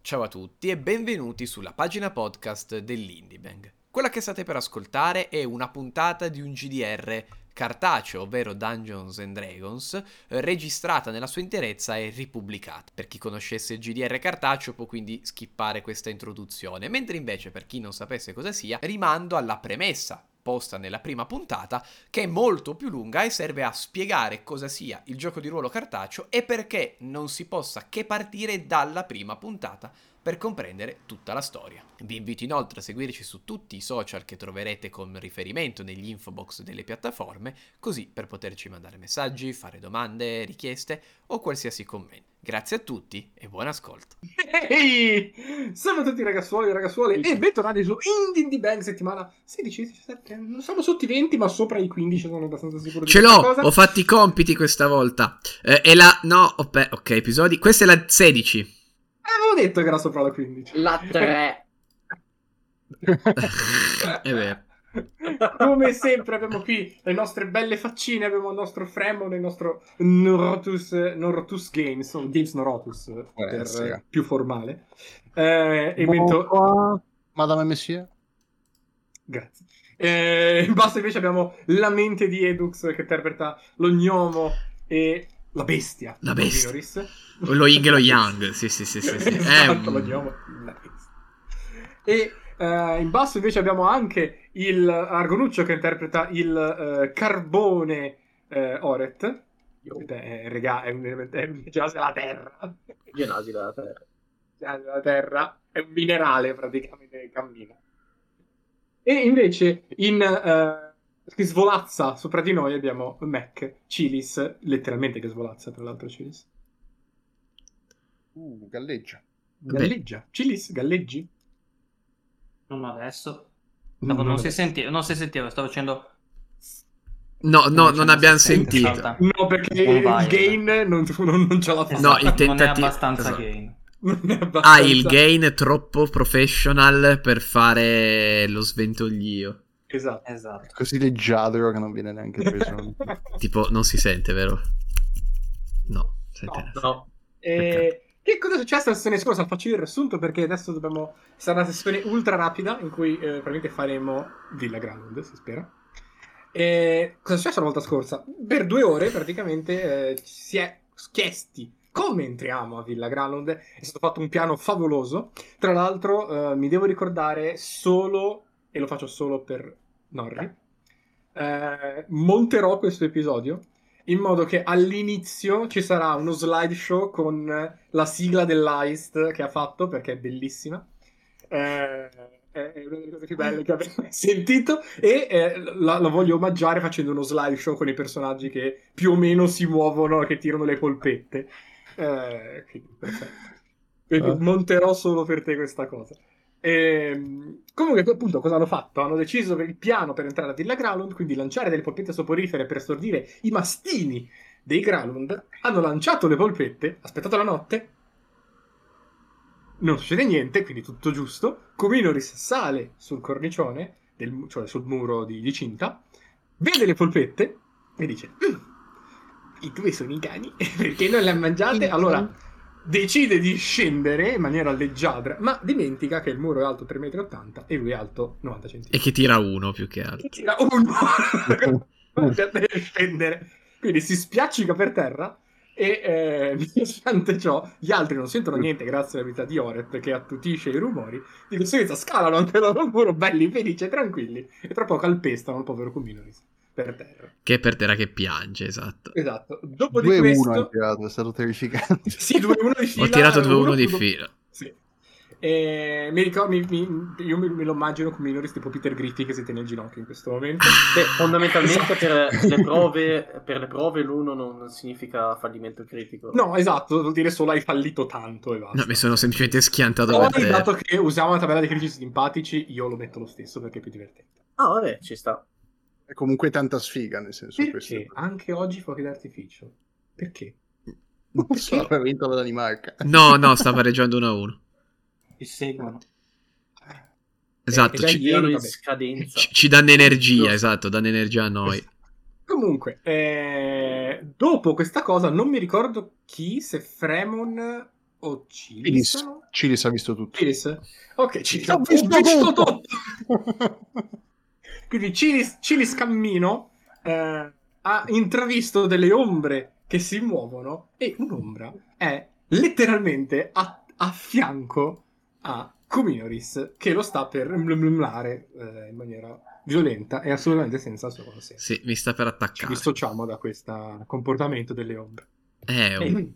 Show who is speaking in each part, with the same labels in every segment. Speaker 1: Ciao a tutti e benvenuti sulla pagina podcast dell'Indibang. Quella che state per ascoltare è una puntata di un GDR cartaceo, ovvero Dungeons and Dragons, eh, registrata nella sua interezza e ripubblicata. Per chi conoscesse il GDR cartaceo può quindi skippare questa introduzione, mentre invece per chi non sapesse cosa sia, rimando alla premessa posta nella prima puntata, che è molto più lunga e serve a spiegare cosa sia il gioco di ruolo cartaceo e perché non si possa che partire dalla prima puntata per comprendere tutta la storia. Vi invito inoltre a seguirci su tutti i social che troverete con riferimento negli info box delle piattaforme, così per poterci mandare messaggi, fare domande, richieste o qualsiasi commento. Grazie a tutti e buon ascolto.
Speaker 2: Ehi! Salve a tutti ragazzuoli e ragazzuole e bentornati su Indie di Bang settimana 16, 17, non siamo sotto i 20 ma sopra i 15 sono abbastanza sicuro di
Speaker 3: Ce l'ho,
Speaker 2: questa cosa.
Speaker 3: ho fatto i compiti questa volta. Eh, è la. No, ho pe- ok, episodi. Questa è la 16.
Speaker 2: Eh, Avevo detto che era sopra la 15.
Speaker 4: La 3.
Speaker 3: è vero.
Speaker 2: Come sempre abbiamo qui le nostre belle faccine, abbiamo il nostro Fremon e il nostro Norotus, Norotus Games, o Games Norotus
Speaker 3: Eh,
Speaker 2: per,
Speaker 5: sega.
Speaker 2: più formale. Eh, e metto...
Speaker 5: Qua, Madame Messia.
Speaker 2: Grazie. Eh, in basso invece abbiamo la mente di Edux che interpreta lo gnomo e la bestia.
Speaker 3: La bestia.
Speaker 2: Minoris.
Speaker 3: Lo Ying e lo Yang. Sì, sì, sì, sì. sì.
Speaker 2: Esatto,
Speaker 3: Eh,
Speaker 2: lo gnomo. La bestia. E eh, in basso invece abbiamo anche il Argonuccio che interpreta il eh, carbone eh, Oret. Ed È, regà, è un elemento- è un genasi della terra.
Speaker 4: Genasi della terra.
Speaker 2: Genasi della terra è un minerale praticamente che cammina. E invece in eh, che svolazza sopra di noi abbiamo Mac, Cilis, letteralmente che svolazza tra l'altro Cilis.
Speaker 5: Uh, galleggia.
Speaker 3: Beh.
Speaker 2: Galleggia. Cilis, galleggi?
Speaker 6: Non adesso. Dopo
Speaker 4: Mm,
Speaker 6: non, si senti- non si sentiva, stavo facendo.
Speaker 3: No, no, non abbiamo
Speaker 6: si sente,
Speaker 3: sentito.
Speaker 6: salta.
Speaker 2: No, perché
Speaker 6: Non
Speaker 2: il
Speaker 6: vai,
Speaker 2: gain non, non, non ce la fa.
Speaker 3: No, i
Speaker 6: Non è
Speaker 3: tentati-
Speaker 6: abbastanza
Speaker 3: esatto.
Speaker 6: gain.
Speaker 2: Non è abbastanza.
Speaker 3: Ah, il gain è troppo professional per fare lo sventoglio.
Speaker 2: Esatto.
Speaker 6: Esatto.
Speaker 5: Così leggiadro che non viene neanche preso.
Speaker 3: Tipo, non si sente, vero? No, sente.
Speaker 4: No,
Speaker 2: E... Che cosa è successo la sessione scorsa? Faccio il riassunto perché adesso dobbiamo... Sarà una sessione ultra rapida in cui eh, probabilmente faremo Villa Grand, si spera. E... Cosa è successo la volta scorsa? Per due ore praticamente eh, ci si è chiesti come entriamo a Villa Grand. È stato fatto un piano favoloso. Tra l'altro eh, mi devo ricordare solo, e lo faccio solo per Norri, eh, monterò questo episodio in modo che all'inizio ci sarà uno slideshow con la sigla dell'Heist che ha fatto perché è bellissima. Eh, è è una delle cose più belle che abbiamo mai sentito. E eh, la, la voglio omaggiare facendo uno slideshow con i personaggi che più o meno si muovono, che tirano le polpette. Eh, quindi, perfetto. Quindi
Speaker 5: Ah.
Speaker 2: monterò solo per te questa cosa. Ehm, comunque, appunto, cosa hanno fatto? Hanno deciso per il piano per entrare a Villa Gralund, quindi lanciare delle polpette soporifere per stordire i mastini dei Gralund. Hanno lanciato le polpette, aspettato la notte, non succede niente, quindi tutto giusto. Cominoris sale sul cornicione, del mu- cioè sul muro di, di cinta, vede le polpette e dice: "Mm, I tuoi sono i cani, perché non le ha mangiate? Allora decide di scendere in maniera leggiadra, ma dimentica che il muro è alto 3,80 m e lui è alto Oh, 90 cm.
Speaker 3: E che tira uno più che altro.
Speaker 2: Tira uno per deve scendere. Quindi si spiaccica per terra e eh, nonostante ciò gli altri non sentono niente grazie all'abilità di Oret che attutisce i rumori. Di conseguenza scalano anche loro il muro belli, felici e tranquilli e tra poco calpestano il povero Cominoris per terra.
Speaker 3: Che per terra che piange, esatto.
Speaker 2: Esatto. Dopo di
Speaker 5: 2-1 hai
Speaker 2: questo...
Speaker 5: tirato, è stato terrificante.
Speaker 2: Sì, 2-1 di fila.
Speaker 3: Ho tirato 2-1 di
Speaker 2: uno-
Speaker 3: fila.
Speaker 2: Sì. Eh, mi ricordo, mi- mi- io me, me lo immagino come Minoris tipo Peter Griffin che si tiene il ginocchio in questo momento.
Speaker 4: Beh, fondamentalmente per le prove, per le prove l'uno non significa fallimento critico.
Speaker 2: No, esatto, vuol dire solo hai fallito tanto e basta.
Speaker 3: No, mi sono semplicemente schiantato per
Speaker 2: Poi,
Speaker 3: terra.
Speaker 2: dato che usiamo la tabella dei critici simpatici, io lo metto lo stesso perché è più divertente.
Speaker 4: Ah, vabbè, ci sta.
Speaker 5: È comunque tanta sfiga, nel senso questo.
Speaker 2: Perché anche oggi fuochi d'artificio? Perché?
Speaker 5: Non so, ha vinto la Danimarca.
Speaker 3: No, no, sta pareggiando 1-1.
Speaker 6: Ti seguono.
Speaker 3: Esatto,
Speaker 2: Eh, già
Speaker 3: ci,
Speaker 4: Ieri in
Speaker 2: vabbè.
Speaker 4: scadenza.
Speaker 3: ci- ci danno energia,
Speaker 2: Lo-
Speaker 3: esatto, danno energia a noi.
Speaker 2: Comunque, eh, dopo questa cosa non mi ricordo chi, se Fremon o Cilis?
Speaker 5: Cilis, Cilis ha visto tutto.
Speaker 2: Cilis? Ok, Cilis.
Speaker 5: Ho
Speaker 2: Ho
Speaker 5: visto
Speaker 2: visto
Speaker 5: tutto!
Speaker 2: tutto! Quindi Cilis, Cilis Cammino eh, ha intravisto delle ombre che si muovono e un'ombra è letteralmente a, a fianco a Cominoris che lo sta per mlumlare in maniera violenta e assolutamente senza solo senso.
Speaker 1: Sì, mi sta per
Speaker 2: Ci
Speaker 1: attaccare.
Speaker 2: dissociamo da questo comportamento delle ombre.
Speaker 1: Eh, oh.
Speaker 2: E-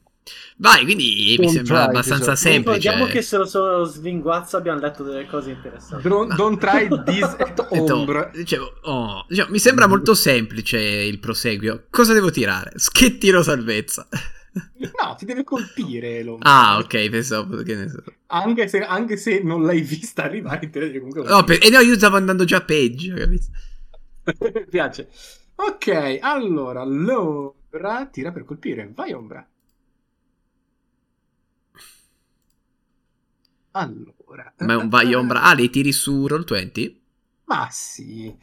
Speaker 1: Vai, quindi mi
Speaker 5: Don't
Speaker 1: sembra
Speaker 5: try,
Speaker 1: abbastanza
Speaker 5: tesoro.
Speaker 4: esatto.
Speaker 1: semplice.
Speaker 3: eh.
Speaker 4: Ricordiamo diciamo che se lo solo slinguazza abbiamo letto delle cose interessanti.
Speaker 2: Don't, don't try this at
Speaker 1: Eh, to-
Speaker 2: ombre.
Speaker 1: dicevo, oh, dicevo, mi sembra molto semplice il proseguio. Cosa devo tirare? Schettino salvezza.
Speaker 2: No, ti deve colpire l'ombra.
Speaker 1: Ah, ok, pensavo che ne so.
Speaker 2: Anche se, anche se non l'hai vista arrivare, te la devi comunque.
Speaker 1: No, per- e no, io stavo andando già peggio, capito?
Speaker 2: Mi piace. Ok, allora l'ombra tira per colpire. Vai, ombra. Allora.
Speaker 1: Ma è un vai ombra. Ah, li tiri su Eh, Roll20?
Speaker 2: Ma sì.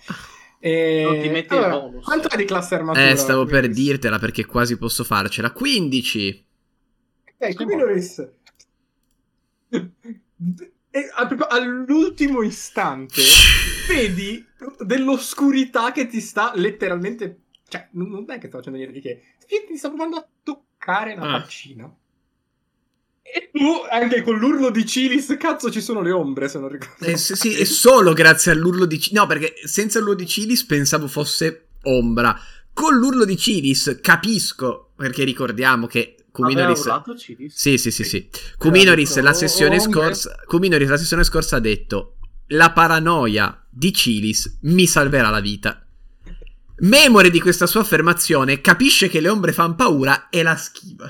Speaker 2: Eh,
Speaker 4: Non ti mette il bonus.
Speaker 2: Quanto è di classe armatura?
Speaker 1: Eh, stavo per
Speaker 2: Quindi-
Speaker 1: dirtela perché quasi posso farcela. 15.
Speaker 2: Eh, quindi Loris. E a- proprio all'ultimo istante vedi dell'oscurità che ti sta letteralmente. Cioè, non, non è che sto facendo niente di che. Ti ti sta provando a toccare la
Speaker 1: Ah.
Speaker 2: faccina. E tu, anche con l'urlo di Cilis, cazzo, ci sono le ombre, se non ricordo.
Speaker 1: Eh, sì, sì, è solo grazie all'urlo di Cilis. No, perché senza l'urlo di Cilis pensavo fosse ombra. Con l'urlo di Cilis capisco, perché ricordiamo che
Speaker 4: Aveva
Speaker 1: Cuminoris...
Speaker 4: urlato Cilis.
Speaker 1: Sì, sì, sì, sì. Cuminoris
Speaker 4: detto,
Speaker 1: la
Speaker 4: "Oh,
Speaker 1: sessione
Speaker 4: oh,
Speaker 1: scorsa Cuminoris la sessione scorsa ha detto "La paranoia di Cilis mi salverà la vita". Memore di questa sua affermazione, capisce che le ombre fanno paura e la schiva.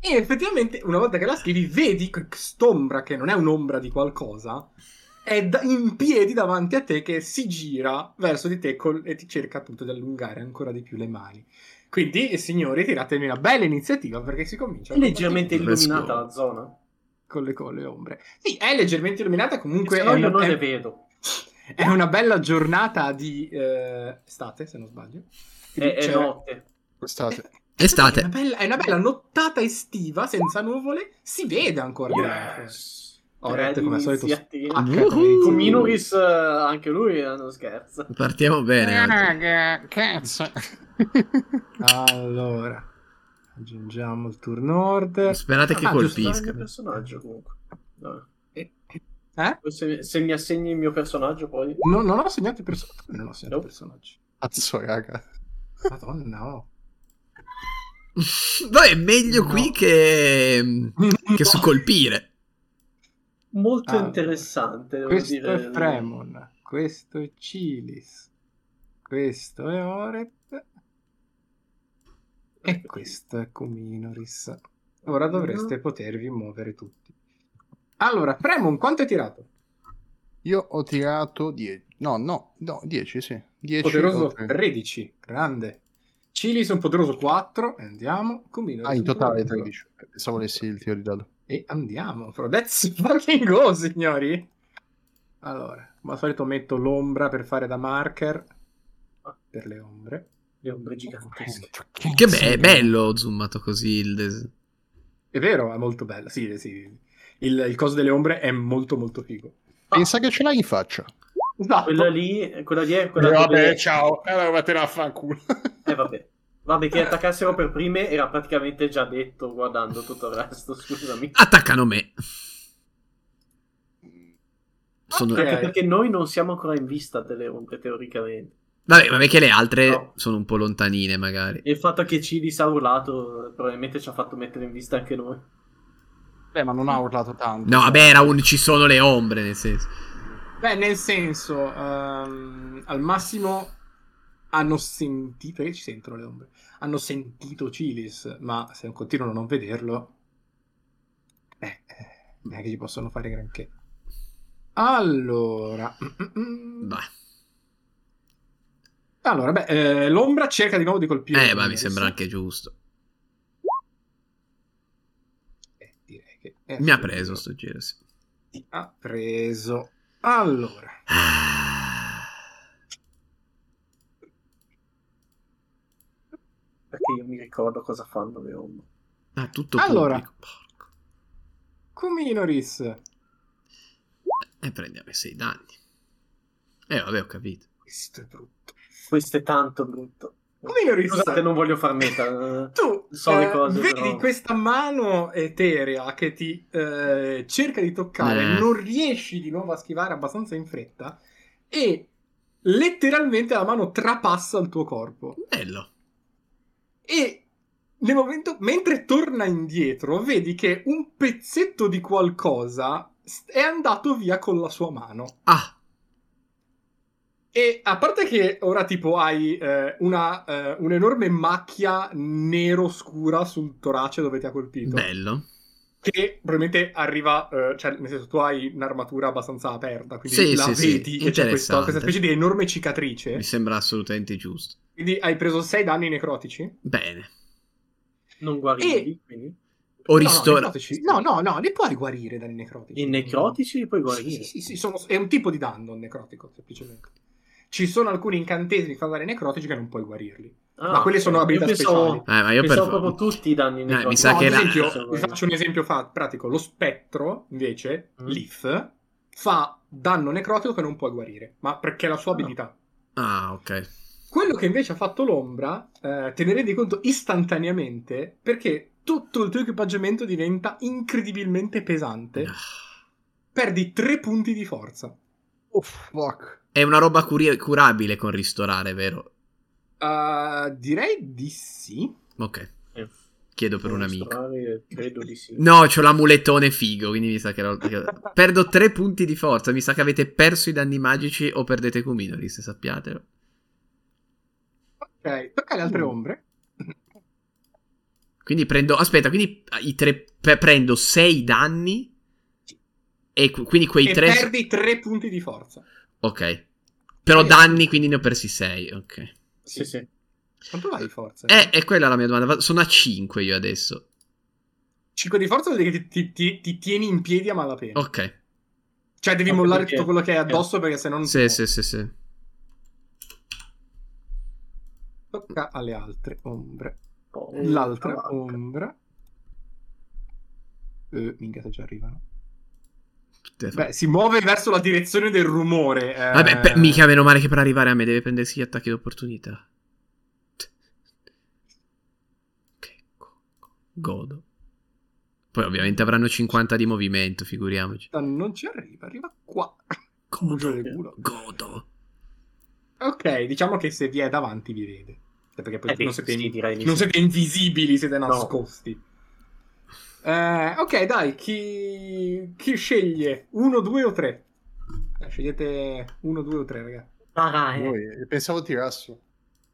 Speaker 2: E effettivamente, una volta che la scrivi, vedi que- quest'ombra che non è un'ombra di qualcosa, è da- in piedi davanti a te che si gira verso di te col- e ti cerca appunto di allungare ancora di più le mani. Quindi, eh, signori, tiratemi una bella iniziativa perché si comincia a
Speaker 4: Leggermente
Speaker 1: Let's
Speaker 4: illuminata
Speaker 1: go.
Speaker 4: la zona.
Speaker 2: con le, con le ombre. Sì, è leggermente illuminata, comunque
Speaker 4: Se
Speaker 2: è,
Speaker 4: no io
Speaker 2: un-
Speaker 4: non
Speaker 2: è-
Speaker 4: le vedo.
Speaker 2: è una bella giornata di eh, estate, se non sbaglio.
Speaker 4: È,
Speaker 2: Quindi
Speaker 4: è
Speaker 2: c'è-
Speaker 4: notte.
Speaker 5: Quest'estate.
Speaker 2: È una,
Speaker 1: Estate.
Speaker 2: bella, è una bella nottata estiva senza nuvole, si vede ancora. Ho
Speaker 4: Tre
Speaker 2: detto, come al solito,
Speaker 4: iniziative.
Speaker 2: spacca
Speaker 1: Uhuh.
Speaker 2: come i
Speaker 4: Ah, Con
Speaker 2: tizi.
Speaker 4: Minoris, eh, anche lui eh, non scherza.
Speaker 1: Partiamo bene. oggi.
Speaker 2: Ah,
Speaker 7: Cazzo.
Speaker 2: Allora, aggiungiamo il turn order.
Speaker 1: Sperate che
Speaker 2: Ah, giusto,
Speaker 4: Sarà il
Speaker 1: colpisca.
Speaker 4: mio personaggio comunque. No.
Speaker 2: Eh?
Speaker 4: Se, se mi assegni il mio personaggio poi...
Speaker 2: No, non ho segnato i personaggi. Non ho segnato i
Speaker 4: No.
Speaker 2: personaggi.
Speaker 5: Cazzo, raga.
Speaker 2: Madonna, oh. no.
Speaker 1: No, è meglio
Speaker 2: No.
Speaker 1: qui che mm, che su colpire.
Speaker 4: Molto
Speaker 2: Allora,
Speaker 4: interessante, devo
Speaker 2: Ah, Questo
Speaker 4: dire. eh,
Speaker 2: è Fremon, questo è Cilis, questo è Oret
Speaker 4: eh,
Speaker 2: e questo è Cominoris. Ora dovreste potervi muovere tutti. Allora, Fremon, quanto hai tirato?
Speaker 5: Io ho tirato 10. No, no, no, 10, sì. 10.
Speaker 2: Poderoso
Speaker 5: oltre.
Speaker 2: 13, grande. Cilis un poderoso 4, e andiamo. Cominoris
Speaker 5: Ah, in
Speaker 2: un
Speaker 5: totale
Speaker 2: poderoso
Speaker 5: 13. Pensavo lessi il tiro di dado.
Speaker 2: E andiamo, però let's fucking go, signori! Allora, come al solito metto l'ombra per fare da marker
Speaker 4: Ah.
Speaker 2: per le ombre.
Speaker 4: Le ombre gigantesche.
Speaker 1: Che be- è bello zoomato così il des-
Speaker 2: È vero, è molto bella, sì, sì. Il, il coso delle ombre è molto molto figo.
Speaker 5: Pensa che ce l'hai in faccia.
Speaker 2: Esatto.
Speaker 4: Ah, Quella lì, quella lì è quella dove-
Speaker 5: Eh, ciao. Eh, Allora vattene a fanculo.
Speaker 4: Eh vabbè. Vabbè, che attaccassero per prime era praticamente già detto guardando tutto il resto, scusami.
Speaker 1: Attaccano me. Sono...
Speaker 2: Ok.
Speaker 4: Anche perché noi non siamo ancora in vista delle ombre, teoricamente.
Speaker 1: Vabbè, vabbè che le altre
Speaker 4: No.
Speaker 1: sono un po' lontanine magari.
Speaker 4: E il fatto che Cilis ha urlato eh, probabilmente ci ha fatto mettere in vista anche noi.
Speaker 5: Beh, ma non ha urlato tanto.
Speaker 1: No, vabbè, era un ci sono le ombre, nel senso.
Speaker 2: Beh, nel senso, ehm, al massimo hanno sentito, perché ci sentono le ombre, hanno sentito Cilis, ma se continuano a non vederlo, eh, eh, non è che ci possono fare granché. Allora,
Speaker 1: Bah.
Speaker 2: allora beh, eh, l'ombra cerca di nuovo di colpire.
Speaker 1: Eh, ma mi
Speaker 2: Cilis.
Speaker 1: sembra anche giusto.
Speaker 2: Eh, direi che è
Speaker 1: Mi ha
Speaker 2: assolutamente-
Speaker 1: preso sto giro, sì.
Speaker 2: Ti ha preso. Allora,
Speaker 1: Ah,
Speaker 4: Perché io mi ricordo cosa fanno le ombre.
Speaker 1: Ah, tutto
Speaker 2: Allora.
Speaker 1: ah, pubblico. Porco.
Speaker 2: Comino Riz.
Speaker 1: E prendiamo i 6 danni. Eh vabbè, ho capito.
Speaker 2: Questo è brutto.
Speaker 4: Questo è tanto brutto.
Speaker 2: Comino Riz.
Speaker 4: Scusate, non voglio far meta.
Speaker 2: Tu
Speaker 4: So le
Speaker 2: eh,
Speaker 4: cose,
Speaker 2: vedi
Speaker 4: però.
Speaker 2: questa mano eterea che ti eh, cerca di toccare,
Speaker 1: Eh.
Speaker 2: non riesci di nuovo a schivare abbastanza in fretta e letteralmente la mano trapassa il tuo corpo.
Speaker 1: Bello.
Speaker 2: E nel momento, mentre torna indietro, vedi che un pezzetto di qualcosa s- è andato via con la sua mano.
Speaker 1: Ah,
Speaker 2: E a parte che ora tipo hai eh, una, eh, un'enorme macchia nero scura sul torace dove ti ha colpito.
Speaker 1: bello.
Speaker 2: Che probabilmente arriva, eh, cioè nel senso tu hai un'armatura abbastanza aperta, quindi
Speaker 1: Sì,
Speaker 2: la
Speaker 1: sì, sì,
Speaker 2: vedi e c'è questa,
Speaker 1: interessante.
Speaker 2: questa specie di enorme cicatrice.
Speaker 1: Mi sembra assolutamente giusto.
Speaker 2: Quindi hai preso 6 danni necrotici.
Speaker 1: Bene.
Speaker 4: Non guarivi, quindi.
Speaker 1: O
Speaker 2: No, no,
Speaker 1: ristora...
Speaker 2: necrotici- no, no, no, li puoi guarire dai necrotici.
Speaker 4: I necrotici puoi guarire.
Speaker 2: Sì, sì, sì, sì, sono- è un tipo di danno il necrotico, semplicemente. Ci sono alcuni incantesimi che fanno dare necrotici che non puoi guarirli.
Speaker 4: Ah,
Speaker 2: ma quelle
Speaker 4: ok.
Speaker 2: sono abilità
Speaker 4: Io pensavo-
Speaker 2: speciali.
Speaker 1: Eh, ma io per...
Speaker 4: Pensavo proprio tutti i danni
Speaker 1: Eh,
Speaker 4: necrotici.
Speaker 1: mi sa
Speaker 2: No,
Speaker 1: che
Speaker 2: ad
Speaker 1: era-
Speaker 2: esempio, vi faccio un esempio fa- pratico. Lo spettro, invece,
Speaker 4: Mm.
Speaker 2: Leaf, fa danno necrotico che non puoi guarire, ma perché è la sua abilità.
Speaker 1: Ah, ok.
Speaker 2: Quello che invece ha fatto l'ombra, eh, te ne rendi conto istantaneamente, perché tutto il tuo equipaggiamento diventa incredibilmente pesante.
Speaker 1: Ah.
Speaker 2: Perdi 3 punti di forza.
Speaker 5: Oh, fuck.
Speaker 1: È una roba curi- curabile con ristorare, vero?
Speaker 2: Ah, direi di sì.
Speaker 1: Ok.
Speaker 4: Eh.
Speaker 1: Chiedo per un amico.
Speaker 4: Credo di sì.
Speaker 1: No, c'ho l'amulettone figo, quindi mi sa che... ero- che- Perdo tre punti di forza, mi sa che avete perso i danni magici o perdete Kuminori, se sappiatelo.
Speaker 2: Ok, tocca alle
Speaker 4: Mm.
Speaker 2: altre ombre.
Speaker 1: Quindi prendo... Aspetta, quindi i tre... pe- prendo sei danni e qu- quindi quei
Speaker 2: e
Speaker 1: tre...
Speaker 2: perdi 3 punti di forza.
Speaker 1: Ok. Però
Speaker 2: Eh.
Speaker 1: danni, quindi ne ho persi sei, ok.
Speaker 4: Sì, sì.
Speaker 2: Quanto vai di forza?
Speaker 1: Eh, è quella la mia domanda. Va- Sono a 5 io adesso.
Speaker 2: 5 di forza vuol dire che ti, ti- ti- ti tieni in piedi a malapena.
Speaker 1: Ok.
Speaker 2: Cioè, devi
Speaker 4: Anche
Speaker 2: mollare
Speaker 4: perché-
Speaker 2: tutto quello che hai addosso perché sennò non
Speaker 1: Sì,
Speaker 2: ti
Speaker 1: sì, sì, sì.
Speaker 2: muovi. Tocca alle altre ombre.
Speaker 4: Poi-
Speaker 2: L'altra
Speaker 4: Ah,
Speaker 2: ombra. Eh, minchia, se ci arrivano.
Speaker 1: Te fa-
Speaker 2: Beh, si muove verso la direzione del rumore. eh.
Speaker 1: Vabbè, per- mica meno male che per arrivare a me deve prendersi gli attacchi d'opportunità. Che go- godo. Poi ovviamente avranno 50 di movimento, figuriamoci.
Speaker 2: Non ci arriva, arriva qua. Bugia del culo.
Speaker 1: Godo.
Speaker 2: Ok, diciamo che se vi è davanti vi vede. Eh, Perché poi
Speaker 4: Eh,
Speaker 2: non
Speaker 4: sì,
Speaker 2: siete
Speaker 4: sì, direi di
Speaker 2: Non
Speaker 4: sì.
Speaker 2: siete invisibili, siete nascosti. Eh, ok, dai, chi, chi sceglie? Uno, due o tre? Eh, Scegliete uno, due o tre, ragazzi.
Speaker 4: Ah, ah, eh.
Speaker 5: Voi- Pensavo tirassero.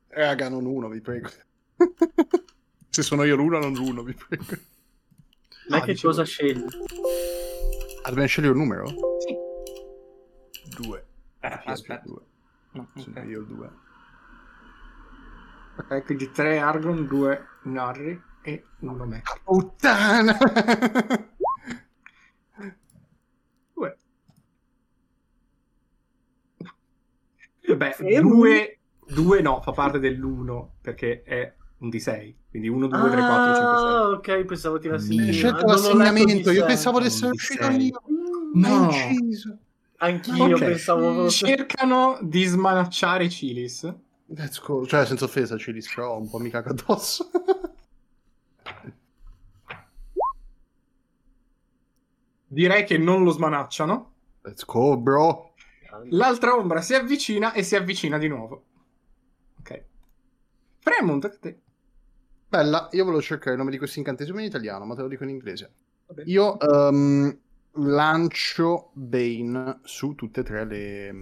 Speaker 5: Raga, non uno, vi prego. Se sono io l'uno, non l'uno, vi prego.
Speaker 4: Ma
Speaker 2: Ah,
Speaker 4: che
Speaker 2: dicevo-
Speaker 4: cosa scegli?
Speaker 5: Ah, dobbiamo scegliere un numero?
Speaker 2: Sì.
Speaker 5: Due. Chi ha
Speaker 8: aspetta.
Speaker 5: più due?
Speaker 8: No,
Speaker 5: Sono
Speaker 8: ok.
Speaker 5: io il due.
Speaker 2: Ok, quindi tre Argon, due Narri e uno me.
Speaker 5: Puttana!
Speaker 2: Due. Beh,
Speaker 4: Fermi.
Speaker 2: due, due no, fa parte dell'uno, perché è un D6. Quindi uno, due, tre, quattro, cinque, sei.
Speaker 4: Ah, ok, pensavo tirassi
Speaker 1: Mi
Speaker 5: Hai
Speaker 1: Io-
Speaker 5: scelto
Speaker 4: Ah, non ho letto
Speaker 5: l'assegnamento,
Speaker 4: di
Speaker 5: io
Speaker 4: sé.
Speaker 5: pensavo di essere
Speaker 2: Non
Speaker 5: uscito
Speaker 2: sei.
Speaker 5: io.
Speaker 4: Mm,
Speaker 2: No.
Speaker 5: Ma è
Speaker 4: Ah,
Speaker 5: inciso.
Speaker 4: Anch'io
Speaker 2: Ok.
Speaker 4: pensavo...
Speaker 2: Cercano di smanacciare Cilis.
Speaker 5: Let's go. Cioè, senza offesa, ci rischio un po' mi cago addosso.
Speaker 2: Direi che non lo smanacciano.
Speaker 5: Let's go, bro.
Speaker 2: L'altra ombra si avvicina e si avvicina di nuovo. Ok. Fremont, a te.
Speaker 5: Bella, io volevo cercare il nome di questo incantesimo in italiano, ma te lo dico in inglese.
Speaker 2: Va bene.
Speaker 5: Io ehm, lancio Bane su tutte e tre le,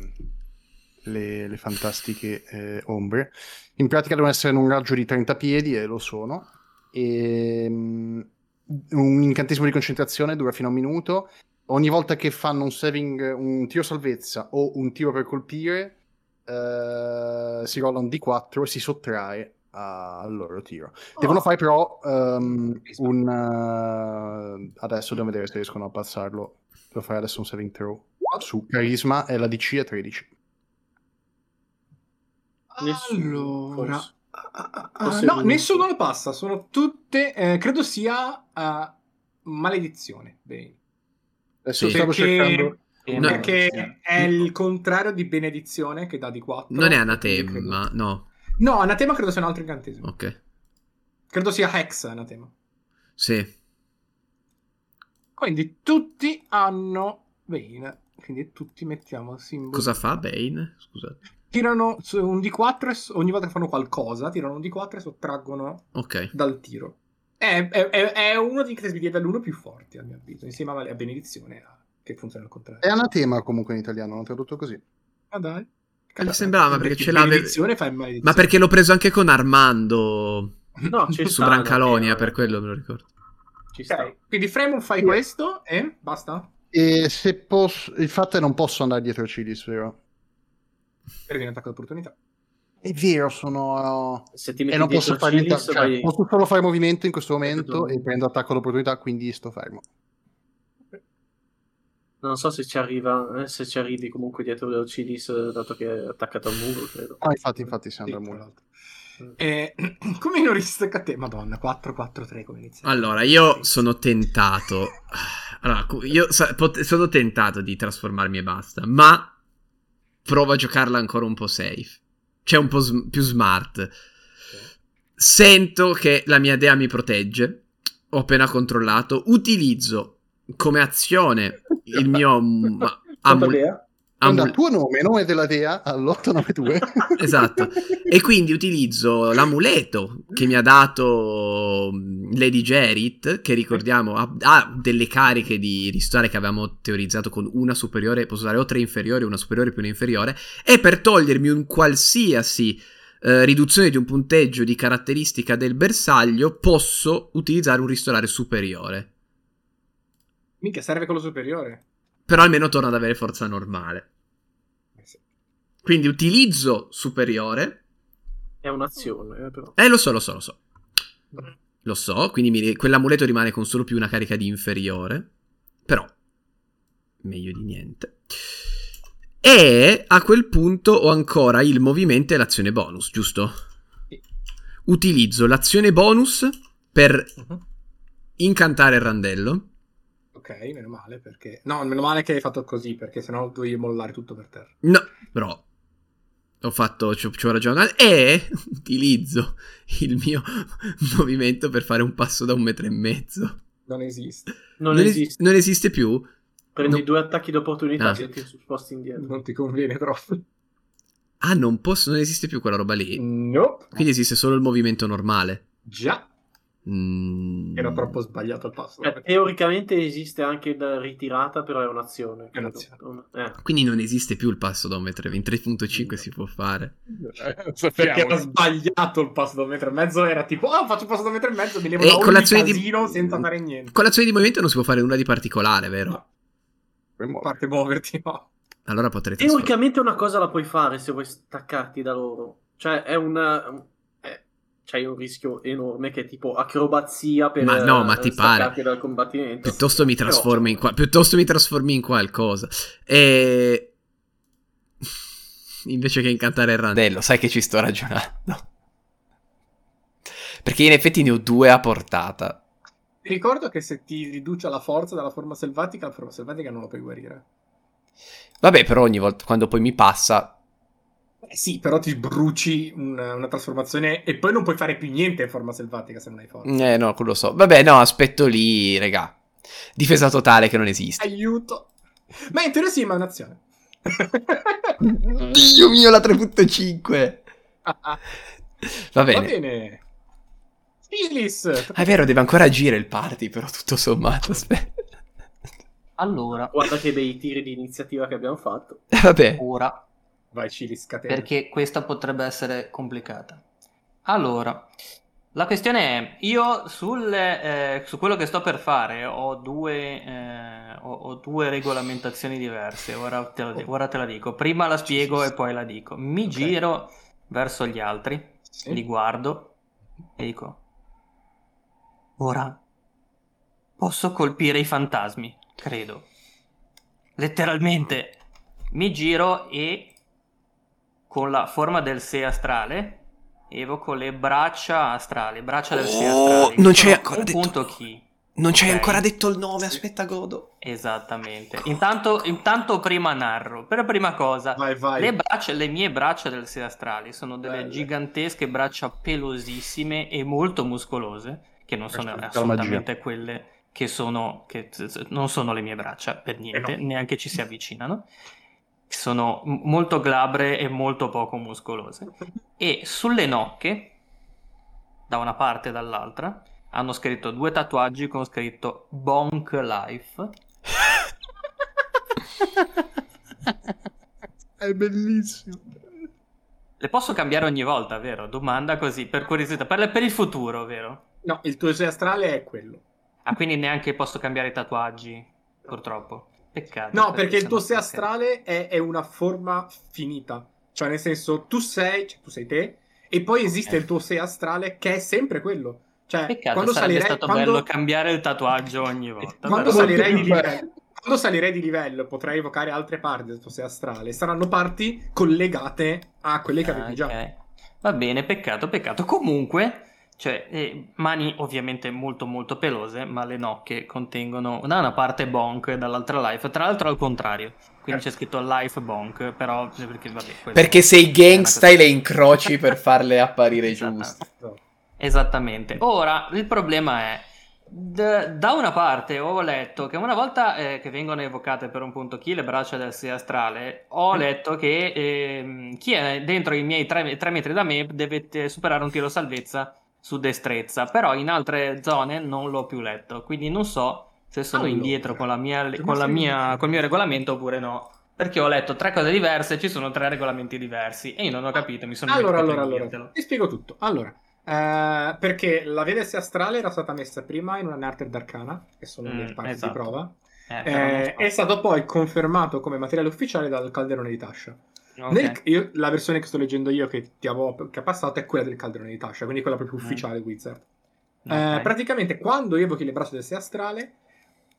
Speaker 5: le- le fantastiche eh, ombre. In pratica devono essere in un raggio di 30 piedi e lo sono. E, mm, un incantesimo di concentrazione dura fino a un minuto. Ogni volta che fanno un saving, un tiro salvezza o un tiro per colpire, eh, si rolla un D4 e si sottrae a- al loro tiro. Devono fare però ehm, un... eh, adesso dobbiamo vedere se riescono a passarlo. Devo fare adesso un saving throw su Carisma e la DC è 13.
Speaker 4: Nessuno,
Speaker 2: Allora...
Speaker 4: forse.
Speaker 2: Ah, ah, ah,
Speaker 4: Forse
Speaker 2: no,
Speaker 4: lui.
Speaker 2: nessuno lo passa. Sono tutte... eh, credo sia... eh, maledizione. Bene.
Speaker 5: Adesso
Speaker 1: Sì.
Speaker 5: stavo
Speaker 2: Perché-
Speaker 5: cercando.
Speaker 6: Sì,
Speaker 1: Eh, No.
Speaker 2: Perché è il contrario di benedizione che dà di 4.
Speaker 1: Non è anatema, no.
Speaker 2: No, anatema credo sia un altro incantesimo.
Speaker 1: Ok.
Speaker 2: Credo sia hex anatema.
Speaker 1: Sì.
Speaker 2: Quindi tutti hanno Bane. Quindi tutti mettiamo simbolo.
Speaker 1: Cosa fa Bane? Scusate.
Speaker 2: Tirano su un D4 e s- ogni volta che fanno qualcosa, tirano un D4 e sottraggono
Speaker 1: Ok.
Speaker 2: dal tiro. È, è- è- è uno dei incantesimi di livello più forti, a mio avviso, insieme a, a benedizione, a- che funziona al contrario.
Speaker 1: Eh,
Speaker 5: È anatema comunque in italiano, l'ho tradotto così.
Speaker 2: Ah, dai.
Speaker 1: Eh, Mi sembrava perché ce l'ave-
Speaker 2: Benedizione fa in maledizione.
Speaker 1: Ma perché l'ho preso anche con Armando
Speaker 4: No, ci
Speaker 1: su
Speaker 4: sta,
Speaker 1: Brancalonia,
Speaker 4: no,
Speaker 1: per quello me lo ricordo.
Speaker 4: Ci sta.
Speaker 2: Ok, quindi Fremon fai questo e basta?
Speaker 5: E se posso... Il fatto è non posso andare dietro a Cilis, vero?
Speaker 2: Perdi un attacco d'opportunità.
Speaker 5: È vero, sono...
Speaker 4: Se ti
Speaker 5: E
Speaker 4: metti
Speaker 5: non posso
Speaker 4: dietro
Speaker 5: fare niente,
Speaker 4: Cilis, vai-
Speaker 5: cioè, posso solo fare movimento in questo momento
Speaker 4: Capito.
Speaker 5: e prendo attacco all'opportunità, quindi sto fermo.
Speaker 4: Non so se ci arriva, eh, se ci arrivi comunque dietro Cilis, eh, dato che è attaccato al muro, credo.
Speaker 5: Ah, infatti, infatti, si andrà
Speaker 2: Sì, tra
Speaker 5: molto.
Speaker 2: l'altro. Eh, come non ristacca te? Madonna, 4-4-3 come inizia.
Speaker 1: Allora, io sono tentato. Allora, cu- io sa- pot- sono tentato di trasformarmi e basta, ma provo a giocarla ancora un po' safe. Cioè, un po' sm- più smart. Sento che la mia dea mi protegge. Ho appena controllato. Utilizzo come azione il mio mm,
Speaker 4: Quanto
Speaker 1: amu-
Speaker 4: Lea?
Speaker 5: Manda
Speaker 1: amu-
Speaker 5: il tuo nome, nome della dea, all'892.
Speaker 1: Esatto. E quindi utilizzo l'amuleto che mi ha dato mm, Lady Gerrit, che ricordiamo ha, ha delle cariche di ristore che avevamo teorizzato con una superiore, posso usare o tre inferiori, una superiore più una inferiore, e per togliermi un qualsiasi eh, riduzione di un punteggio di caratteristica del bersaglio, posso utilizzare un ristorare superiore.
Speaker 2: Minchia, serve quello superiore.
Speaker 1: Però almeno torno ad avere forza normale.
Speaker 2: Eh sì.
Speaker 1: Quindi utilizzo superiore.
Speaker 4: È un'azione, eh, però.
Speaker 1: Eh, lo so, lo so, lo so. Lo so, quindi mi- quell'amuleto rimane con solo più una carica di inferiore. Però, meglio di niente. E a quel punto ho ancora il movimento e l'azione bonus, giusto?
Speaker 2: Sì.
Speaker 1: Utilizzo l'azione bonus per
Speaker 2: Mhm.
Speaker 1: incantare il randello.
Speaker 2: Ok, meno male perché... No, meno male che hai fatto così perché sennò dovevi mollare tutto per terra.
Speaker 1: No, però ho fatto, ci ho, ci ho ragionato e utilizzo il mio movimento per fare un passo da un metro e mezzo.
Speaker 2: Non esiste.
Speaker 4: Non,
Speaker 1: Non es-
Speaker 4: esiste.
Speaker 1: non esiste più?
Speaker 4: Prendi
Speaker 1: no.
Speaker 4: due attacchi d'opportunità
Speaker 1: Ah.
Speaker 4: se ti sposti indietro.
Speaker 2: Non ti conviene troppo.
Speaker 1: Ah, non posso, non esiste più quella roba lì.
Speaker 2: No.
Speaker 1: Quindi esiste solo il movimento normale.
Speaker 2: Già.
Speaker 1: Mm.
Speaker 2: Era troppo sbagliato il passo.
Speaker 4: Eh, teoricamente esiste anche la ritirata, però è un'azione. credo.
Speaker 2: un'azione.
Speaker 4: Eh.
Speaker 1: Quindi non esiste più il passo da un metro e mezzo. In 3.5 si può fare.
Speaker 2: Perché era sbagliato il passo da un metro e mezzo, era tipo, ah, faccio il passo da un metro e mezzo, mi levo
Speaker 1: E
Speaker 2: da
Speaker 1: con
Speaker 2: ogni
Speaker 1: l'azione di- Mm.
Speaker 2: casino senza fare niente.
Speaker 1: Con l'azione di movimento non si può fare nulla di particolare, vero?
Speaker 2: No. A parte muoverti, no.
Speaker 1: Allora potrete...
Speaker 4: Teoricamente una cosa la puoi fare se vuoi staccarti da loro. Cioè, è una... eh, c'hai un rischio enorme che è tipo acrobazia per
Speaker 1: Ma no, ma
Speaker 4: eh,
Speaker 1: ti pare.
Speaker 4: staccarti dal combattimento.
Speaker 1: Piuttosto mi
Speaker 4: Però- cioè,
Speaker 1: trasformi in, qua- piuttosto mi trasformi in qualcosa. E... Invece che incantare il randello.
Speaker 9: Randello, sai che ci sto ragionando. Perché in effetti ne ho due a portata.
Speaker 2: Ti ricordo che se ti riduce alla forza dalla forma selvatica, la forma selvatica non la puoi guarire.
Speaker 9: Vabbè, però ogni volta quando poi mi passa...
Speaker 2: Eh sì, però ti bruci una, una trasformazione e poi non puoi fare più niente in forma selvatica se non hai
Speaker 1: Mm.
Speaker 2: forza.
Speaker 9: Eh no, quello so. Vabbè, no, aspetto lì, regà. Difesa totale che non esiste.
Speaker 2: Aiuto! Ma in teoria sì, ma è un'azione.
Speaker 9: Dio mio, la 3.5! Va
Speaker 2: Va
Speaker 9: bene.
Speaker 2: bene. Silis!
Speaker 9: Ah, È vero, deve ancora agire il party, però tutto sommato. Aspetta.
Speaker 6: Allora,
Speaker 4: Guarda che bei tiri di iniziativa che abbiamo fatto.
Speaker 1: Eh,
Speaker 9: Vabbè.
Speaker 6: ora,
Speaker 2: Vai Silis, scatena.
Speaker 6: perché questa potrebbe essere complicata. Allora, la questione è, io sul, eh, su quello che sto per fare ho due, eh, ho, ho due regolamentazioni diverse, ora te, la, ora te la dico. Prima la spiego e poi la dico. Mi
Speaker 2: Ok.
Speaker 6: giro verso gli altri,
Speaker 2: Sì.
Speaker 6: li guardo e dico, ora posso colpire i fantasmi, credo. Letteralmente mi giro e con la forma del sé astrale evoco le braccia astrali, braccia del sé
Speaker 9: Oh,
Speaker 6: astrale.
Speaker 9: non
Speaker 6: Sono
Speaker 9: c'è ancora
Speaker 6: un
Speaker 9: detto-
Speaker 6: punto chi.
Speaker 1: Non ci hai
Speaker 6: Ok.
Speaker 1: ancora detto il nome, aspetta, godo.
Speaker 6: Esattamente. Intanto, intanto prima narro. Per prima cosa,
Speaker 2: Vai, vai.
Speaker 6: le, braccia, le mie braccia del astrali sono delle
Speaker 2: Belle.
Speaker 6: gigantesche braccia pelosissime e molto muscolose, che non sono
Speaker 5: Braccia di
Speaker 6: assolutamente quelle che sono, che z- z- non sono le mie braccia per
Speaker 2: Eh
Speaker 6: niente, neanche ci si avvicinano. Sono m- molto glabre e molto poco muscolose. E sulle nocche, da una parte e dall'altra, hanno scritto due tatuaggi con scritto Bonk Life.
Speaker 5: È bellissimo.
Speaker 6: Le posso cambiare ogni volta, vero? Domanda così, per curiosità, per, per il futuro, vero?
Speaker 2: No, il tuo sé astrale è quello.
Speaker 6: Ah, quindi neanche posso cambiare i tatuaggi, purtroppo. Peccato.
Speaker 2: No, perché il tuo sé
Speaker 6: sennò-
Speaker 2: astrale è, è una forma finita. Cioè, nel senso, tu sei, cioè, tu sei te, e poi esiste il tuo sé astrale che è sempre quello. Cioè,
Speaker 6: Eh. Peccato,
Speaker 2: quando
Speaker 6: sarebbe
Speaker 2: salirei,
Speaker 6: stato
Speaker 2: quando,
Speaker 6: bello cambiare il tatuaggio ogni volta.
Speaker 2: quando
Speaker 6: però-
Speaker 5: salire-
Speaker 2: salirei di
Speaker 5: Molto più
Speaker 2: livello, quando salirei di livello potrai evocare altre parti del tuo sé astrale. Saranno parti collegate a quelle che
Speaker 6: Ah,
Speaker 2: avevi già.
Speaker 6: ok. Va bene, peccato, peccato. Comunque, cioè, eh, mani ovviamente molto molto pelose, ma le nocche contengono da una parte bonk e dall'altra life, tra l'altro al contrario. Quindi c'è scritto life bonk, però eh, perché vabbè, quello-
Speaker 1: Perché sei gangsta
Speaker 6: è
Speaker 1: e
Speaker 6: una
Speaker 1: le
Speaker 6: cosa-
Speaker 1: incroci per farle apparire
Speaker 6: Esatto.
Speaker 1: giuste.
Speaker 6: Esattamente. Ora, il problema è, d- da una parte ho letto che una volta eh, che vengono evocate per un punto chi le braccia del sé astrale,
Speaker 2: Mm.
Speaker 6: ho letto che ehm, chi è dentro i miei 3 metri da me deve eh, superare un tiro salvezza su destrezza, però in altre zone non l'ho più letto, quindi non so se sono
Speaker 2: Allora,
Speaker 6: indietro con la mia,
Speaker 2: tu
Speaker 6: con la
Speaker 2: sei
Speaker 6: mia,
Speaker 2: indietro.
Speaker 6: col mio regolamento oppure no. Perché ho letto tre cose diverse, ci sono tre regolamenti diversi e io non ho capito, mi sono
Speaker 2: Allora,
Speaker 6: dimenticato
Speaker 2: allora,
Speaker 6: di
Speaker 2: allora,
Speaker 6: dirtelo.
Speaker 2: ti spiego tutto. Allora, eh, perché la via del sé astrale era stata messa prima in una Narted Arcana, che sono le
Speaker 6: Mm,
Speaker 2: parti
Speaker 6: esatto.
Speaker 2: di prova,
Speaker 6: Eh, però non
Speaker 2: Eh,
Speaker 6: so.
Speaker 2: è stato poi confermato come materiale ufficiale dal calderone di Tascia.
Speaker 6: Ok.
Speaker 2: Nel- io- la versione che sto leggendo io, che ti avevo che è passata, è quella del calderone di Tascia, quindi quella proprio
Speaker 6: Mm.
Speaker 2: ufficiale Wizard.
Speaker 6: Ok.
Speaker 2: Eh, praticamente, quando evochi le braccia del sé astrale,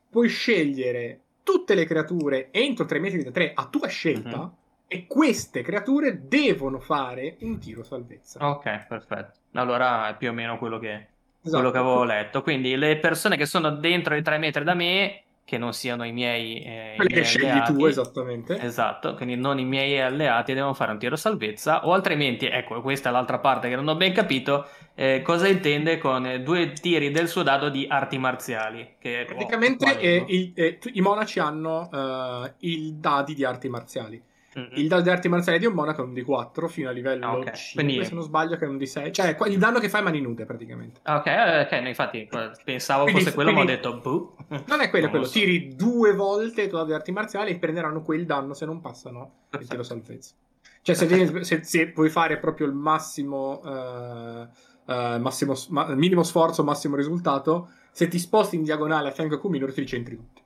Speaker 2: puoi scegliere tutte le creature entro 3 metri da 3 a tua scelta,
Speaker 6: Mhm.
Speaker 2: e queste creature devono fare un tiro salvezza.
Speaker 6: Ok, perfetto. Allora è più o meno quello che,
Speaker 2: Esatto.
Speaker 6: quello che avevo letto. Quindi le persone che sono dentro i tre metri da me, che non siano i miei, eh, i
Speaker 2: Quelle che
Speaker 6: miei
Speaker 2: scegli
Speaker 6: alleati,
Speaker 2: tu, esattamente.
Speaker 6: esatto, quindi non i miei alleati devono fare un tiro salvezza, o altrimenti, ecco, questa è l'altra parte che non ho ben capito, eh, cosa intende con eh, due tiri del suo dado di arti marziali. Che, boh,
Speaker 2: Praticamente
Speaker 6: quali,
Speaker 2: eh,
Speaker 6: no?
Speaker 2: il- eh, tu- i monaci hanno eh, il dadi di arti marziali.
Speaker 6: Mm-mm.
Speaker 2: Il dado di arti marziali di un monaco è un D4 fino a livello
Speaker 6: Ah, ok.
Speaker 2: 5,
Speaker 6: Quindi-
Speaker 2: se non sbaglio, che è un D6. Cioè, qua- il danno che fai a mani nude, praticamente.
Speaker 6: Ah, Ok, eh, ok, no, infatti eh, pensavo
Speaker 2: Quindi-
Speaker 6: fosse quello, ma ho
Speaker 2: quindi-
Speaker 6: detto "Boh." buh.
Speaker 2: Non è quello,
Speaker 6: Non
Speaker 2: è quello.
Speaker 6: lo so.
Speaker 2: Tiri due volte il tuo dado di arti marziali e prenderanno quel danno se non passano il
Speaker 6: Perfetto.
Speaker 2: tiro salvezza. Cioè, se, vieni- se- se puoi fare proprio il massimo, eh, eh, massimo s- ma- minimo sforzo, massimo risultato, se ti sposti in diagonale a fianco a Cumino, ti centri tutti.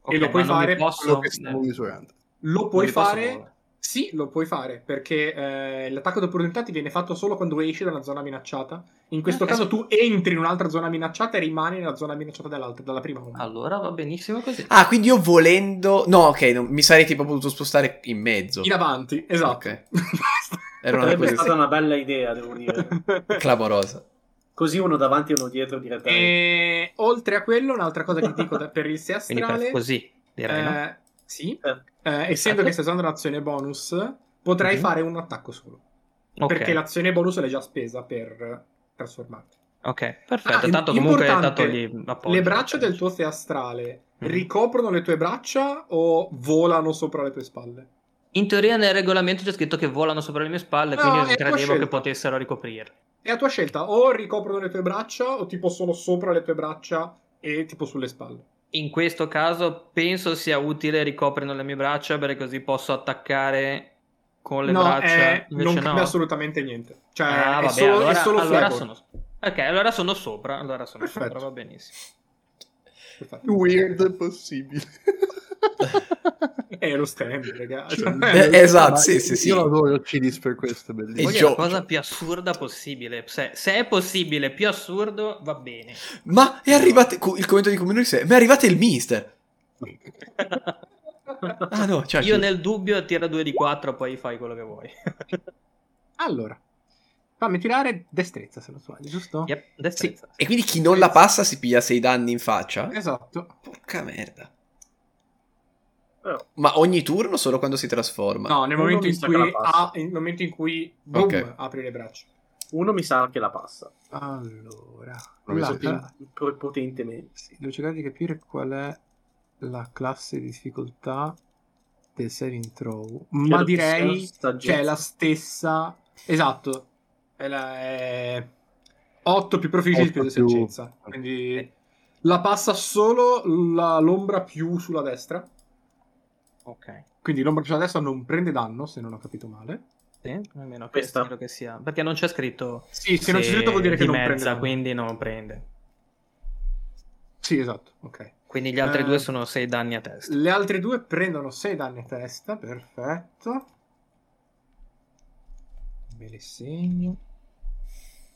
Speaker 6: Ok,
Speaker 2: E lo
Speaker 6: ma
Speaker 2: puoi
Speaker 6: non mi
Speaker 2: fare
Speaker 6: posso-
Speaker 5: Quello che stavo
Speaker 6: eh,
Speaker 5: misurando.
Speaker 2: Lo puoi
Speaker 6: non mi posso
Speaker 2: fare.
Speaker 6: muovere.
Speaker 2: Sì, lo puoi fare, perché eh, l'attacco d'opportunità ti viene fatto solo quando esci da una zona minacciata. In questo
Speaker 6: Ok.
Speaker 2: caso tu entri in un'altra zona minacciata e rimani nella zona minacciata dall'altra, dalla prima onda.
Speaker 6: Allora va benissimo così.
Speaker 1: Ah, quindi io volendo... No, ok, non- mi sarei tipo potuto spostare in mezzo.
Speaker 2: In avanti, esatto.
Speaker 1: Ok. Era una
Speaker 4: Sarebbe
Speaker 1: cosa
Speaker 4: stata una bella idea, devo dire.
Speaker 1: clamorosa.
Speaker 4: Così uno davanti e uno dietro direttamente.
Speaker 2: E oltre a quello, un'altra cosa che dico da- per il sé
Speaker 6: Quindi per-
Speaker 2: astrale...
Speaker 6: così, direi, no? Esatto.
Speaker 2: eh, sì,
Speaker 4: Eh.
Speaker 2: eh, essendo che stai usando l'azione bonus, potrai
Speaker 6: Mhm.
Speaker 2: fare un attacco solo.
Speaker 6: Ok,
Speaker 2: Perché l'azione bonus l'hai già spesa per eh, trasformarti.
Speaker 6: ok, perfetto.
Speaker 2: Ah,
Speaker 6: tanto comunque
Speaker 2: importante,
Speaker 6: tanto li appoggio.
Speaker 2: Le braccia del tuo sé astrale
Speaker 6: Mhm.
Speaker 2: ricoprono le tue braccia o volano sopra le tue spalle?
Speaker 6: In teoria nel regolamento c'è scritto che volano sopra le mie spalle,
Speaker 2: No,
Speaker 6: quindi
Speaker 2: è
Speaker 6: io
Speaker 2: tua
Speaker 6: credevo
Speaker 2: scelta.
Speaker 6: che potessero ricoprirle.
Speaker 2: È a tua scelta, o ricoprono le tue braccia o tipo solo sopra le tue braccia e tipo sulle spalle.
Speaker 6: In questo caso penso sia utile ricoprino le mie braccia perché così posso attaccare con le
Speaker 2: no,
Speaker 6: braccia.
Speaker 2: è-
Speaker 6: Invece
Speaker 2: non
Speaker 6: no.
Speaker 2: cambia assolutamente niente. Cioè,
Speaker 6: Ah,
Speaker 2: è,
Speaker 6: vabbè,
Speaker 2: solo,
Speaker 6: allora,
Speaker 2: è solo
Speaker 6: allora
Speaker 2: flavor.
Speaker 6: sono Ok, allora sono sopra, allora sono
Speaker 2: Perfetto.
Speaker 6: sopra, va benissimo.
Speaker 2: Perfetto.
Speaker 5: Più weird possibile.
Speaker 2: È Eh, lo stand, raga.
Speaker 5: Cioè,
Speaker 1: Eh,
Speaker 5: io-
Speaker 1: esatto,
Speaker 5: ma
Speaker 1: sì,
Speaker 5: Cioè, io-
Speaker 1: sì, sì.
Speaker 5: Io adoro Cilis per questo, è
Speaker 1: E
Speaker 5: bellissimo.
Speaker 6: Voglio
Speaker 1: gio-
Speaker 6: la cosa più assurda possibile. Se, se è possibile, più assurdo, va bene.
Speaker 1: Ma è arrivato... cu- Il commento di Comune dice, Ma è arrivato il mister. Ah no, ciao.
Speaker 6: Io
Speaker 1: chi-
Speaker 6: nel dubbio tira due di 4, poi fai quello che vuoi.
Speaker 2: Allora, Fammi tirare destrezza, se non sbaglio, giusto?
Speaker 6: Yep,
Speaker 1: Sì.
Speaker 6: destrezza.
Speaker 1: E quindi chi non la passa si piglia 6 danni in faccia?
Speaker 2: Esatto.
Speaker 1: Eh, Porca merda.
Speaker 4: Però-
Speaker 1: Ma ogni turno solo quando si trasforma?
Speaker 2: No, nel
Speaker 4: Uno
Speaker 2: momento
Speaker 4: mi
Speaker 2: in,
Speaker 4: sa
Speaker 2: cui
Speaker 4: che la passa.
Speaker 2: ah, nel momento in cui boom,
Speaker 1: Ok.
Speaker 2: apri le braccia.
Speaker 4: Uno mi sa che la passa.
Speaker 2: Allora,
Speaker 5: Non mi
Speaker 2: la
Speaker 5: so più.
Speaker 2: cla-
Speaker 4: Pro- Potentemente.
Speaker 2: sì, devo cercare di capire qual è la classe di difficoltà del saving throw. Ma
Speaker 4: Credo che sia
Speaker 2: direi
Speaker 4: saggezza.
Speaker 2: Cioè, è la stessa. Esatto. È la, è... 8 più proficiency più
Speaker 5: Otto più-
Speaker 2: saggezza. Quindi la passa solo la- l'ombra più sulla destra.
Speaker 6: Ok.
Speaker 2: Quindi l'ombra più sulla destra non prende danno, se non ho capito male.
Speaker 6: Sì, almeno che
Speaker 4: Questa.
Speaker 6: spero che sia. Perché non c'è scritto.
Speaker 2: Sì, se non c'è scritto vuol dire che
Speaker 6: di
Speaker 2: non prende
Speaker 6: mezza,
Speaker 2: danno.
Speaker 6: quindi non prende.
Speaker 2: Sì, esatto. Ok.
Speaker 6: Quindi gli altri
Speaker 2: Eh.
Speaker 6: due sono 6 danni a testa.
Speaker 2: Le altre due prendono 6 danni a testa. Perfetto. Me le segno.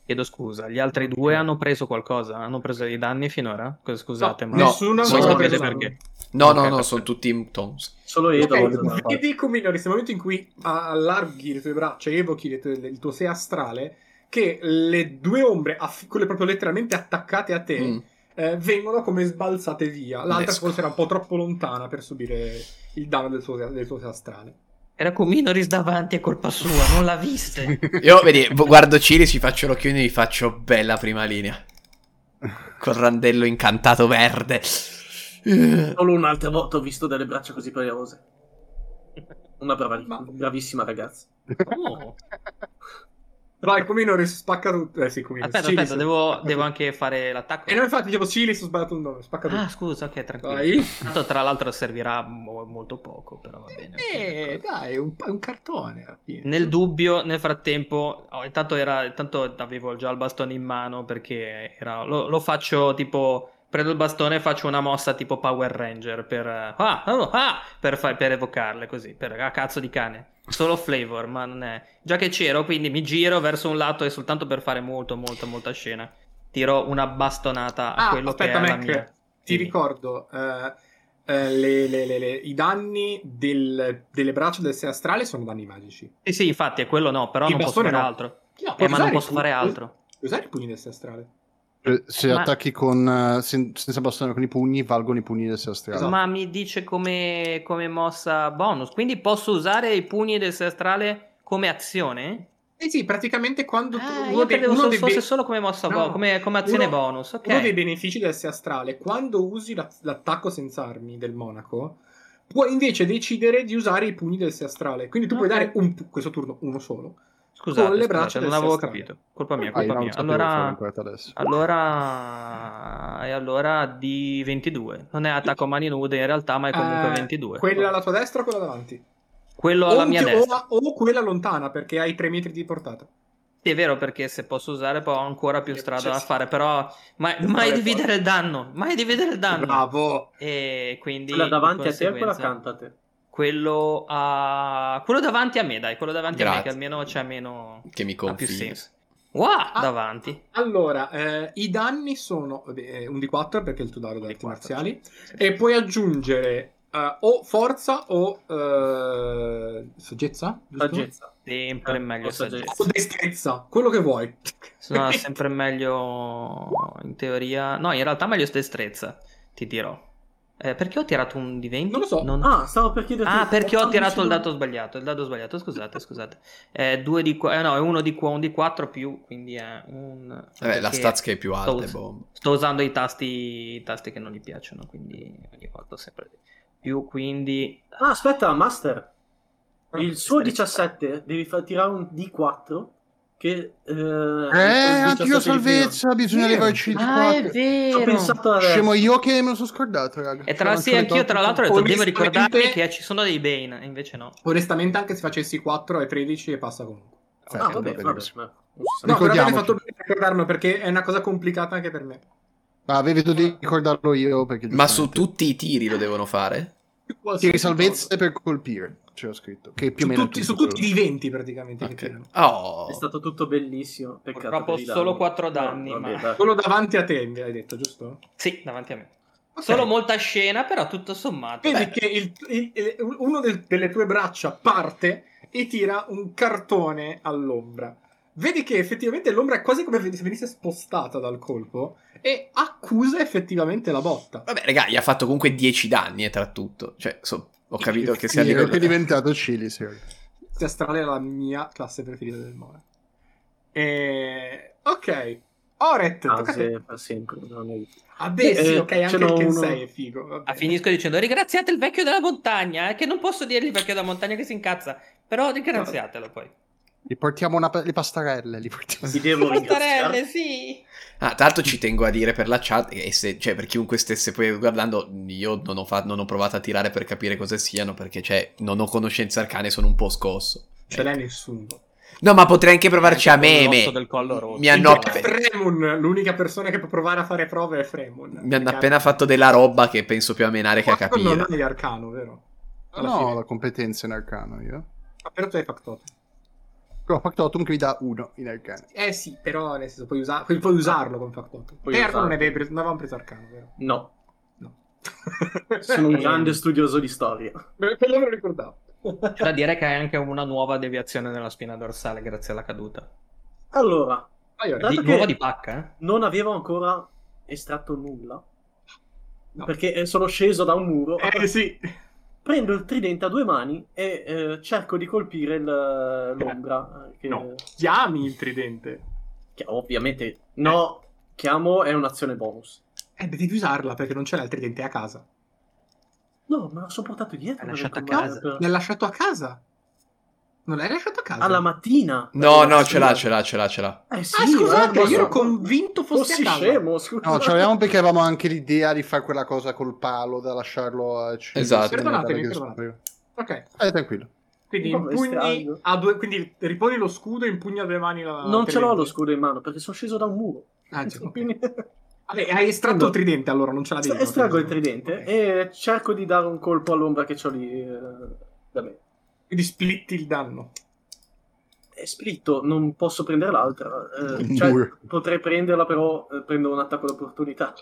Speaker 6: Chiedo scusa, gli altri due hanno preso qualcosa? Hanno preso dei danni finora? Cosa- Scusate, ma
Speaker 1: no,
Speaker 2: nessuno
Speaker 1: sono-
Speaker 2: ancora
Speaker 1: non
Speaker 2: ha preso
Speaker 6: sapete
Speaker 2: danno.
Speaker 6: perché.
Speaker 1: no, no,
Speaker 6: ok,
Speaker 1: no,
Speaker 6: perfetto.
Speaker 1: sono tutti in tons.
Speaker 4: Solo io
Speaker 2: Ok,
Speaker 4: devo
Speaker 2: ok, Ti dico Minoris, nel momento in cui allarghi le tue braccia e evochi le tue- il tuo sé astrale, che le due ombre, aff- quelle proprio letteralmente attaccate a te,
Speaker 1: Mm.
Speaker 2: eh, vengono come sbalzate via. L'altra
Speaker 1: Esco.
Speaker 2: forse era un po' troppo lontana per subire il danno del suo, del suo sé astrale.
Speaker 6: Era Kuminoris davanti, è colpa sua, non l'ha vista.
Speaker 1: Io, vedi, vo- guardo Ciri, ci faccio l'occhione e gli faccio bella prima linea. Col randello incantato verde.
Speaker 4: Solo un'altra volta ho visto delle braccia così pelose. Una brava,
Speaker 2: Ma-
Speaker 4: bravissima ragazza.
Speaker 6: Oh.
Speaker 2: Vai, con Minoris spacca tutto. Eh sì, con Minoris.
Speaker 6: Aspetta,
Speaker 2: Cilis
Speaker 6: aspetta, devo,
Speaker 2: spacca
Speaker 6: devo
Speaker 2: tutto.
Speaker 6: anche fare l'attacco.
Speaker 2: E no, infatti, dicevo, Cilis, ho sbagliato un nome, spacca tutto.
Speaker 6: Ah, scusa, ok, tranquillo.
Speaker 2: Vai.
Speaker 6: Tanto, tra l'altro, servirà mo- molto poco, però va bene. ok,
Speaker 2: Eh,
Speaker 6: d'accordo.
Speaker 2: dai, un, un cartone alla fine.
Speaker 6: Nel dubbio, nel frattempo, oh, intanto, era, intanto avevo già il bastone in mano perché era- lo, lo faccio tipo. Prendo il bastone e faccio una mossa tipo Power Ranger per, eh, ah, oh, ah, per, fa- per evocarle così, per a cazzo di cane. Solo flavor, ma non è. Già che c'ero, quindi mi giro verso un lato e soltanto per fare molto, molto, molta scena. Tiro una bastonata a
Speaker 2: Ah,
Speaker 6: quello
Speaker 2: aspetta,
Speaker 6: che è la
Speaker 2: Mac,
Speaker 6: mia.
Speaker 2: Ti
Speaker 6: Dimmi.
Speaker 2: ricordo eh, eh, le- le- le- le- i danni del- delle braccia del sé astrale sono danni magici.
Speaker 6: Sì, sì, infatti è quello no, però
Speaker 2: Il
Speaker 6: non posso
Speaker 2: bastone
Speaker 6: fare
Speaker 2: no.
Speaker 6: altro. Eh, ma non posso fare altro.
Speaker 2: Puoi usare i pugni del sé astrale.
Speaker 5: Cioè, Se
Speaker 6: Ma-
Speaker 5: attacchi con, eh, sen- senza bastone con i pugni, valgono i pugni del sestrale.
Speaker 2: Esatto.
Speaker 6: Ma mi dice come, come mossa bonus. Quindi posso usare i pugni del sestrale come azione?
Speaker 2: Eh sì, praticamente quando tu-
Speaker 6: Ah,
Speaker 2: uno,
Speaker 6: io
Speaker 2: dei,
Speaker 6: credevo
Speaker 2: uno
Speaker 6: solo-
Speaker 2: dei be-
Speaker 6: fosse solo come mossa
Speaker 2: No,
Speaker 6: bo- come, come azione
Speaker 2: uno-
Speaker 6: bonus. Ok.
Speaker 2: uno dei benefici del sé astrale, quando usi la- l'attacco senza armi del monaco, puoi invece decidere di usare i pugni del sé astrale. Quindi tu puoi
Speaker 6: Ok.
Speaker 2: dare un pu- questo turno uno solo.
Speaker 6: Scusate,
Speaker 2: con le
Speaker 6: scusate,
Speaker 2: braccia del
Speaker 6: non avevo
Speaker 2: sestrale.
Speaker 6: capito. Colpa mia,
Speaker 5: Ah, io
Speaker 6: colpa
Speaker 5: non
Speaker 6: mia.
Speaker 5: sapevo farlo
Speaker 6: Allora,
Speaker 5: ancora adesso.
Speaker 6: allora, e allora di 22. Non è attacco a mani nude in realtà, ma è comunque
Speaker 2: Eh,
Speaker 6: 22.
Speaker 2: Quella alla tua destra o quella davanti?
Speaker 6: Quello alla
Speaker 2: un
Speaker 6: mia
Speaker 2: chi-
Speaker 6: destra.
Speaker 2: o- o quella lontana perché hai 3 metri di portata.
Speaker 6: Sì, è vero, perché se posso usare poi ho ancora più
Speaker 2: Sì,
Speaker 6: strada
Speaker 2: sì,
Speaker 6: da
Speaker 2: sì.
Speaker 6: fare, però mai,
Speaker 2: Devo
Speaker 6: mai
Speaker 2: fare
Speaker 6: dividere il danno, mai dividere il danno.
Speaker 2: Bravo.
Speaker 6: E quindi
Speaker 4: Quella davanti
Speaker 6: di
Speaker 4: a te e quella accanto
Speaker 6: conseguenza,
Speaker 4: a te.
Speaker 6: Quello a quello davanti a me, dai, quello davanti a me
Speaker 1: Grazie.
Speaker 6: che almeno c'è meno
Speaker 1: Che mi
Speaker 6: ha più
Speaker 1: confini.
Speaker 6: senso. Wow,
Speaker 2: Ah.
Speaker 6: davanti.
Speaker 2: Allora, eh, i danni sono vabbè, eh, un D4 perché è il tuo dado di
Speaker 6: Di
Speaker 2: arti
Speaker 6: quattro,
Speaker 2: marziali
Speaker 6: sì, sì.
Speaker 2: e puoi aggiungere eh, o forza o eh, saggezza, giusto?
Speaker 4: Saggezza.
Speaker 6: sempre
Speaker 4: Eh,
Speaker 6: meglio
Speaker 4: forza
Speaker 6: saggezza.
Speaker 2: O destrezza, quello che vuoi.
Speaker 6: No, sempre meglio in teoria. No, in realtà meglio destrezza, ti dirò. Eh, perché ho tirato un di 20?
Speaker 2: Non lo so.
Speaker 4: Ah, stavo per chiederti.
Speaker 6: Ah, perché ho tirato il dato
Speaker 4: dato
Speaker 6: sbagliato. Il dato sbagliato, scusate, scusate. È due di qua, eh, no, è uno di qua, un di 4 più, quindi è un...
Speaker 1: Vabbè, Eh, la
Speaker 6: perché
Speaker 1: stats che è più alta boh. è
Speaker 6: sto, us-
Speaker 1: bomba.
Speaker 6: sto usando i tasti, i tasti che non gli piacciono, quindi ogni volta sempre di più, quindi...
Speaker 4: Ah, aspetta, Master. Il suo
Speaker 6: Ah, Aspetta.
Speaker 4: 17 devi far tirare un D4 che... Eh,
Speaker 5: Eh,
Speaker 4: il 17
Speaker 5: addio
Speaker 4: di
Speaker 5: salvezza, bisogna
Speaker 2: Vero.
Speaker 5: levarci il
Speaker 6: Ah, è
Speaker 5: 4.
Speaker 4: prima. Ci ho
Speaker 6: vero!
Speaker 4: pensato adesso.
Speaker 5: Scemo io che me lo sono scordato, raga.
Speaker 6: E tra sì, anch'io tra l'altro ho detto, devo ricordarmi che ci sono dei Bane, e invece no.
Speaker 2: Onestamente anche se facessi 4 ai 13 e passa comunque.
Speaker 6: eh,
Speaker 4: Ah, vabbè, vabbè.
Speaker 5: Ricordiamoci.
Speaker 4: vabbè.
Speaker 2: No,
Speaker 4: No,
Speaker 2: guardate,
Speaker 5: Eh, Ricordiamoci.
Speaker 2: hai fatto bene a ricordarmelo perché è una cosa complicata anche per me.
Speaker 5: Ma avevi dovuto di- ricordarlo io perché
Speaker 1: Ma su
Speaker 5: tutti
Speaker 1: tutti i tiri lo devono fare?
Speaker 5: tiri salvezze per colpire, c'è scritto, che più
Speaker 2: Su
Speaker 5: o meno è
Speaker 2: tutti, su
Speaker 5: tutto
Speaker 2: tutti
Speaker 5: quello.
Speaker 2: i 20 praticamente. che
Speaker 1: Ok.
Speaker 2: tirano.
Speaker 1: Oh.
Speaker 4: È stato tutto bellissimo. Peccato
Speaker 6: Purtroppo
Speaker 4: per i danni.
Speaker 6: solo quattro danni,
Speaker 4: No, vabbè,
Speaker 6: ma-
Speaker 4: dai.
Speaker 2: Solo davanti a te, mi hai detto, giusto?
Speaker 6: Sì, davanti a me.
Speaker 2: Ok.
Speaker 6: Solo molta scena, però tutto sommato...
Speaker 2: Vedi che il- il- il- uno del- delle tue braccia parte e tira un cartone all'ombra. vedi che effettivamente l'ombra è quasi come se venisse spostata dal colpo e accusa effettivamente la botta.
Speaker 1: Vabbè, raga, gli ha fatto comunque 10 danni e tra tutto. Cioè, so- ho capito che sia a
Speaker 5: Sì,
Speaker 1: livello...
Speaker 5: è diventato Cilis.
Speaker 2: Testrale Cioè, è la mia classe preferita del mare. E... Ok. Oret, tocca a te.
Speaker 4: Case per sempre. nella mia vita.
Speaker 2: Ah, beh, sì,
Speaker 4: Ah, Eh,
Speaker 2: ok, anche
Speaker 4: ce n'ho
Speaker 2: il
Speaker 4: uno.
Speaker 2: Kensei è figo. vabbè.
Speaker 6: Ah, finisco dicendo ringraziate il vecchio della montagna, eh, che non posso dirgli vecchio della montagna che si incazza, però ringraziatelo poi.
Speaker 5: Gli portiamo una pa- le pastarelle. Li portiamo...
Speaker 4: Ti devo
Speaker 6: Pastarelle,
Speaker 4: ringraziare.
Speaker 6: sì.
Speaker 1: Ah, tra l'altro ci tengo a dire per la chat, e se- cioè per chiunque stesse poi guardando, io non ho, fa- non ho provato a tirare per capire cosa siano, perché cioè, non ho conoscenze arcane, sono un po' scosso.
Speaker 2: Ce l'è nessuno.
Speaker 1: No, ma potrei anche provarci a
Speaker 6: Eh,
Speaker 10: Anche con
Speaker 1: meme.
Speaker 10: l'osso del collo rosso.
Speaker 4: Eh,
Speaker 1: Mi hanno,
Speaker 2: Perché
Speaker 1: app-
Speaker 2: Fremon, l'unica persona che può provare a fare prove è Fremon.
Speaker 1: mi hanno appena fatto della roba che penso più a menare che a
Speaker 2: Quattro
Speaker 1: capire.
Speaker 2: Non hai arcano, vero? Alla
Speaker 5: no, ho
Speaker 2: fine.
Speaker 5: la competenza in arcano io.
Speaker 2: Ah, però tu hai factotum.
Speaker 5: Però ho Factotum che mi dà uno in arcano.
Speaker 2: Eh sì, però nel senso puoi, usa- puoi- puoi usarlo con factotum.
Speaker 4: Puoi
Speaker 2: Te arcano
Speaker 4: usarlo.
Speaker 2: non, avevi preso- non avevamo preso arcano, vero?
Speaker 4: No,
Speaker 2: No.
Speaker 4: sono un grande studioso di storia.
Speaker 2: Beh, Quello me lo ricordavo.
Speaker 6: C'è da dire che hai anche una nuova deviazione nella spina dorsale grazie alla caduta.
Speaker 4: Allora,
Speaker 2: Vai, ora.
Speaker 6: Di,
Speaker 4: Dato che-
Speaker 6: nuova di pacca, eh?
Speaker 4: non avevo ancora estratto nulla
Speaker 2: No.
Speaker 4: perché eh, sono sceso da un muro.
Speaker 2: Eh sì.
Speaker 4: Prendo il tridente a due mani e eh, cerco di colpire il- l'ombra. eh, Che,
Speaker 2: No. Chiami il tridente.
Speaker 4: che ovviamente no, chiamo è un'azione bonus.
Speaker 2: Eh, beh, devi usarla perché non ce l'hai il tridente è a casa.
Speaker 4: No, me lo sono portato dietro.
Speaker 6: L'hai
Speaker 4: per
Speaker 6: lasciato a
Speaker 4: ricordare,
Speaker 6: casa.
Speaker 4: per-
Speaker 2: L'hai lasciato a casa? Non l'hai lasciato a casa?
Speaker 4: Alla mattina.
Speaker 1: No, no,
Speaker 4: Sì.
Speaker 1: ce l'ha, ce l'ha, ce l'ha, ce l'ha.
Speaker 4: Eh sì,
Speaker 2: Ah, scusate,
Speaker 4: eh,
Speaker 2: io ero
Speaker 4: posso-
Speaker 2: convinto fosse
Speaker 4: fossi
Speaker 2: a casa.
Speaker 4: scemo, scusa.
Speaker 5: No, ce l'avevamo perché avevamo anche l'idea di fare quella cosa col palo, da lasciarlo a Cilis.
Speaker 1: Esatto.
Speaker 2: Perdonatemi,
Speaker 5: Che-
Speaker 2: perdonatemi. Ok.
Speaker 5: Eh, tranquillo.
Speaker 2: Quindi,
Speaker 4: Come
Speaker 2: impugni
Speaker 4: strano.
Speaker 2: a due, quindi riponi lo scudo e impugni a due mani la
Speaker 4: Non ce l'ho
Speaker 2: tridente.
Speaker 4: lo scudo in mano perché sono sceso da un muro.
Speaker 2: Ah, già, ok.
Speaker 4: Quindi-
Speaker 2: Vabbè, hai estratto
Speaker 4: No.
Speaker 2: il tridente allora, non ce l'avevi. no?
Speaker 4: Estraggo il tridente
Speaker 2: Ok.
Speaker 4: e cerco di dare un colpo all'ombra che ho lì eh, da me.
Speaker 2: Quindi splitti il danno.
Speaker 4: È splitto, non posso prendere l'altra. eh,
Speaker 5: Il
Speaker 4: cioè,
Speaker 5: muro.
Speaker 4: potrei prenderla, però eh, prendo un attacco d'opportunità.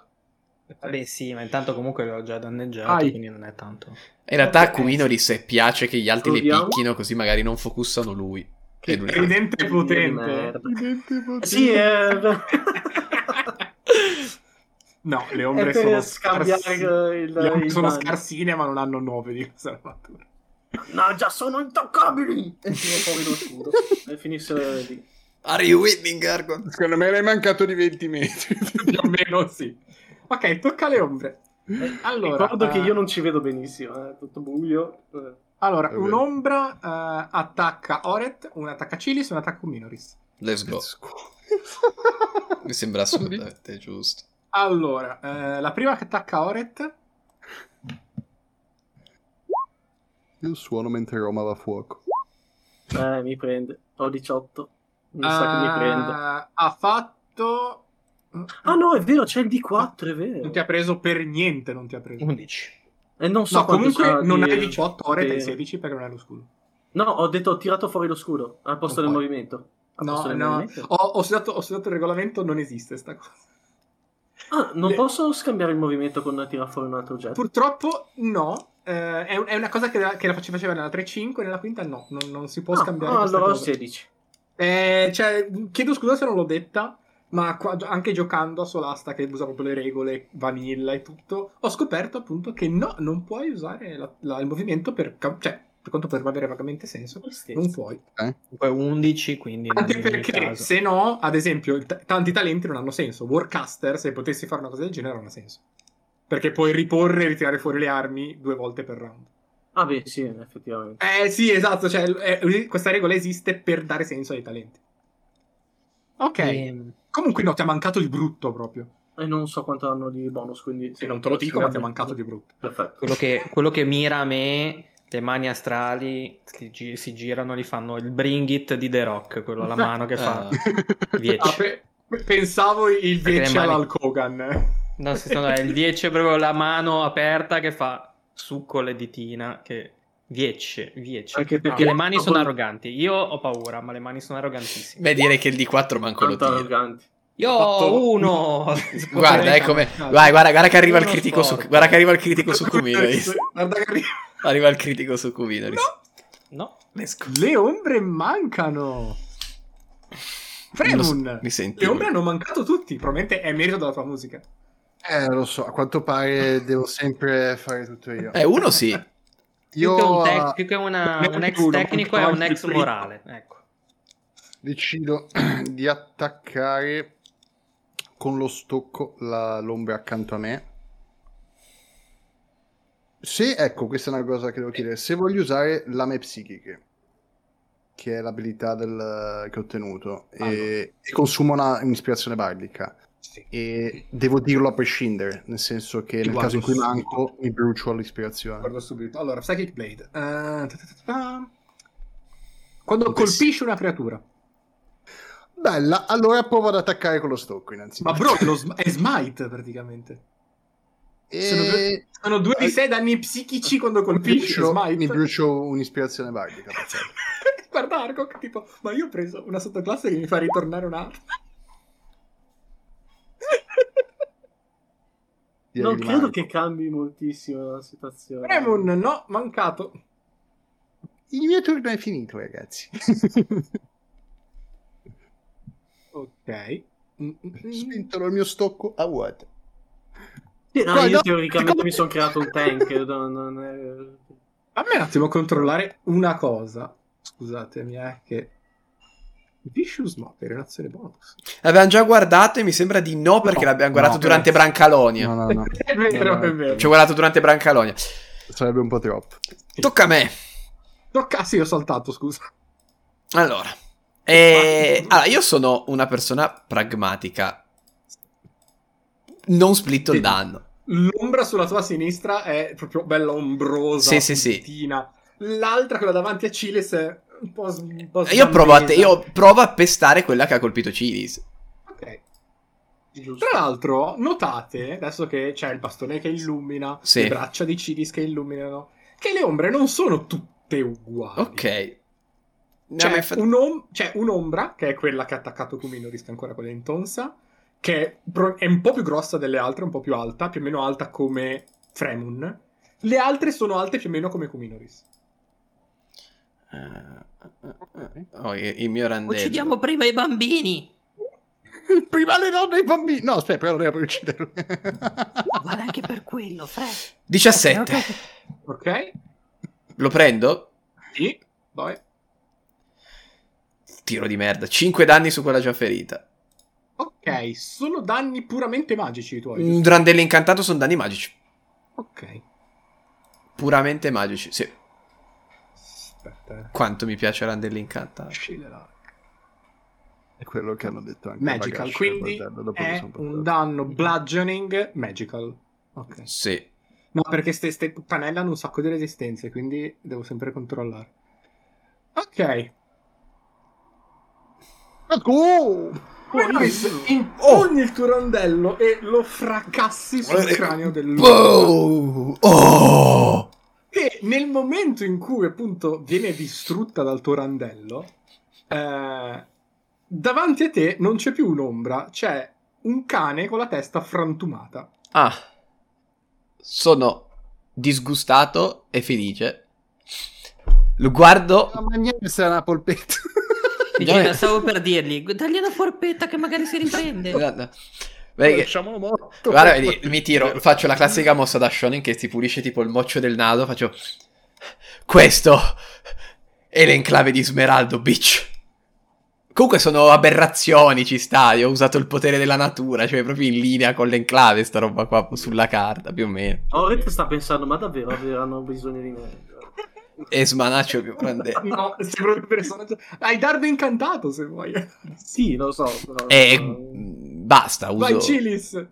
Speaker 6: Vabbè sì, ma intanto comunque l'ho già danneggiato,
Speaker 2: Ai.
Speaker 6: quindi non è tanto.
Speaker 1: In realtà Kuminori se piace che gli altri le
Speaker 4: Proviamo.
Speaker 1: picchino così magari non focussano lui. È
Speaker 2: Il
Speaker 1: l'unica-
Speaker 2: tridente è
Speaker 4: Di
Speaker 2: potente.
Speaker 4: merda. Sì, eh, è...
Speaker 2: No, le
Speaker 4: è
Speaker 2: ombre sono
Speaker 4: per scambiare
Speaker 2: scarsine.
Speaker 4: eh, il...
Speaker 2: Le ombre
Speaker 4: il
Speaker 2: sono
Speaker 4: danno.
Speaker 2: scarsine, ma non hanno 9 di conservatura.
Speaker 4: No, già sono intoccabili! E tiro fuori lo scudo. E finisce lì.
Speaker 1: Are you winning, Argon?
Speaker 5: Secondo me ne è mancato di 20 metri.
Speaker 2: Più o meno sì. Ok, tocca alle ombre.
Speaker 4: Eh,
Speaker 2: Allora,
Speaker 4: Ricordo che
Speaker 2: eh,
Speaker 4: io non ci vedo benissimo, è tutto buio. eh.
Speaker 2: Allora,
Speaker 5: Va bene.
Speaker 2: un'ombra eh, attacca Oret, una attacca Cilis e un attacca Minoris.
Speaker 1: Let's go. Mi sembra assolutamente giusto.
Speaker 2: Allora, eh, la prima che attacca Oret
Speaker 5: Il suono mentre Roma va a fuoco.
Speaker 4: Eh, mi prende. Ho 18. Mi sa che mi prende.
Speaker 2: eh, ha fatto...
Speaker 4: Ah no, è vero, c'è il D4, è vero.
Speaker 2: Non ti ha preso per niente, non ti ha preso.
Speaker 6: 11.
Speaker 4: E Eh, non so
Speaker 2: No,
Speaker 4: quanto c'ha
Speaker 2: comunque
Speaker 4: di-
Speaker 2: non hai 18 ore,
Speaker 4: di-
Speaker 2: hai 16 perché non hai lo scudo.
Speaker 4: No, ho detto ho tirato fuori lo scudo al posto
Speaker 2: Non
Speaker 4: del
Speaker 2: puoi.
Speaker 4: movimento. Al posto
Speaker 2: No,
Speaker 4: del
Speaker 2: no,
Speaker 4: movimento?
Speaker 2: ho, ho studiato, ho studiato il regolamento, non esiste sta cosa.
Speaker 4: Ah, non
Speaker 2: Le-
Speaker 4: posso scambiare il movimento con tirare fuori un altro oggetto.
Speaker 2: Purtroppo no, eh, è, un- è una cosa che, che la face- faceva nella 3.5 e nella quinta no, non, non si può
Speaker 4: Ah,
Speaker 2: scambiare
Speaker 4: ah,
Speaker 2: questa
Speaker 4: allora ho
Speaker 2: cosa.
Speaker 4: 16.
Speaker 2: Eh, cioè, chiedo scusa se non l'ho detta, ma qua- anche giocando a Solasta che usa proprio le regole, vanilla e tutto, ho scoperto appunto che no, non puoi usare la- la- il movimento per... ca- cioè, per quanto potrebbe avere vagamente senso, non puoi.
Speaker 6: Comunque 11, quindi... non
Speaker 2: Anche
Speaker 6: è il
Speaker 2: perché,
Speaker 6: caso.
Speaker 2: se no, ad esempio, il t- tanti talenti non hanno senso. Warcaster, se potessi fare una cosa del genere, non ha senso. Perché puoi riporre e ritirare fuori le armi due volte per round.
Speaker 4: Ah beh, sì, effettivamente.
Speaker 2: Eh sì, esatto, cioè, eh, questa regola esiste per dare senso ai talenti. Ok,
Speaker 6: Ehm,
Speaker 2: comunque no, ti ha mancato di brutto proprio.
Speaker 4: E non so quanto hanno di bonus, quindi...
Speaker 2: Sì, non te lo dico, ma ti ha mancato di brutto.
Speaker 4: Perfetto.
Speaker 6: quello, che, quello che mira a me, le mani astrali si, gi- si girano, li fanno il bring it di The Rock, quello alla mano che fa
Speaker 1: Ah.
Speaker 6: 10.
Speaker 2: Ah, pe- pe- pensavo il
Speaker 6: Perché le
Speaker 2: 10
Speaker 6: mani-
Speaker 2: all'Alkogan.
Speaker 6: No, sì, no, è il 10 è proprio la mano aperta che fa su con le ditina, che 10, 10.
Speaker 4: Anche
Speaker 6: Perché
Speaker 4: perché
Speaker 2: Ah,
Speaker 6: le mani sono arroganti. Io ho paura, ma le mani sono arrogantissime.
Speaker 1: Beh, direi che il D4 manco lo
Speaker 4: Tanto
Speaker 1: tira.
Speaker 4: arroganti.
Speaker 6: Io
Speaker 2: fatto-
Speaker 6: ho uno.
Speaker 1: Guarda, ecco,
Speaker 2: Guarda,
Speaker 1: è come...
Speaker 2: guarda.
Speaker 1: Vai, guarda, guarda che arriva il
Speaker 6: eh, Uno
Speaker 1: critico su...
Speaker 6: sport.
Speaker 1: Guarda che arriva il critico su Kuminori.
Speaker 2: Guarda che arriva.
Speaker 1: Arriva il critico su Kuminori.
Speaker 2: No,
Speaker 6: No,
Speaker 1: Let's go.
Speaker 2: le ombre mancano. Fremun!
Speaker 1: Mi senti?
Speaker 2: Le ombre hanno mancato tutti, probabilmente è merito della tua musica.
Speaker 5: Eh, lo so, a quanto pare devo sempre fare tutto io.
Speaker 3: Eh, uno sì.
Speaker 6: Più
Speaker 5: Io
Speaker 6: che un, tec-
Speaker 5: ah,
Speaker 6: più che una- un ex
Speaker 2: Uno,
Speaker 6: tecnico è un
Speaker 2: anche
Speaker 6: ex
Speaker 2: prima.
Speaker 6: morale. Ecco.
Speaker 5: decido di attaccare con lo stocco la- l'ombra accanto a me. Se, ecco, questa è una cosa che devo chiedere, se voglio usare lame psichiche, che è l'abilità del- che ho ottenuto, e, e consumo una, un'ispirazione bardica,
Speaker 2: Sì.
Speaker 5: e devo dirlo a prescindere, nel senso che
Speaker 2: Ti
Speaker 5: nel
Speaker 2: guardo
Speaker 5: caso in cui
Speaker 2: subito.
Speaker 5: manco mi brucio all'ispirazione.
Speaker 2: Guardo subito. Allora, Psychic Blade. Eh, ta ta ta ta. Quando
Speaker 5: Potessi-
Speaker 2: colpisci una creatura.
Speaker 5: Bella, allora provo ad attaccare con lo stocco innanzitutto.
Speaker 2: Ma bro, è lo sm- è smite praticamente. Sono due,
Speaker 5: E...
Speaker 2: sono due di sei danni psichici quando
Speaker 5: Mi
Speaker 2: colpisci.
Speaker 5: brucio-
Speaker 2: smite.
Speaker 5: mi brucio un'ispirazione bardica. per esempio.
Speaker 2: Guarda Arco, tipo, ma io ho preso una sottoclasse che mi fa ritornare un'arma.
Speaker 5: Direi
Speaker 4: Non
Speaker 5: di
Speaker 4: credo
Speaker 5: Marco.
Speaker 4: che cambi moltissimo la situazione.
Speaker 2: Fremon, no, mancato.
Speaker 5: Il mio turno è finito, ragazzi.
Speaker 2: Ok. Mm, mm, mm.
Speaker 5: Spinterò il mio stocco a vuoto.
Speaker 4: Sì, no,
Speaker 5: Guarda,
Speaker 4: io teoricamente
Speaker 5: come-
Speaker 4: mi sono creato un tank. no, non è-
Speaker 2: Fammi un attimo controllare una cosa. Scusatemi, eh, che... Vicious Mop è relazione bonus.
Speaker 1: L'abbiamo già guardato e mi sembra di no perché
Speaker 5: No,
Speaker 1: l'abbiamo guardato
Speaker 5: no,
Speaker 1: durante
Speaker 5: grazie.
Speaker 1: Brancalonia.
Speaker 5: No, no, no.
Speaker 2: Eh, È vero,
Speaker 5: No, no.
Speaker 2: è vero.
Speaker 1: Ci ho guardato durante Brancalonia.
Speaker 5: Sarebbe un po' troppo.
Speaker 1: Tocca a me.
Speaker 2: Tocca, sì, ho saltato, scusa.
Speaker 1: Allora, eh, allora, io sono una persona pragmatica. Non splitto il
Speaker 2: Sì.
Speaker 1: danno.
Speaker 2: L'ombra sulla tua sinistra è proprio bella ombrosa,
Speaker 1: Sì, sì, sì.
Speaker 2: puntina. L'altra, quella davanti a Ciles, è un po', s- un po'
Speaker 1: Io provo, a te-
Speaker 2: sgambesa.
Speaker 1: io provo a pestare quella che ha colpito Cilis.
Speaker 2: Ok.
Speaker 4: Giusto.
Speaker 2: Tra l'altro, notate, adesso che c'è il bastone che illumina,
Speaker 1: Sì.
Speaker 2: le braccia di Cilis che illuminano, che le ombre non sono tutte uguali.
Speaker 1: Ok. No, ma
Speaker 2: C'è,
Speaker 1: infa-
Speaker 2: un om- c'è un'ombra, che è quella che ha attaccato Kumino, rischia ancora quella in tonsa, che è pro- è un po' più grossa delle altre, un po' più alta, più o meno alta come Fremun. Le altre sono alte più o meno come Kuminoris.
Speaker 1: Eh, oh, il il mio randello.
Speaker 6: Uccidiamo prima i bambini.
Speaker 5: Prima le donne e i bambini. No, aspetta, però non devo ucciderlo.
Speaker 6: Vale anche per quello, Fre.
Speaker 1: 17.
Speaker 2: Ok?
Speaker 1: Lo prendo?
Speaker 2: Sì. Vai.
Speaker 1: Tiro di merda. 5 danni su quella già ferita.
Speaker 2: Ok, sono danni puramente magici i tuoi.
Speaker 5: Mm.
Speaker 1: Un randello incantato sono danni magici.
Speaker 2: Ok.
Speaker 1: Puramente magici. Sì.
Speaker 2: Aspetta. eh.
Speaker 1: Quanto mi piace randello incantato.
Speaker 2: Sceglierà.
Speaker 5: è quello che hanno detto anche
Speaker 2: Magical,
Speaker 5: Bagash,
Speaker 2: quindi
Speaker 5: guardarlo, dopo mi
Speaker 2: è
Speaker 5: sono portato.
Speaker 2: un danno bludgeoning magical. Ok.
Speaker 1: Sì.
Speaker 2: No, perché ste, ste puttanelle hanno un sacco di resistenze, quindi devo sempre controllare. Ok.
Speaker 5: Ah, oh!
Speaker 2: Luis,
Speaker 1: Oh.
Speaker 2: impugni il tuo randello e lo fracassi
Speaker 5: Eh,
Speaker 2: sul cranio
Speaker 5: Boh!
Speaker 2: dell'uomo.
Speaker 1: Wow! Oh!
Speaker 2: E nel momento in cui appunto viene distrutta dal tuo randello, eh, davanti a te non c'è più un'ombra, c'è un cane con la testa frantumata.
Speaker 1: Ah. Sono disgustato e felice. Lo guardo.
Speaker 5: La maniera sarà una polpetta.
Speaker 1: Già-
Speaker 6: Stavo per dirgli, dagli una forpetta che magari si riprende.
Speaker 1: Guarda. Vedi che-
Speaker 5: Lasciamolo morto.
Speaker 1: Guarda, vedi, mi tiro, faccio la classica mossa da Shonen che si pulisce tipo il moccio del naso, faccio... Questo è l'enclave di Smeraldo, bitch. Comunque sono aberrazioni, ci sta, io ho usato il potere della natura, cioè proprio in linea con l'enclave sta roba qua sulla carta, più o meno.
Speaker 4: Oret sta pensando, ma davvero avranno bisogno di me?
Speaker 1: E smanaccio Ah, più grande.
Speaker 2: No, sembra un personaggio. Hai dardo incantato se vuoi.
Speaker 4: Sì, lo so. però- eh,
Speaker 1: E mm, basta, uso...
Speaker 2: Vai, Cilis.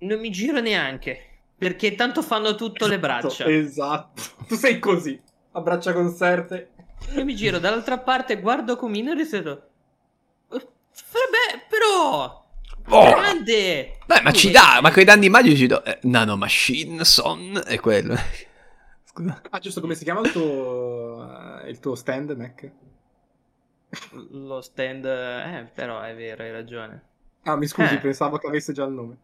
Speaker 6: Non mi giro neanche, perché tanto fanno tutto le braccia.
Speaker 2: Esatto. Tu sei così. A braccia conserte.
Speaker 6: Io mi giro dall'altra parte, guardo Comino e riseto. Vabbè, però...
Speaker 1: Oh!
Speaker 6: Grande!
Speaker 1: Beh, ma ci dà, ma quei danni magici... Do... eh, nanomachine, son, è quello. Scusa.
Speaker 2: Ah, giusto, come si chiama il tuo, eh, il tuo stand, Mac?
Speaker 6: Lo stand... Eh, però è vero, hai ragione.
Speaker 2: Ah, mi scusi,
Speaker 6: Eh.
Speaker 2: pensavo che avesse già il nome.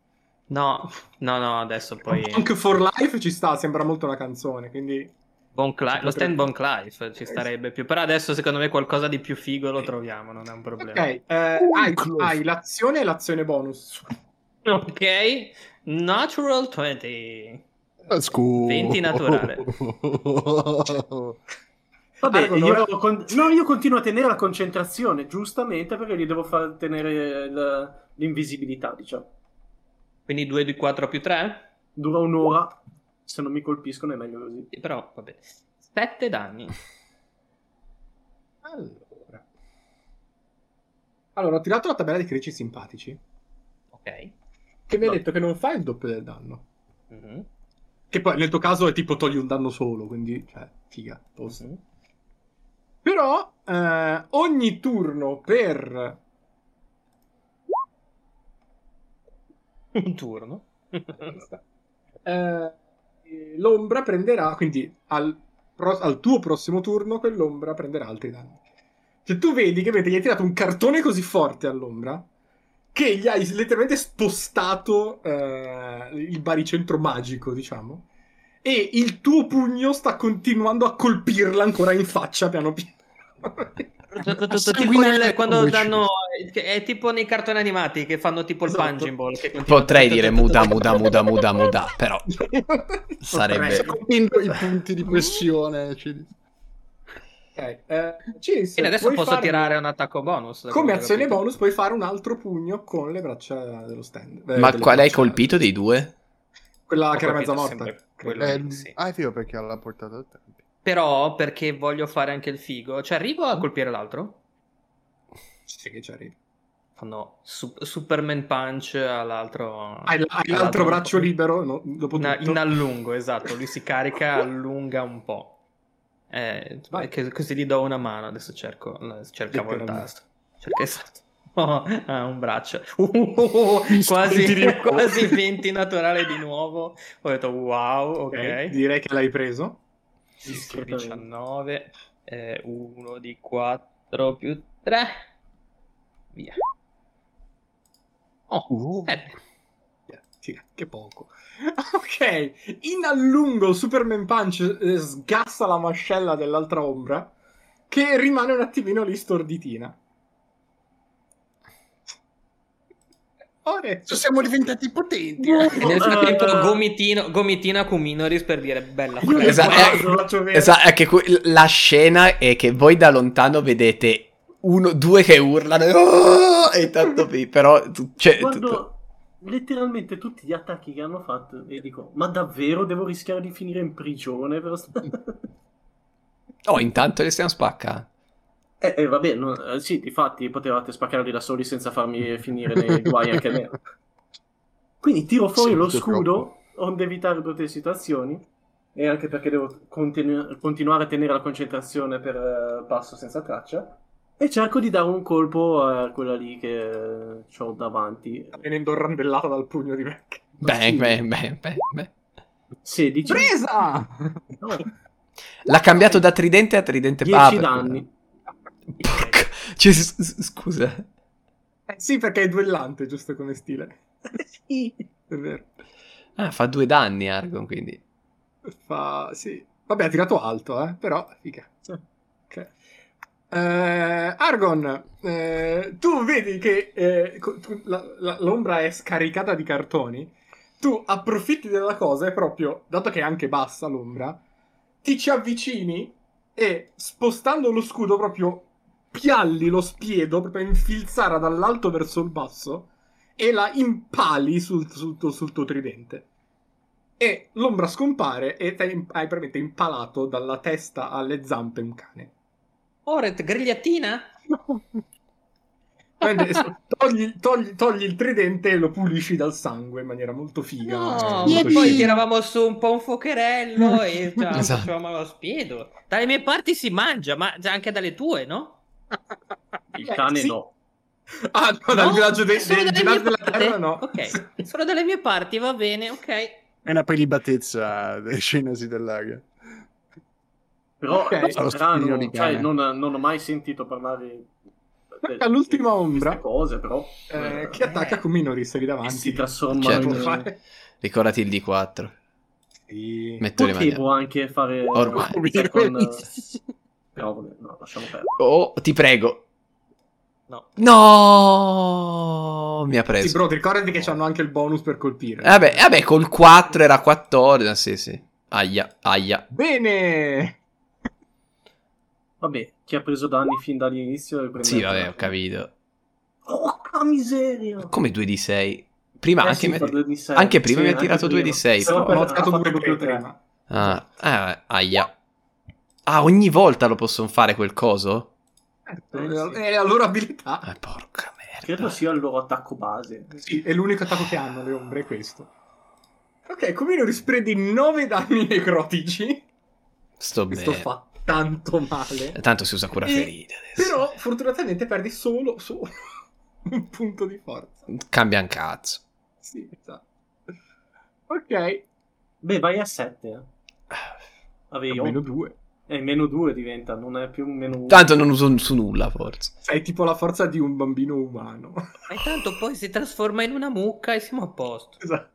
Speaker 6: No, no, no, adesso poi...
Speaker 2: Punk for Life ci sta, sembra molto una canzone, quindi...
Speaker 6: Bon Cli-
Speaker 2: Sì,
Speaker 6: lo
Speaker 2: potrebbe-
Speaker 6: stand Bon Clive ci
Speaker 2: Eh,
Speaker 6: starebbe più, però adesso secondo me qualcosa di più figo lo troviamo, non è un problema.
Speaker 2: Ok, eh, hai, hai l'azione e l'azione bonus.
Speaker 6: Ok, natural 20.
Speaker 5: Scu- Cioè,
Speaker 6: 20 naturale.
Speaker 4: Vabbè,
Speaker 2: Argo,
Speaker 4: io,
Speaker 2: allora-
Speaker 4: con- no, io continuo a tenere la concentrazione, giustamente, perché gli devo far tenere il- l'invisibilità, diciamo.
Speaker 6: Quindi 2 di 4 più 3?
Speaker 4: Dura un'ora, se non mi colpiscono è meglio così.
Speaker 6: Però vabbè. 7 danni.
Speaker 2: Allora. Allora, ho tirato la tabella dei critici simpatici,
Speaker 6: Ok.
Speaker 2: che mi ha
Speaker 6: No.
Speaker 2: detto che non fa il doppio del danno.
Speaker 6: Mhm,
Speaker 2: Che poi nel tuo caso è tipo togli un danno solo, quindi, cioè, figa, posto.
Speaker 6: mhm.
Speaker 2: Però eh, ogni turno per
Speaker 6: Un turno.
Speaker 2: eh, l'ombra prenderà, quindi al, pro- al tuo prossimo turno quell'ombra prenderà altri danni. Cioè tu vedi che avete- gli hai tirato un cartone così forte all'ombra che gli hai letteralmente spostato eh, il baricentro magico, diciamo, e il tuo pugno sta continuando a colpirla ancora in faccia piano piano.
Speaker 6: tipo
Speaker 5: sanguinare
Speaker 6: nel-
Speaker 5: le
Speaker 6: quando
Speaker 5: luci.
Speaker 6: danno è tipo nei cartoni animati che fanno tipo il
Speaker 2: Esatto.
Speaker 6: punching ball che continua-
Speaker 1: Potrei dire muda, muda, muda, muda, muda, però
Speaker 2: Cioè,
Speaker 1: sarebbe...
Speaker 5: Contendo i punti di pressione. ci-
Speaker 2: Ok, eh, Ciris,
Speaker 6: Quindi adesso
Speaker 2: puoi
Speaker 6: posso
Speaker 2: fare-
Speaker 6: tirare un attacco bonus. da
Speaker 2: Come
Speaker 6: quello che ho
Speaker 2: azione
Speaker 6: capito.
Speaker 2: bonus puoi fare un altro pugno con le braccia dello stand. eh,
Speaker 1: Ma
Speaker 2: delle
Speaker 1: qual hai
Speaker 2: braccia-
Speaker 1: colpito dei due?
Speaker 2: Quella
Speaker 6: Ho
Speaker 2: che era mezza
Speaker 6: capito,
Speaker 2: morta.
Speaker 6: sempre quello.
Speaker 5: Eh,
Speaker 6: Sì.
Speaker 5: Ah, è vero perché alla portata del tempo.
Speaker 6: Però perché voglio fare anche il figo, cioè arrivo a colpire l'altro.
Speaker 2: Eh, Sì, che ci arrivi.
Speaker 6: Fanno su- Superman Punch all'altro.
Speaker 2: Hai, l- hai
Speaker 6: all'altro
Speaker 2: l'altro braccio libero no, dopo
Speaker 6: In,
Speaker 2: tutto.
Speaker 6: Esatto. in allungo, esatto. Lui si carica, allunga un po'. Eh,
Speaker 2: Vai.
Speaker 6: che- così gli do una mano. Adesso cerco. la- Cercavo il
Speaker 2: Letteralmente.
Speaker 6: tasto. Cerca- esatto. Oh, ah, un braccio. Uh,
Speaker 2: Sconti di
Speaker 6: quasi,
Speaker 2: nuovo.
Speaker 6: quasi 20 naturale di nuovo. Ho detto wow, ok.
Speaker 2: Ok, Direi che l'hai preso.
Speaker 6: Sì, sì,
Speaker 4: Assolutamente.
Speaker 6: 19, 1 di 4 più 3, via. Oh,
Speaker 5: Uh.
Speaker 6: sette.
Speaker 2: Sì, che poco. ok, in allungo Superman Punch eh, sgassa la mascella dell'altra ombra che rimane un attimino lì storditina. Ore.
Speaker 5: Siamo diventati potenti.
Speaker 6: E nel frattempo
Speaker 4: Eh.
Speaker 6: gomitino, gomitina Cuminoris per dire bella
Speaker 2: Io
Speaker 6: frega.
Speaker 1: Esatto,
Speaker 2: guardo,
Speaker 1: eh,
Speaker 2: lo faccio vedere.
Speaker 1: Esatto, è che que- la scena è che voi da lontano vedete uno, due che urlano "Oh!" e tanto pi- però tu- cioè, tutto-
Speaker 4: Guardo letteralmente tutti gli attacchi che hanno fatto e dico, ma davvero devo rischiare di finire in prigione? Per sta-"
Speaker 1: Oh, intanto le stiamo spacca.
Speaker 4: eh, eh, vabbè, no, eh, sì, difatti potevate spaccarli da soli senza farmi finire nei guai anche me. Quindi tiro fuori
Speaker 5: Sì,
Speaker 4: lo
Speaker 5: purtroppo.
Speaker 4: scudo, onde evitare brutte situazioni, e anche perché devo continu- continuare a tenere la concentrazione per eh, passo senza traccia, e cerco di dare un colpo a quella lì che ho davanti.
Speaker 2: venendo randellata dal pugno di Mac.
Speaker 1: Bang, bang, bang, bang, bang.
Speaker 4: 16.
Speaker 2: Presa!
Speaker 4: No,
Speaker 1: L'ha cambiato da tridente a tridente
Speaker 4: 10
Speaker 1: Ah, per-
Speaker 4: danni.
Speaker 1: Porca- cioè, s- s- scusa.
Speaker 2: Eh sì, perché è duellante, giusto come stile. sì. È vero.
Speaker 1: Ah, fa due danni Argon, quindi.
Speaker 2: Fa... Sì. Vabbè, ha tirato alto, eh, però figa. Ok. Eh, Argon, eh, tu vedi che eh, co- tu- la- la- l'ombra è scaricata di cartoni. Tu approfitti della cosa e proprio, dato che è anche bassa l'ombra, ti ci avvicini e spostando lo scudo proprio pialli lo spiedo proprio a infilzare dall'alto verso il basso e la impali sul, sul tuo, sul tuo tridente. E l'ombra scompare e te hai veramente impalato dalla testa alle zampe un cane.
Speaker 6: Oret, grigliatina?
Speaker 2: Quindi, s- togli, togli- togli il tridente e lo pulisci dal sangue in maniera molto figa.
Speaker 6: No,
Speaker 2: Molto
Speaker 6: ma poi
Speaker 2: chic.
Speaker 6: tiravamo su un po' un focherello e cioè,
Speaker 1: Esatto.
Speaker 6: facevamo lo spiedo. Dalle mie parti si mangia, ma già anche dalle tue, no?
Speaker 4: Il
Speaker 2: Eh,
Speaker 4: cane
Speaker 2: sì.
Speaker 4: no.
Speaker 2: Ah, no, dal
Speaker 6: No?
Speaker 2: villaggio dei,
Speaker 6: Solo
Speaker 2: dei
Speaker 6: dalle
Speaker 2: giganti
Speaker 6: mie
Speaker 2: della
Speaker 6: parti?
Speaker 2: terra no. Eh,
Speaker 6: Ok, solo dalle mie parti, va bene, ok.
Speaker 5: È una prelibatezza delle scenasi dell'aria.
Speaker 4: Però
Speaker 2: Ok.
Speaker 4: è
Speaker 5: Allo
Speaker 4: strano,
Speaker 5: spirito di
Speaker 4: cioè,
Speaker 5: cane.
Speaker 4: non, non ho mai sentito parlare de-
Speaker 2: All'ultima
Speaker 4: di
Speaker 2: ombra.
Speaker 4: queste cose, però
Speaker 2: Eh,
Speaker 4: eh,
Speaker 2: che attacca con Minoris lì
Speaker 4: che
Speaker 1: Cioè,
Speaker 2: davanti.
Speaker 4: si trasformano
Speaker 1: Certo.
Speaker 2: Può
Speaker 4: in
Speaker 2: fare-
Speaker 1: Ricordati il D4.
Speaker 2: Sì.
Speaker 1: Metto le mani.
Speaker 4: Potevo anche fare
Speaker 1: Ormai.
Speaker 4: Cioè, con, però vabbè, no, lasciamo perdere.
Speaker 1: Oh, ti prego.
Speaker 6: No.
Speaker 1: No, mi ha preso.
Speaker 2: Sì, bro, ti ricordati che c'hanno anche il bonus per colpire.
Speaker 1: Eh, Vabbè, eh, vabbè, col 4 era 14. ah, Sì, sì. Aia, aia.
Speaker 2: Bene!
Speaker 4: Vabbè, chi ha preso danni fin dall'inizio riprende
Speaker 1: Sì,
Speaker 4: ancora.
Speaker 1: vabbè, ho capito.
Speaker 4: Porca miseria!
Speaker 1: Come 2 di 6? Prima
Speaker 4: Eh
Speaker 1: anche
Speaker 4: sì,
Speaker 1: me-
Speaker 4: fa due di sei.
Speaker 1: anche prima mi ha
Speaker 4: anche
Speaker 1: tirato due di sei,
Speaker 4: prima. Però
Speaker 1: poi.
Speaker 4: per-
Speaker 2: Ho
Speaker 4: ha
Speaker 2: toccato
Speaker 4: fatto
Speaker 2: due
Speaker 4: proprio
Speaker 2: proprio
Speaker 4: tre.
Speaker 2: prima.
Speaker 1: Ah, eh, aia. Ah, ogni volta lo possono fare quel coso?
Speaker 4: Eh, sì.
Speaker 2: È la loro abilità.
Speaker 1: Eh, porca merda.
Speaker 4: Credo sia il loro attacco base.
Speaker 2: Sì, è l'unico attacco che hanno le ombre, è questo. Ok, come lo risprendi 9 danni necrotici.
Speaker 1: Sto
Speaker 2: Questo
Speaker 1: bene.
Speaker 2: fa tanto male.
Speaker 1: Tanto si usa cura
Speaker 2: E-
Speaker 1: ferita adesso.
Speaker 2: Però, fortunatamente, perdi solo, solo un punto di forza.
Speaker 1: Cambia un cazzo.
Speaker 2: Sì, esatto. Ok,
Speaker 4: Beh, vai a 7. Eh.
Speaker 1: Ah.
Speaker 4: Avevi
Speaker 2: meno
Speaker 4: meno...
Speaker 2: 2.
Speaker 4: Eh, meno 2 diventa, non è più un meno 1.
Speaker 1: Tanto non uso su nulla, forse.
Speaker 2: Sei tipo la forza di un bambino umano.
Speaker 6: Ma intanto poi si trasforma in una mucca e siamo a posto.
Speaker 2: Esatto.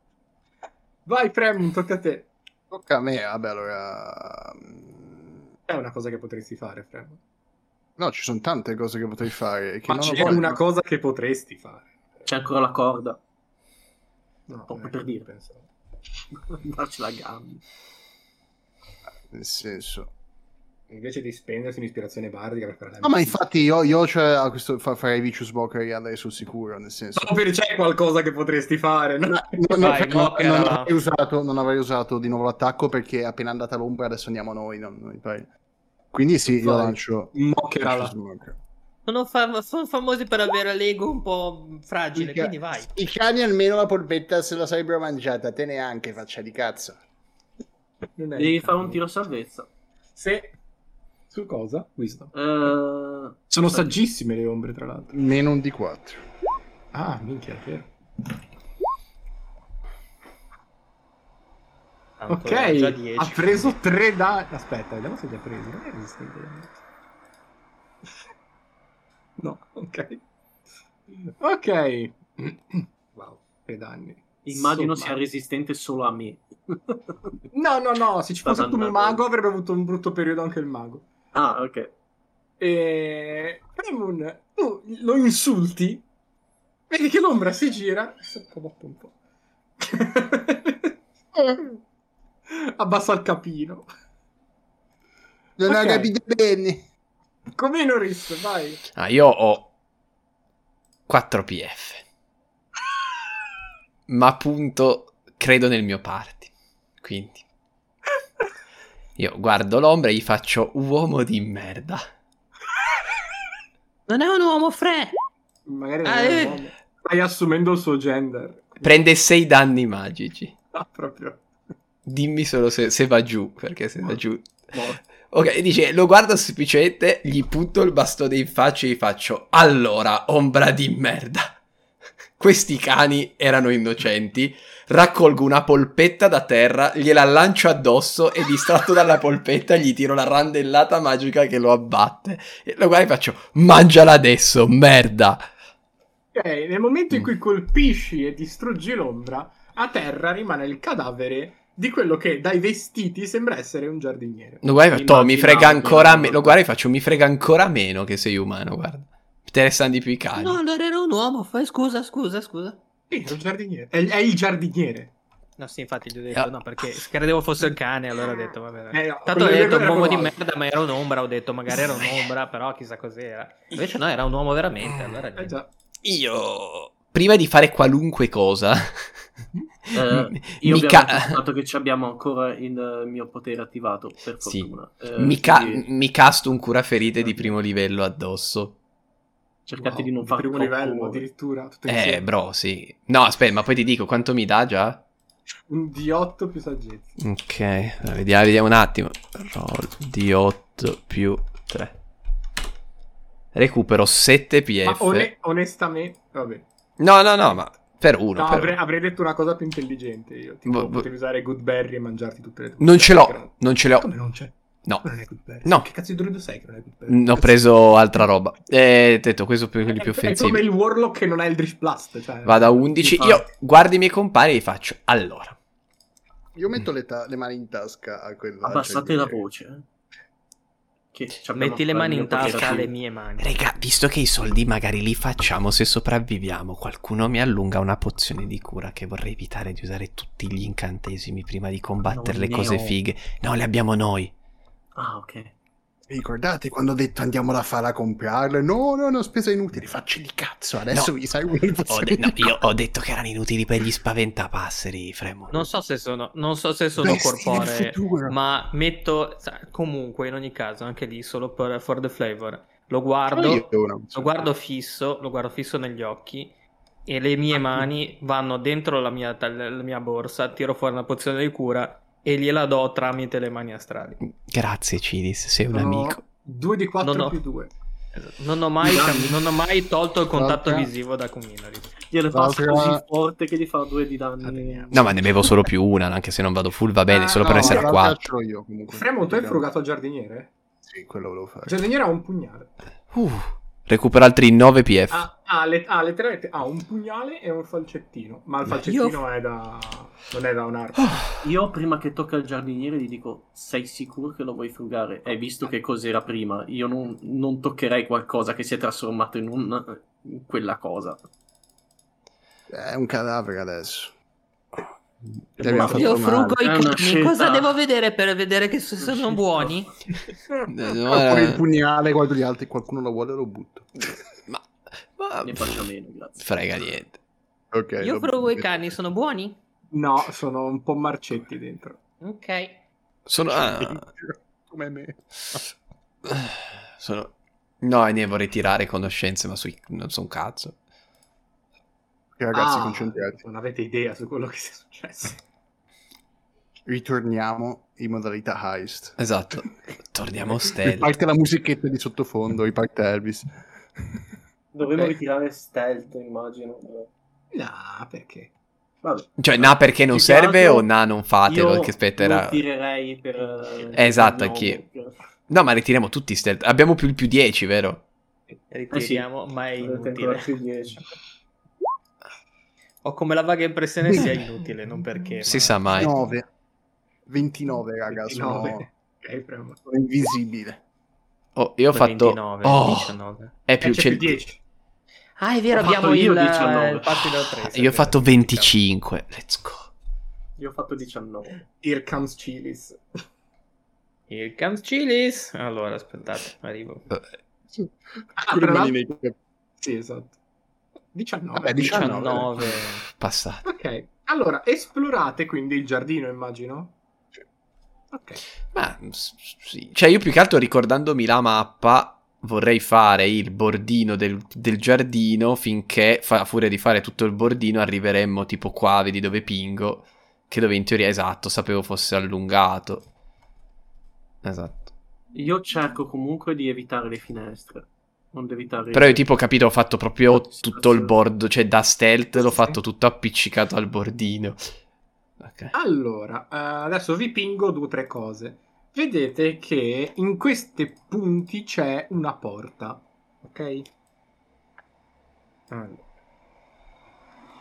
Speaker 2: Vai, Prem, tocca a te.
Speaker 5: Tocca a me, vabbè, allora... mm,
Speaker 2: È una cosa che potresti fare, Prem.
Speaker 5: No, ci sono tante cose che potrei fare. Che
Speaker 2: Ma
Speaker 5: non ho
Speaker 2: c'è
Speaker 5: fatto.
Speaker 2: una cosa che potresti fare.
Speaker 4: C'è ancora la corda.
Speaker 2: No,
Speaker 4: Poco
Speaker 2: eh,
Speaker 4: per dire.
Speaker 2: penso.
Speaker 4: Darci la gamba.
Speaker 5: Nel senso...
Speaker 2: Invece di spendersi un'ispirazione bardica per fare la
Speaker 5: No, ma infatti io, io cioè, a questo, fa- farei Vicious Bocker e andare sul sicuro, nel senso...
Speaker 2: No, per- c'è qualcosa che potresti fare, no?
Speaker 5: Non, non-
Speaker 6: Vai,
Speaker 5: non-
Speaker 6: Bocker,
Speaker 5: non
Speaker 6: no.
Speaker 5: avrei usato, non avrei usato di nuovo l'attacco perché appena è andata l'ombra adesso andiamo noi. non- non- poi- Quindi sì, io
Speaker 2: Vai.
Speaker 5: lancio
Speaker 2: Moccherala.
Speaker 5: Vicious Bocker.
Speaker 6: Sono, fam- sono famosi per avere l'ego un po' fragile, quindi vai.
Speaker 5: Spicciani almeno la polpetta se la sarebbero mangiata, te neanche faccia di cazzo.
Speaker 2: Non è-
Speaker 4: Devi fare un tiro salvezza.
Speaker 2: Se... Su cosa? Wisdom.
Speaker 4: Eh,
Speaker 2: Sono saggissime le ombre, tra l'altro.
Speaker 5: Meno un D4.
Speaker 2: Ah, minchia, è vero.
Speaker 6: Tanto era già
Speaker 2: Ok,
Speaker 6: 10.
Speaker 2: ha preso tre danni. Aspetta, vediamo se li ha presi. Non è resistente ai danni. No, ok. Ok. Wow, tre danni.
Speaker 4: immagino
Speaker 2: Insomma.
Speaker 4: sia resistente solo a me.
Speaker 2: No, no, no, se ci
Speaker 4: Sta
Speaker 2: fosse stato un
Speaker 4: andando.
Speaker 2: mago avrebbe avuto un brutto periodo anche il mago.
Speaker 4: ah, ok.
Speaker 2: E... Premun, tu lo insulti, vedi che l'ombra si gira, si accomotto un po'. Abbassa il capino.
Speaker 5: Non
Speaker 2: Ok.
Speaker 5: ho capito bene.
Speaker 2: Come Noris, vai.
Speaker 1: Ah, io ho 4 PF. Ma appunto credo nel mio party. Quindi io guardo l'ombra e gli faccio uomo di merda.
Speaker 6: Non è un uomo, Fre!
Speaker 2: Magari
Speaker 6: Ah,
Speaker 2: non è
Speaker 6: eh.
Speaker 2: un uomo. stai assumendo il suo gender.
Speaker 1: Prende 6 danni magici.
Speaker 2: Ah, proprio.
Speaker 1: Dimmi solo se, se va giù, perché se va giù...
Speaker 2: Morto.
Speaker 1: Ok, dice, lo guardo sufficiente, gli punto il bastone in faccia e gli faccio, allora, ombra di merda. Questi cani erano innocenti, raccolgo una polpetta da terra, gliela lancio addosso e distratto dalla polpetta gli tiro la randellata magica che lo abbatte. E lo guardo e faccio, mangiala adesso, merda.
Speaker 2: Ok, nel momento in cui colpisci e distruggi l'ombra, a terra rimane il cadavere di quello che dai vestiti sembra essere un giardiniere.
Speaker 1: Lo guardo e faccio, "Toh, mi
Speaker 4: Immaginavo
Speaker 1: frega
Speaker 4: che
Speaker 1: ancora
Speaker 4: erano-
Speaker 1: meno, lo guardo e faccio, mi frega ancora meno che sei umano, guarda. Mi interessano di più i
Speaker 2: Ah,
Speaker 1: cani.
Speaker 6: No, allora era un uomo, fai scusa, scusa, scusa.
Speaker 2: Sì, è un giardiniere. È, è il giardiniere.
Speaker 6: No, sì, infatti gli ho
Speaker 2: Ah.
Speaker 6: detto, no, perché credevo fosse il cane, allora ho detto, vabbè.
Speaker 2: Eh, no,
Speaker 6: Tanto ho
Speaker 2: quello
Speaker 6: detto
Speaker 2: era
Speaker 6: un uomo di
Speaker 2: quello
Speaker 6: merda, ma era un'ombra, ho detto, magari era un'ombra, però chissà cos'era. Invece no, era un uomo veramente, allora
Speaker 2: Eh
Speaker 6: niente.
Speaker 2: già.
Speaker 1: Io, prima di fare qualunque cosa,
Speaker 4: Eh, Io
Speaker 1: mi,
Speaker 4: abbiamo
Speaker 1: ca-
Speaker 4: anticipato che ci abbiamo ancora il eh, mio potere attivato, per
Speaker 1: Sì.
Speaker 4: fortuna. Eh,
Speaker 1: mi ca-
Speaker 4: quindi
Speaker 1: mi casto un curaferite di primo livello addosso.
Speaker 4: cercate
Speaker 2: Wow,
Speaker 4: di non fare
Speaker 2: primo
Speaker 4: troppo
Speaker 2: livello
Speaker 4: rumore.
Speaker 2: addirittura tutto
Speaker 1: Eh,
Speaker 2: insieme.
Speaker 1: bro, sì. No, aspetta, ma poi ti dico quanto mi dà già.
Speaker 2: un D8 più saggezza.
Speaker 1: Ok, allora, vediamo, vediamo un attimo. Roll di 8 più 3. Recupero 7
Speaker 2: Ma
Speaker 1: PF.
Speaker 2: one- onestamente, vabbè.
Speaker 1: No, no, no, ma per uno.
Speaker 2: No,
Speaker 1: per
Speaker 2: avrei,
Speaker 1: uno.
Speaker 2: avrei detto una cosa più intelligente io. Tipo,
Speaker 1: Boh, boh.
Speaker 2: potevi usare Goodberry e mangiarti tutte le tue.
Speaker 1: Non ce
Speaker 2: Però-
Speaker 1: l'ho, non ce l'ho.
Speaker 2: Come non c'è?
Speaker 1: No,
Speaker 2: Non è Goodberry.
Speaker 1: No.
Speaker 2: Che cazzo di druido sei che non è Goodberry?
Speaker 1: N- ho
Speaker 2: Cazzo.
Speaker 1: preso altra roba. Eh, ho detto, questo più, quelli più
Speaker 2: È come
Speaker 1: offensivi.
Speaker 2: il Warlock che non ha Eldritch Blast. Cioè,
Speaker 1: Vado a 11. Io guardo i miei compagni e gli faccio, allora.
Speaker 5: Io metto le, ta- le mani in tasca a quella.
Speaker 4: Abbassate
Speaker 5: cioè,
Speaker 4: la
Speaker 5: dire-
Speaker 4: voce. eh. Che ci abbiamo
Speaker 6: Metti le
Speaker 4: fatto
Speaker 6: mani
Speaker 4: il
Speaker 6: in tasca
Speaker 4: podcast.
Speaker 6: alle mie mani.
Speaker 1: Raga, visto che i soldi magari li facciamo se sopravviviamo, qualcuno mi allunga una pozione di cura che vorrei evitare di usare tutti gli incantesimi prima di combattere le
Speaker 6: Non ne
Speaker 1: cose
Speaker 6: ho.
Speaker 1: fighe. No, le abbiamo noi.
Speaker 4: Ah, ok.
Speaker 5: Vi Ricordate quando ho detto andiamo da Fara a comprarle? No, no, no, spesa inutile. Facci di cazzo. Adesso
Speaker 1: No.
Speaker 5: vi servono le
Speaker 1: Ho
Speaker 5: pozioni
Speaker 1: de-
Speaker 5: di
Speaker 1: no, io ho detto che erano inutili per gli spaventapasseri, Fremmo.
Speaker 6: Non so se sono, non so se sono
Speaker 5: Vesti
Speaker 6: corporee,
Speaker 5: il futuro.
Speaker 6: ma metto sa- comunque in ogni caso, anche lì solo per for the flavor. Lo
Speaker 5: Io
Speaker 6: guardo,
Speaker 5: ho una-
Speaker 6: lo guardo fisso, lo guardo fisso negli occhi e le mie mani vanno dentro la mia, tal- la mia borsa, tiro fuori una pozione di cura e gliela do tramite le mani astrali.
Speaker 1: Grazie, Cilis, sei un
Speaker 2: Sono
Speaker 1: amico.
Speaker 2: 2 di 4
Speaker 6: No, no.
Speaker 2: più 2.
Speaker 6: Non ho mai, cam- non ho mai tolto il contatto
Speaker 5: Guarda.
Speaker 6: visivo da Cuminari.
Speaker 4: Glielo faccio
Speaker 5: L'altra-
Speaker 4: così forte che gli fa due di
Speaker 5: Ah,
Speaker 4: danni.
Speaker 5: teniamo.
Speaker 1: No, ma ne bevo solo più una, anche se non vado full va bene,
Speaker 2: Ah,
Speaker 1: solo per
Speaker 2: no,
Speaker 1: essere
Speaker 5: allora
Speaker 1: a
Speaker 5: la
Speaker 1: 4.
Speaker 5: faccio io comunque.
Speaker 2: Fremo, tu hai frugato al giardiniere?
Speaker 5: Sì, quello volevo fare.
Speaker 2: Il giardiniere ha un pugnale.
Speaker 1: Uh, recupera altri 9 PF.
Speaker 2: Ha, ha le- ha letteralmente ha un pugnale e un falcettino. Ma il
Speaker 1: Ma
Speaker 2: falcettino
Speaker 1: io-
Speaker 2: è da. non è da un'arma.
Speaker 4: Io prima che tocca il giardiniere gli dico sei sicuro che lo vuoi frugare? Hai visto che cos'era prima? Io non, non toccherei qualcosa che si è trasformato in, un, in quella cosa.
Speaker 5: È un cadavere adesso. Cioè,
Speaker 4: Io
Speaker 6: Io frugo
Speaker 4: È
Speaker 6: i
Speaker 4: una
Speaker 6: cani,
Speaker 4: scelta-
Speaker 6: cosa devo vedere per vedere che se sono buoni?
Speaker 1: Eh,
Speaker 5: Poi il pugnale, guardo gli altri, qualcuno lo vuole lo butto.
Speaker 1: Ma, ma-
Speaker 4: Ne faccio meno, grazie.
Speaker 1: Frega niente.
Speaker 5: Ok.
Speaker 6: Io
Speaker 5: Eh, lo-
Speaker 6: frugo i cani, sono buoni?
Speaker 2: No, sono un po' marcetti dentro.
Speaker 6: Ok.
Speaker 1: Sono... ah.
Speaker 5: Come me.
Speaker 1: Sono... No, e ne vorrei tirare conoscenze, ma sui... non so un cazzo.
Speaker 5: Ok, ragazzi,
Speaker 2: Ah,
Speaker 5: concentrati.
Speaker 2: Non avete idea su quello che sia successo.
Speaker 5: Ritorniamo in modalità heist.
Speaker 1: Esatto. Torniamo stealth.
Speaker 5: Riparte la musichetta di sottofondo, riparte Elvis.
Speaker 4: Dovremmo
Speaker 2: Ok.
Speaker 4: ritirare stealth, immagino.
Speaker 2: No, perché?
Speaker 4: Vabbè.
Speaker 1: Cioè, na perché non
Speaker 4: Più che
Speaker 1: serve
Speaker 4: altro
Speaker 1: o na non fatelo,
Speaker 4: Io
Speaker 1: che aspetterà...
Speaker 4: lo tirerei per... eh,
Speaker 1: Esatto,
Speaker 4: per
Speaker 1: anch'io.
Speaker 4: nome.
Speaker 1: No, ma ritiriamo tutti stealth. Abbiamo più il più 10, vero?
Speaker 6: Ritiriamo, ma è
Speaker 4: Potete ancora
Speaker 6: inutile.
Speaker 4: più 10.
Speaker 6: Ho come la vaga impressione sia inutile, non perché.
Speaker 1: Si
Speaker 6: ma-
Speaker 1: sa mai.
Speaker 5: 9. 29, raga, sono-
Speaker 2: 29. Ok, premo.
Speaker 5: sono invisibile.
Speaker 1: Oh, io ho fatto...
Speaker 6: 29,
Speaker 1: oh,
Speaker 6: 19.
Speaker 1: è
Speaker 2: Eh,
Speaker 1: più...
Speaker 2: c'è più
Speaker 1: cel-
Speaker 2: 10.
Speaker 6: Ah, è vero,
Speaker 4: Ho fatto
Speaker 6: abbiamo il,
Speaker 4: io 19.
Speaker 6: il passo da 3.
Speaker 1: Io ho fatto 25. Let's go.
Speaker 4: Io ho fatto 19.
Speaker 2: Here comes Chilis.
Speaker 6: Il Camps Chilis. Allora, aspettate, arrivo.
Speaker 1: Eh,
Speaker 2: Ah,
Speaker 5: Con le
Speaker 2: tra l'altro-
Speaker 5: mani nei capelli.
Speaker 2: Sì, esatto. 19.
Speaker 5: Vabbè, 19.
Speaker 6: 19.
Speaker 1: Passato.
Speaker 2: Ok, allora esplorate quindi il giardino, immagino. Ok.
Speaker 1: Ma s- sì. Cioè, io più che altro ricordandomi la mappa vorrei fare il bordino del, del giardino finché, fa- a furia di fare tutto il bordino, arriveremmo tipo qua, vedi dove pingo, che dove in teoria esatto, sapevo fosse allungato. Esatto.
Speaker 4: Io cerco comunque di evitare le finestre. Non di evitare...
Speaker 1: Però io tipo ho capito, ho fatto proprio tutto il bordo, cioè da stealth l'ho fatto tutto appiccicato al bordino. Ok.
Speaker 2: Allora, eh, adesso vi pingo due o tre cose. Vedete che in questi punti c'è una porta. Ok? Allora.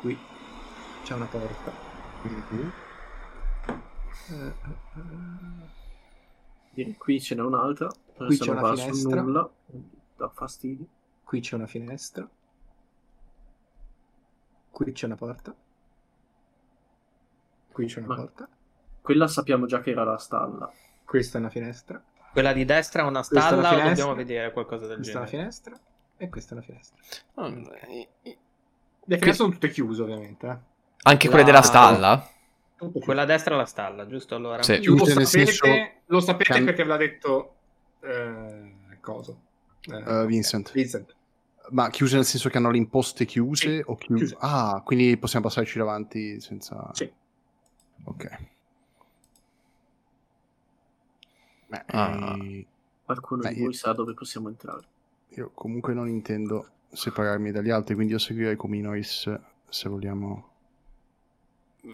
Speaker 2: Qui c'è una porta.
Speaker 6: Mhm.
Speaker 2: Eh, eh, eh.
Speaker 4: Dire, Qui ce n'è un'altra.
Speaker 2: Qui c'è una
Speaker 4: non va su
Speaker 2: finestra.
Speaker 4: nulla. Da fastidio.
Speaker 2: Qui c'è una finestra. Qui c'è una porta. Qui c'è una
Speaker 4: Ma-
Speaker 2: porta.
Speaker 4: Quella sappiamo già che era la stalla.
Speaker 2: Questa è una finestra.
Speaker 6: Quella di destra è una
Speaker 2: Questa è la
Speaker 6: stalla, o
Speaker 2: finestra.
Speaker 6: dobbiamo vedere qualcosa del
Speaker 2: Questa è una
Speaker 6: genere?
Speaker 2: finestra. E questa è una finestra.
Speaker 1: Anche
Speaker 2: Le finestre sono tutte chiuse, ovviamente. eh.
Speaker 1: quelle della stalla?
Speaker 2: Tutte
Speaker 6: Quella a destra è la stalla, giusto? Allora,
Speaker 1: Sì.
Speaker 2: chiuse. Lo
Speaker 5: Chiuse,
Speaker 2: sapete,
Speaker 5: nel senso-
Speaker 2: lo sapete
Speaker 5: Cam-
Speaker 2: perché ve l'ha detto. eh, coso? Eh,
Speaker 5: Eh, Vincent.
Speaker 2: Vincent.
Speaker 5: Ma chiuse nel senso che hanno le imposte chiuse
Speaker 2: Sì,
Speaker 5: o chiu-
Speaker 2: chiuse.
Speaker 5: Ah, quindi possiamo passarci davanti senza...
Speaker 2: Sì.
Speaker 5: Ok. Beh,
Speaker 1: Ah.
Speaker 5: eh,
Speaker 4: Qualcuno
Speaker 5: Beh,
Speaker 4: di
Speaker 5: io-
Speaker 4: voi sa dove possiamo entrare.
Speaker 5: io comunque non intendo separarmi dagli altri, quindi io seguirei Cominoris se vogliamo...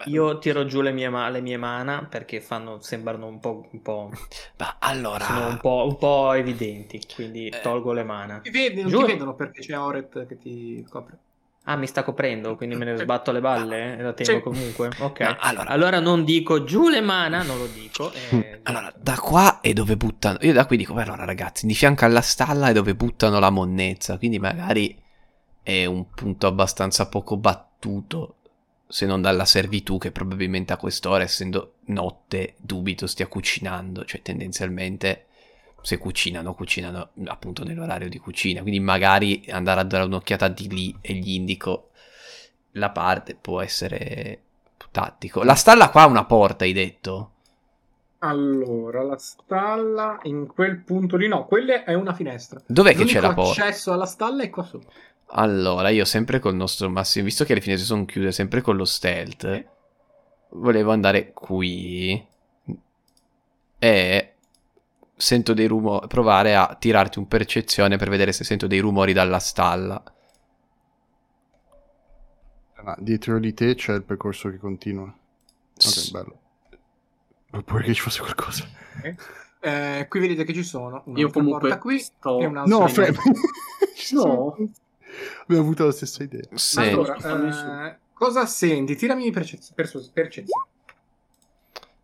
Speaker 6: io tiro giù le mie, ma- le mie mana perché fanno, sembrano un po', un po'-
Speaker 1: Ma allora...
Speaker 6: sono un po', un po' evidenti, quindi
Speaker 1: Ah. Eh.
Speaker 6: tolgo le mana.
Speaker 2: Ti vedi- non
Speaker 6: Giuro.
Speaker 2: ti vedono perché c'è Oret che ti copre.
Speaker 6: Ah, mi sta coprendo, quindi me ne sbatto le balle. eh? La tengo
Speaker 2: Sì.
Speaker 6: comunque. Ok.
Speaker 1: No, allora-
Speaker 6: allora... non dico giù le mana, non lo dico. eh,
Speaker 1: Allora, da qua è dove buttano. Io da qui dico, beh, allora ragazzi, di fianco alla stalla è dove buttano la monnezza. Quindi magari è un punto abbastanza poco battuto. Se non dalla servitù, che probabilmente a quest'ora, essendo notte, dubito stia cucinando. Cioè, tendenzialmente, se cucinano, cucinano appunto nell'orario di cucina. Quindi magari andare a dare un'occhiata di lì e gli indico la parte può essere tattico. La stalla qua ha una porta, hai detto?
Speaker 2: Allora, la stalla in quel punto lì no, quella è una finestra.
Speaker 1: Dov'è che
Speaker 2: L'unico
Speaker 1: c'è la porta?
Speaker 2: accesso alla stalla è qua sopra.
Speaker 1: Allora, io sempre col nostro massimo, visto che le finestre sono chiuse, sempre con lo stealth, volevo andare qui e sento dei rumori, provare a tirarti un percezione per vedere se sento dei rumori dalla stalla.
Speaker 5: Ma Ah, dietro di te c'è il percorso che continua.
Speaker 1: S-
Speaker 5: Ok, bello. Oppure che ci fosse qualcosa.
Speaker 2: Eh, qui vedete che ci sono
Speaker 4: Io
Speaker 2: un'altra
Speaker 4: comunque
Speaker 2: porta qui
Speaker 4: sto-
Speaker 2: e un'altra
Speaker 5: No,
Speaker 2: lì.
Speaker 5: fermo.
Speaker 4: No.
Speaker 5: Abbiamo avuto la stessa idea.
Speaker 1: se-
Speaker 2: Allora,
Speaker 4: Sì.
Speaker 2: eh, cosa senti? Tirami percez- perso- percezione.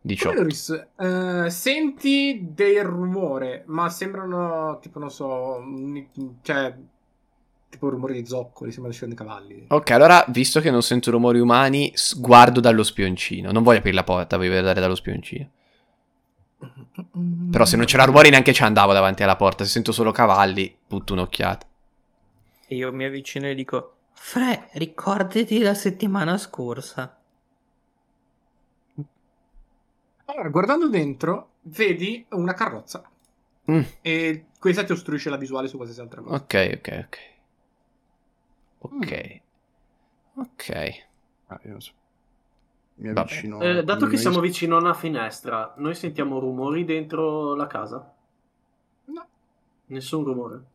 Speaker 2: Come
Speaker 1: 18.
Speaker 2: lo ris- eh, senti del rumore, ma sembrano tipo, non so, un- cioè, tipo rumore di zoccoli, sembra uscire dei cavalli.
Speaker 1: Ok, allora, visto che non sento rumori umani, s- guardo dallo spioncino. Non voglio aprire la porta, voglio guardare dallo spioncino. Però se non c'era rumori neanche ci andavo davanti alla porta. Se sento solo cavalli, butto un'occhiata.
Speaker 6: E io mi avvicino e dico: Fre, ricordati la settimana scorsa.
Speaker 2: Allora, guardando dentro, vedi una carrozza
Speaker 1: Mm.
Speaker 2: e questa ti ostruisce la visuale su qualsiasi altra cosa.
Speaker 1: Ok, ok, ok. Ok. Ok.
Speaker 5: Ah, io non so. Mi
Speaker 1: Vabbè.
Speaker 5: avvicino.
Speaker 4: Eh, dato che
Speaker 5: mi-
Speaker 4: siamo vicino a una finestra, noi sentiamo rumori dentro la casa?
Speaker 2: No.
Speaker 4: Nessun rumore.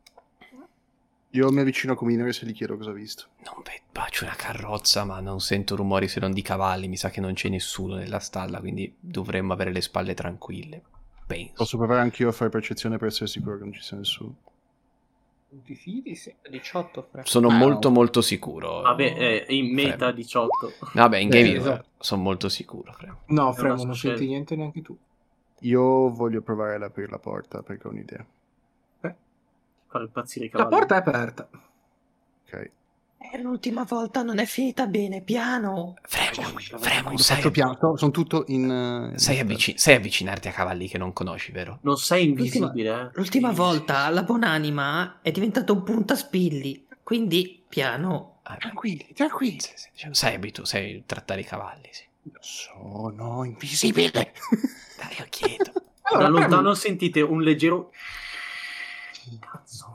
Speaker 5: Io mi avvicino a Cominere se gli chiedo cosa ha visto.
Speaker 1: Non vedo, faccio una carrozza, ma non sento rumori se non di cavalli. Mi sa che non c'è nessuno nella stalla, quindi dovremmo avere le spalle tranquille. Penso.
Speaker 5: Posso provare anch'io a fare percezione per essere sicuro che non ci sia nessuno.
Speaker 2: Non ti fidi? Sì.
Speaker 6: 18, Fre.
Speaker 1: Sono
Speaker 6: Ah,
Speaker 1: molto
Speaker 6: no.
Speaker 1: molto sicuro.
Speaker 4: Vabbè, è in meta
Speaker 1: Fermo.
Speaker 4: 18.
Speaker 1: Vabbè, in
Speaker 2: Eh,
Speaker 1: game
Speaker 2: esatto.
Speaker 1: sono molto sicuro. Fremo.
Speaker 2: No,
Speaker 4: È
Speaker 2: Fremo,
Speaker 4: una
Speaker 2: non
Speaker 4: scena.
Speaker 2: senti niente neanche tu.
Speaker 5: Io voglio provare ad aprire la porta perché ho un'idea.
Speaker 4: Far impazzire i
Speaker 2: La
Speaker 4: cavalli.
Speaker 2: porta è aperta.
Speaker 5: Ok.
Speaker 6: Eh, l'ultima volta non è finita bene, piano.
Speaker 1: Fremo, Fremo,
Speaker 5: Lo
Speaker 1: sai,
Speaker 5: faccio piano. so- Sono tutto in. eh, in
Speaker 1: sai
Speaker 5: aperto.
Speaker 1: avvici- sai avvicinarti a cavalli che non conosci, vero?
Speaker 4: Non sei invisibile, eh.
Speaker 6: L'ultima
Speaker 4: Sì,
Speaker 6: volta la buonanima è diventata un puntaspilli, quindi piano.
Speaker 1: Ah,
Speaker 5: Tranquilli, tranquilli.
Speaker 1: sì, sì, diciamo, sai abitu- sai trattare i cavalli, sì.
Speaker 5: Sono invisibile.
Speaker 1: Dai, io chiedo.
Speaker 4: Da
Speaker 2: Allora, Fremo,
Speaker 4: lontano sentite un leggero... Cazzo.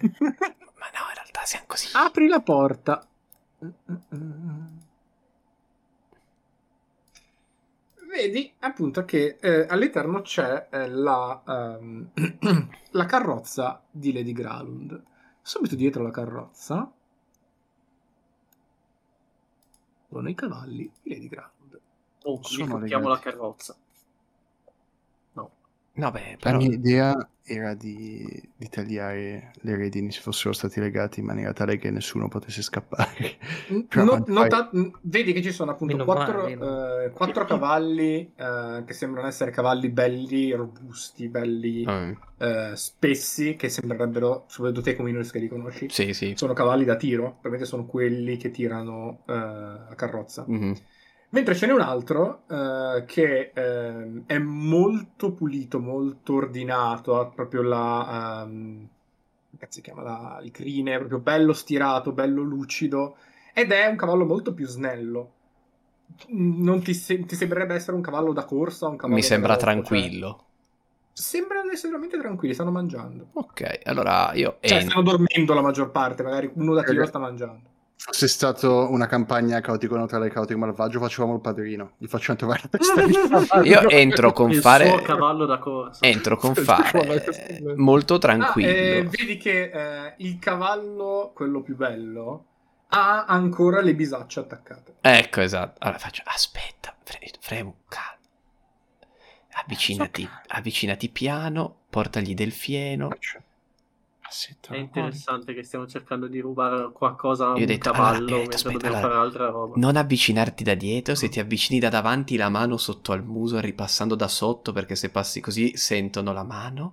Speaker 1: ma no, in realtà siamo così.
Speaker 2: apri la porta. Vedi appunto che eh, all'interno c'è eh, la, ehm, la carrozza di Lady Gralund. Subito dietro la carrozza sono i cavalli di Lady Gralund.
Speaker 4: Oh,
Speaker 5: Sono
Speaker 4: riflettiamo la
Speaker 5: legati.
Speaker 4: carrozza.
Speaker 1: No, beh,
Speaker 5: La
Speaker 1: però...
Speaker 5: mia idea era di, di tagliare le redini se fossero stati legati in maniera tale che nessuno potesse scappare.
Speaker 2: N-
Speaker 5: Però
Speaker 2: no-
Speaker 5: quanto
Speaker 2: nota- n- vedi che ci sono appunto
Speaker 6: Meno
Speaker 2: quattro,
Speaker 6: male, no?
Speaker 2: eh, quattro cavalli eh, che sembrano essere cavalli belli, robusti, belli
Speaker 1: Mm,
Speaker 2: eh, spessi che sembrerebbero, soprattutto te come Inoris che li conosci,
Speaker 1: sì, sì.
Speaker 2: sono cavalli da tiro, probabilmente sono quelli che tirano eh, la carrozza.
Speaker 1: Mhm.
Speaker 2: Mentre ce n'è un altro eh, che ehm, è molto pulito, molto ordinato, ha proprio la... ehm, come cazzo si chiama? La- il crine, proprio bello stirato, bello lucido, ed è un cavallo molto più snello. Non ti, se- ti sembrerebbe essere un cavallo da corsa o un cavallo
Speaker 1: Mi
Speaker 2: da
Speaker 1: sembra
Speaker 2: galoppo, cioè-
Speaker 1: tranquillo.
Speaker 2: sembrano essere veramente tranquilli, stanno mangiando.
Speaker 1: Ok, allora io...
Speaker 2: Cioè,
Speaker 1: en-
Speaker 2: stanno dormendo la maggior parte, magari uno da tiro
Speaker 5: Ragazzi.
Speaker 2: sta mangiando.
Speaker 5: Fosse stata una campagna caotico neutrale caotico malvagio, facevamo il padrino. Gli facciamo trovare la testa di cavallo.
Speaker 1: Io entro con
Speaker 4: Il suo
Speaker 1: fare... Eh,
Speaker 4: cavallo da corsa.
Speaker 1: Entro con fare...
Speaker 5: Scusa.
Speaker 1: Molto
Speaker 2: Ah, eh,
Speaker 1: tranquillo.
Speaker 2: vedi che eh, il cavallo, quello più bello, ha ancora le bisacce attaccate.
Speaker 1: Ecco, esatto. Allora faccio... Aspetta, Fre- Fremu, calma. Avvicinati, avvicinati piano, portagli del fieno.
Speaker 5: Sì,
Speaker 4: È
Speaker 5: tra
Speaker 4: interessante che stiamo cercando di rubare qualcosa a
Speaker 1: Io ho
Speaker 4: un
Speaker 1: detto,
Speaker 4: cavallo
Speaker 1: allora, io ho detto, aspetta,
Speaker 4: mentre dobbiamo
Speaker 1: allora,
Speaker 4: fare altra roba.
Speaker 1: Non avvicinarti da dietro, se ti avvicini da davanti la mano sotto al muso, ripassando da sotto, perché se passi così sentono la mano.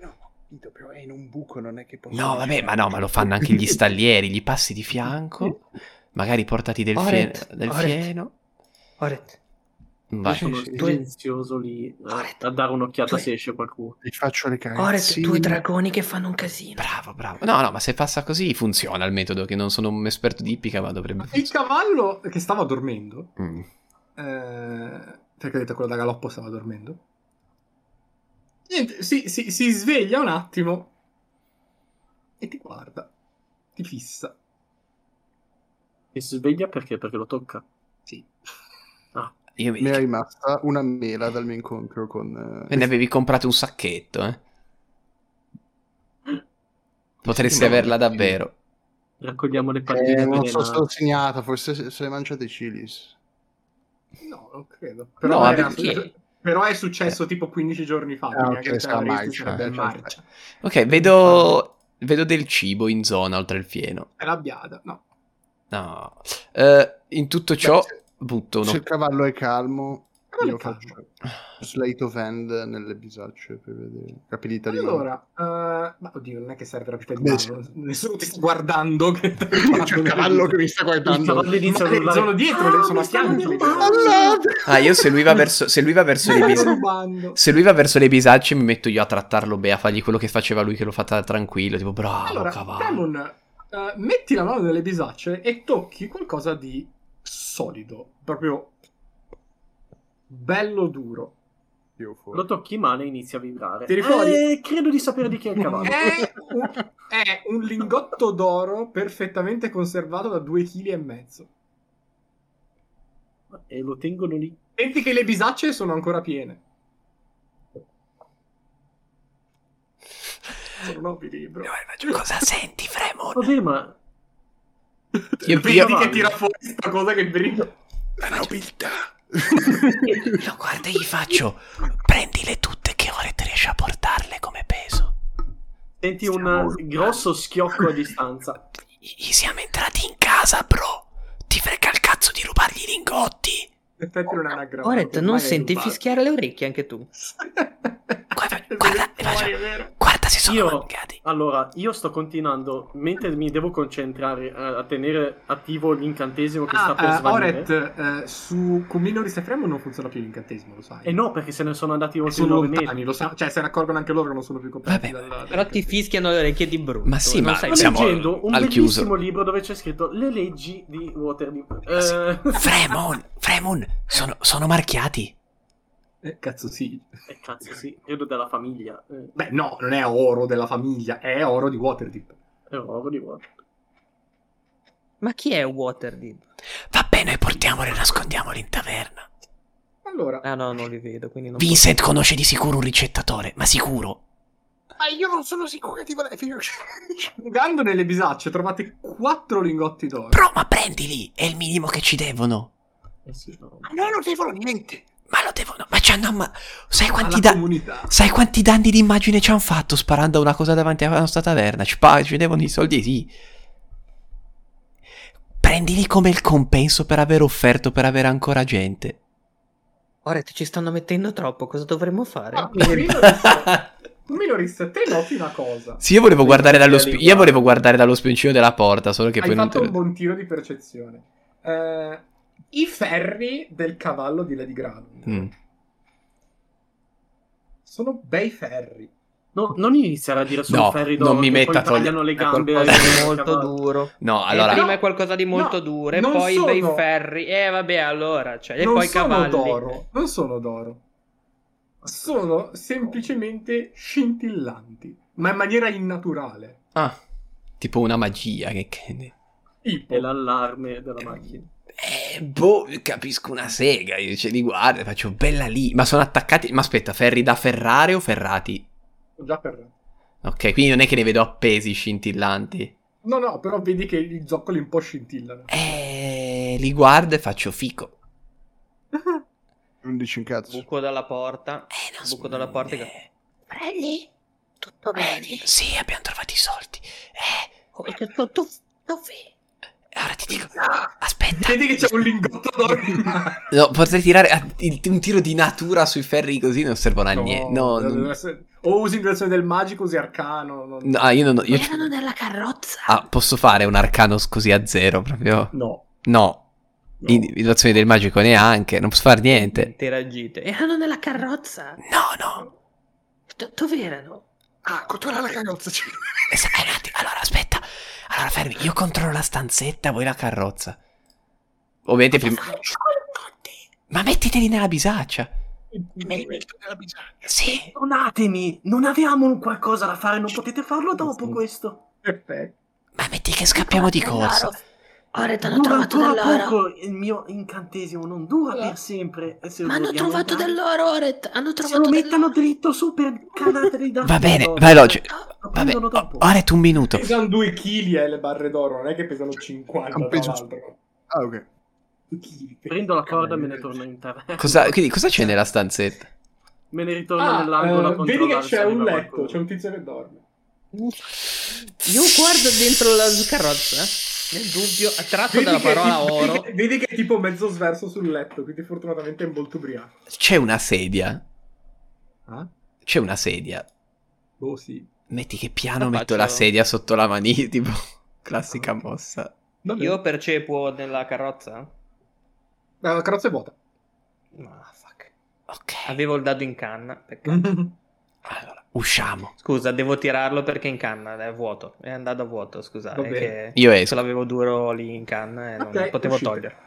Speaker 5: No, ho capito, però è in un buco, non è che posso...
Speaker 1: No, vabbè, ma no, ma lo fanno anche gli stallieri, gli passi di fianco, magari portati del, fie-
Speaker 10: Oret,
Speaker 1: del
Speaker 10: Oret.
Speaker 1: fieno.
Speaker 10: Oret,
Speaker 1: Vai.
Speaker 4: Sono
Speaker 5: Sì, sì.
Speaker 4: silenzioso lì eh,
Speaker 10: Corretto.
Speaker 4: a dare un'occhiata
Speaker 10: Cioè-
Speaker 4: se esce qualcuno.
Speaker 5: Ti faccio le
Speaker 1: Eh,
Speaker 10: Oret,
Speaker 5: carezzine.
Speaker 10: due dragoni che fanno un casino.
Speaker 1: Bravo, bravo. No, no, ma se passa così funziona il metodo, che non sono un esperto di ippica, ma dovrebbe
Speaker 2: Il
Speaker 1: funzionare.
Speaker 2: cavallo che stava dormendo,
Speaker 1: Mm.
Speaker 2: eh, perché ho detto quello da galoppo stava dormendo, niente, si, si- si sveglia un attimo e ti guarda, ti fissa.
Speaker 4: E si sveglia perché? Perché lo tocca. Ah,
Speaker 2: Sì.
Speaker 1: Io
Speaker 5: Mi è
Speaker 1: mi...
Speaker 5: rimasta una mela dal mio incontro con... eh,
Speaker 1: Ne avevi comprato un sacchetto, eh? Potresti
Speaker 5: Sì, ma-
Speaker 1: averla davvero.
Speaker 4: Raccogliamo le
Speaker 5: eh,
Speaker 4: palline
Speaker 5: non so
Speaker 4: avvelenate.
Speaker 5: se l'ho segnata, forse se, se le mangiate i cilis.
Speaker 2: No, non credo.
Speaker 1: No,
Speaker 2: Però,
Speaker 1: ma
Speaker 2: era-
Speaker 1: perché?
Speaker 2: però è successo tipo 15 giorni fa.
Speaker 5: Ah,
Speaker 2: quindi
Speaker 5: ok,
Speaker 2: anche se
Speaker 5: sarà
Speaker 2: l'avresti,
Speaker 5: marcia,
Speaker 2: sarebbe in
Speaker 5: eh,
Speaker 2: marcia.
Speaker 1: Ok, vedo... Vedo del cibo in zona oltre il fieno.
Speaker 2: È arrabbiata, no.
Speaker 1: No. Eh, in tutto ciò
Speaker 5: Beh, se-
Speaker 1: butto uno...
Speaker 5: Se il cavallo è calmo,
Speaker 2: Però
Speaker 5: io
Speaker 2: è calmo.
Speaker 5: faccio slate of hand nelle bisacce per vedere. Rapidità di mano.
Speaker 2: Allora, eh, ma oddio, non è che serve la vita di
Speaker 5: Beh,
Speaker 2: mano. Nessuno ti sta guardando. Che
Speaker 5: C'è il cavallo che mi sta
Speaker 4: Il
Speaker 5: guardando.
Speaker 4: cavallo inizia a
Speaker 2: Ma le-
Speaker 4: urlare.
Speaker 2: Eh, sono dietro, le-
Speaker 4: "Ah,
Speaker 2: sono
Speaker 4: mi
Speaker 2: a
Speaker 4: stanno
Speaker 2: fianco".
Speaker 4: derubando!
Speaker 1: Ah, io se lui va verso, se lui va verso le bis-
Speaker 2: rubando.
Speaker 1: se lui va verso le bisacce mi metto io a trattarlo bene, a fargli quello che faceva lui che lo fa tra- tranquillo, tipo bravo
Speaker 2: Allora,
Speaker 1: cavallo.
Speaker 2: Damon, eh, metti la mano nelle bisacce e tocchi qualcosa di solido, proprio bello duro.
Speaker 5: Io
Speaker 4: Lo
Speaker 5: fuori.
Speaker 4: tocchi male e inizia a vibrare.
Speaker 2: Tiri fuori. Eh.
Speaker 4: Eh, credo di sapere di chi è il cavallo.
Speaker 2: È un, è un lingotto d'oro perfettamente conservato da 2 kg e mezzo.
Speaker 4: e lo tengono lì.
Speaker 2: Senti che le bisacce sono ancora piene. Sono nobili, bro.
Speaker 1: Cosa senti, Fremon?
Speaker 4: Vabbè, ma
Speaker 1: Io,
Speaker 2: Vedi
Speaker 1: io-
Speaker 2: che tira fuori questa cosa che brilla.
Speaker 5: La nobiltà.
Speaker 1: lo guardo e gli faccio prendile tutte che ore ti riesci a portarle come peso.
Speaker 4: senti un grosso schiocco a distanza.
Speaker 1: Gli siamo entrati in casa, bro. Ti frega il cazzo di rubargli i lingotti.
Speaker 2: In effetti non è una grande.
Speaker 10: Oret, non senti fischiare le orecchie anche tu.
Speaker 1: Guarda- guarda, faccio- Guarda, si sono
Speaker 4: Io-
Speaker 1: mancati.
Speaker 4: Allora, io sto continuando, mentre mi devo concentrare eh, a tenere attivo l'incantesimo che sta per
Speaker 2: Ah, eh,
Speaker 4: svanire.
Speaker 2: Oret, eh, su con Minori Sefremo non funziona più l'incantesimo, lo sai.
Speaker 4: E Eh, no, perché se ne sono andati
Speaker 2: E
Speaker 4: oltre
Speaker 2: sono
Speaker 4: nove
Speaker 2: lontani,
Speaker 4: metri.
Speaker 2: lo sa- cioè se ne accorgono anche loro che non sono più coperti
Speaker 1: Vabbè,
Speaker 2: dalla-
Speaker 10: Però ti fischiano le orecchie di brutto.
Speaker 1: Ma sì,
Speaker 10: non
Speaker 1: ma
Speaker 10: sai-
Speaker 4: Sto
Speaker 1: siamo
Speaker 4: leggendo un
Speaker 1: al
Speaker 4: bellissimo
Speaker 1: chiuso.
Speaker 4: libro dove c'è scritto Le leggi di Waterdeep. Eh,
Speaker 1: Sì. Fremon, Fremon, sono, sono marchiati.
Speaker 2: Eh, cazzo sì.
Speaker 4: eh, cazzo, sì, credo della famiglia. Eh,
Speaker 2: Beh, no, non è oro della famiglia, è oro di Waterdeep.
Speaker 4: è un oro di Waterdeep.
Speaker 10: Ma chi è Waterdeep?
Speaker 1: Va bene, noi portiamoli e nascondiamoli in taverna.
Speaker 2: Allora,
Speaker 1: Eh.
Speaker 10: Ah no, non li vedo, quindi non
Speaker 1: Vincent conosce di sicuro un ricettatore, ma sicuro.
Speaker 5: Ma io non sono sicuro di voler finire.
Speaker 2: andando nelle bisacce trovate quattro lingotti d'oro.
Speaker 1: Bro, ma prendili, è il minimo che ci devono.
Speaker 4: Eh sì, no.
Speaker 5: No, non devono niente.
Speaker 1: Ma lo devono, ma c'hanno amma- Sai quanti,
Speaker 2: alla
Speaker 1: da-
Speaker 2: comunità.
Speaker 1: sai quanti danni d'immagine ci hanno fatto sparando una cosa davanti alla nostra taverna? Ci, pa- ci devono i soldi, sì. Prendili come il compenso per aver offerto, per avere ancora gente.
Speaker 10: Oret, ci stanno mettendo troppo, cosa dovremmo fare?
Speaker 2: Ah, con Minoris- con Minoris, te noti una cosa.
Speaker 1: Sì, io volevo guardare dallo, spi-
Speaker 4: Guarda.
Speaker 1: io volevo guardare dallo spioncino della porta, solo che
Speaker 2: Hai
Speaker 1: poi non te
Speaker 2: fatto
Speaker 1: lo...
Speaker 2: un buon tiro di percezione. Eh, I ferri del cavallo di Lady Grant
Speaker 1: Mm.
Speaker 2: sono bei ferri.
Speaker 4: No, non iniziare a dire solo
Speaker 1: No,
Speaker 4: ferri
Speaker 1: non
Speaker 4: d'oro
Speaker 1: mi
Speaker 4: che
Speaker 1: metta a
Speaker 4: poi tagliano le
Speaker 10: È
Speaker 4: gambe.
Speaker 10: qualcosa di
Speaker 4: ai
Speaker 10: molto
Speaker 4: cavalli.
Speaker 10: duro.
Speaker 6: Eh,
Speaker 1: No,
Speaker 10: Allora,
Speaker 1: allora...
Speaker 10: prima è qualcosa di molto
Speaker 2: no,
Speaker 10: duro, e
Speaker 2: non
Speaker 10: poi
Speaker 2: sono-
Speaker 10: dei ferri,
Speaker 6: Eh,
Speaker 10: e vabbè, allora, cioè, e
Speaker 2: non
Speaker 10: poi i
Speaker 2: sono
Speaker 10: cavalli.
Speaker 2: d'oro, non sono d'oro. Sono semplicemente scintillanti, ma in maniera innaturale.
Speaker 1: Ah, tipo una magia che... che-
Speaker 2: Tipo,
Speaker 4: E l'allarme della macchina.
Speaker 1: Eh, boh, capisco una sega, io ce li guardo, faccio bella lì. Ma sono attaccati... Ma aspetta, ferri da ferrare o ferrati?
Speaker 2: già per...
Speaker 1: Ok, quindi non è che ne vedo appesi scintillanti.
Speaker 2: No, no, però vedi che i zoccoli un po' scintillano.
Speaker 1: Eh, li guardo e faccio fico.
Speaker 5: Non dici un cazzo.
Speaker 10: Buco dalla porta.
Speaker 1: Eh, non
Speaker 10: Buco dalla porta
Speaker 1: eh.
Speaker 10: che-
Speaker 6: Tutto bene?
Speaker 11: Sì, abbiamo trovato i soldi. Eh,
Speaker 6: Come che tu, tu, dove?
Speaker 11: ora ti dico. Aspetta.
Speaker 2: Vedi che c'è un lingotto d'oro.
Speaker 1: No, potrei tirare a- il- un tiro di natura sui ferri così non servono a niente. eh, No,
Speaker 2: deve
Speaker 1: non-
Speaker 2: essere- O usi inversione del magico, usi arcano. non-
Speaker 1: no, ah, io non. Io...
Speaker 6: Erano nella carrozza.
Speaker 1: Ah, posso fare un arcano così a zero proprio?
Speaker 2: No.
Speaker 1: No.
Speaker 2: No.
Speaker 1: Individuazione del magico neanche, non posso fare niente.
Speaker 6: Interagite. Erano nella carrozza.
Speaker 2: Mm.
Speaker 11: No, no.
Speaker 6: Do- dove erano?
Speaker 5: Ah, controlla la carrozza. c'è-
Speaker 11: Es- eh, un attimo, Allora, aspetta. Allora, fermi. Io controllo la stanzetta, voi la carrozza.
Speaker 1: Ovviamente prima.
Speaker 11: Ma mettiteli nella bisaccia.
Speaker 5: Nel mito della bisaccia.
Speaker 11: Sì.
Speaker 4: Perdonatemi, non avevamo un qualcosa da fare, non potete farlo dopo questo.
Speaker 2: Perfetto.
Speaker 11: Ma metti che scappiamo di corsa.
Speaker 6: Ora hanno
Speaker 4: Dura
Speaker 6: trovato
Speaker 4: ancora
Speaker 6: dell'oro.
Speaker 4: poco, il mio incantesimo non dura per sempre. e se
Speaker 6: Ma hanno
Speaker 4: vogliamo
Speaker 6: trovato
Speaker 4: andare-
Speaker 6: dell'oro, Oret. Hanno
Speaker 4: Se lo
Speaker 6: trovato
Speaker 4: mettano
Speaker 6: dell'oro.
Speaker 4: dritto su per canateli da
Speaker 11: Va bene,
Speaker 4: dopo.
Speaker 11: veloce.
Speaker 6: Oh,
Speaker 4: Lo
Speaker 11: Vabbè,
Speaker 4: prendono dopo.
Speaker 11: ora è un minuto.
Speaker 2: Pesano 2 kg eh, le barre d'oro, non è che pesano 50
Speaker 5: Non
Speaker 2: tra
Speaker 5: peso-
Speaker 2: l'altro.
Speaker 5: Ah, ok.
Speaker 2: Due chili.
Speaker 4: Prendo la corda e me ne torno in terra.
Speaker 1: Cosa, quindi cosa c'è nella stanzetta?
Speaker 4: Me ne ritorno nell'angolo
Speaker 2: Ah,
Speaker 4: a
Speaker 2: eh, vedi che
Speaker 4: controllare se
Speaker 2: c'è un
Speaker 4: arriva
Speaker 2: letto,
Speaker 4: qualcuno.
Speaker 2: c'è un tizio che dorme.
Speaker 6: Io guardo dentro la carrozza. Nel dubbio, attratto
Speaker 2: Vedi
Speaker 6: dalla
Speaker 2: che,
Speaker 6: parola
Speaker 2: tipo- vedi
Speaker 6: oro.
Speaker 2: che- vedi che è tipo mezzo sverso sul letto, quindi fortunatamente è molto ubriaco.
Speaker 1: C'è una sedia.
Speaker 2: Ah?
Speaker 1: C'è una sedia.
Speaker 2: Oh sì.
Speaker 1: Metti che piano
Speaker 6: La
Speaker 1: metto
Speaker 6: faccio-
Speaker 1: la sedia sotto la manina, tipo classica mossa.
Speaker 2: Vabbè.
Speaker 6: Io percepo nella carrozza.
Speaker 2: Eh, La carrozza è vuota.
Speaker 6: Ma fuck.
Speaker 11: Ok.
Speaker 6: Avevo il dado in canna. peccato.
Speaker 11: Allora, usciamo.
Speaker 6: Scusa, devo tirarlo perché è in canna è vuoto. È andato a vuoto, scusate.
Speaker 2: Va bene.
Speaker 6: che
Speaker 1: Io
Speaker 6: ce
Speaker 1: esco.
Speaker 6: l'avevo duro lì in canna e non
Speaker 2: Ok,
Speaker 6: potevo
Speaker 2: uscite.
Speaker 6: toglierlo.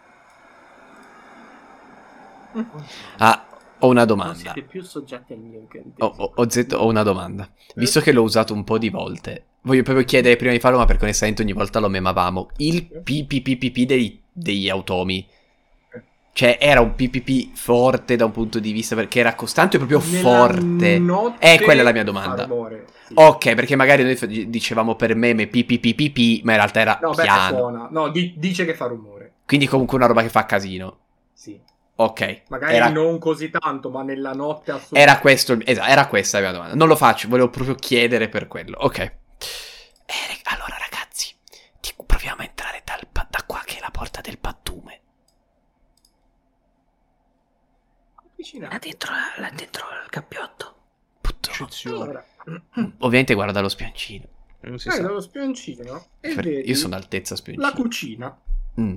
Speaker 1: Ah, ho una
Speaker 4: Non
Speaker 1: domanda.
Speaker 4: siete più soggetti al mio incantesimo.
Speaker 11: Oh,
Speaker 1: Ho, ho- ho detto- ho una domanda. Visto che l'ho usato un po' di volte, voglio proprio chiedere prima di farlo, ma perché onestamente ogni volta lo memavamo. Il PPPPP dei, degli automi. Cioè, era un PPP forte da un punto di vista, perché era costante e proprio forte. Eh, quella è la mia domanda.
Speaker 2: Amore, sì.
Speaker 1: Ok, perché magari noi f- dicevamo per meme PPPPP, ma in realtà era
Speaker 2: No, beh,
Speaker 1: piano.
Speaker 2: suona. No, di- dice che fa rumore.
Speaker 1: Quindi comunque una roba che fa casino.
Speaker 2: Sì.
Speaker 1: Ok.
Speaker 2: Magari
Speaker 1: era,
Speaker 2: non così tanto, ma nella notte assolutamente.
Speaker 1: era questo il- esatto, era questa la mia domanda. Non lo faccio, volevo proprio chiedere per quello. Ok.
Speaker 11: Eh, reg- allora, ragazzi, ti- proviamo a entrare dal pa- da qua che è la porta del pattume.
Speaker 6: Là dentro, là dentro il cappiotto.
Speaker 11: Puttana.
Speaker 2: Allora,
Speaker 11: Ovviamente guarda lo spiancino.
Speaker 6: Non si
Speaker 2: vai
Speaker 6: sa.
Speaker 2: dallo spioncino e
Speaker 1: Per-
Speaker 2: Eh, vedi
Speaker 1: Io sono altezza
Speaker 2: la
Speaker 1: spiancino.
Speaker 2: cucina.
Speaker 1: Mm.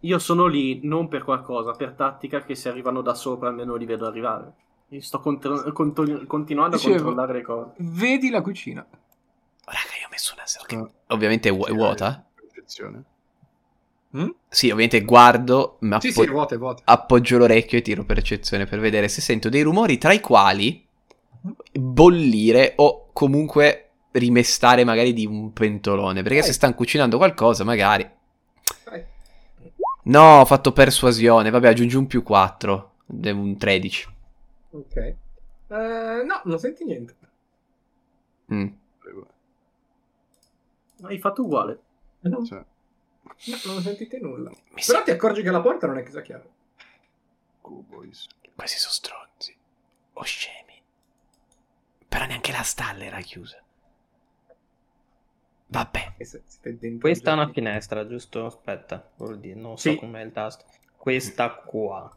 Speaker 4: Io sono lì non per qualcosa, per tattica che se arrivano da sopra almeno li vedo arrivare. Io sto contro- conto- continuando
Speaker 2: Dicevo.
Speaker 4: a controllare le cose.
Speaker 2: Vedi la cucina.
Speaker 1: Ah,
Speaker 11: Raga, io ho messo una sedia.
Speaker 5: Ah,
Speaker 1: Ovviamente è, vu- è
Speaker 2: eh.
Speaker 1: vuota?
Speaker 5: eh, Perfezione.
Speaker 1: Sì, ovviamente guardo, ma
Speaker 2: Sì,
Speaker 1: poi-
Speaker 2: sì, vuote, vuote.
Speaker 1: appoggio l'orecchio e tiro percezione per vedere se sento dei rumori tra i quali bollire o comunque rimestare magari di un pentolone, perché se stanno cucinando qualcosa magari...
Speaker 2: Vai.
Speaker 1: No, ho fatto persuasione, vabbè aggiungi un più 4, un 13.
Speaker 2: Ok. Eh, no, non senti niente.
Speaker 1: Mm.
Speaker 5: Prego.
Speaker 4: Hai fatto uguale.
Speaker 2: No,
Speaker 5: Cioè,
Speaker 2: non sentite nulla.
Speaker 11: Mi
Speaker 2: Però
Speaker 11: sa
Speaker 2: ti accorgi che la porta non è chiusa chiara.
Speaker 5: cool boys.
Speaker 11: questi sono stronzi. O scemi. Però neanche la stalla era chiusa. Vabbè.
Speaker 2: E se- siete dentro
Speaker 6: Questa è
Speaker 2: il
Speaker 6: una
Speaker 2: giardino.
Speaker 6: finestra, giusto? Aspetta, vuol dire, non
Speaker 4: Sì.
Speaker 6: so com'è il tasto. Questa qua.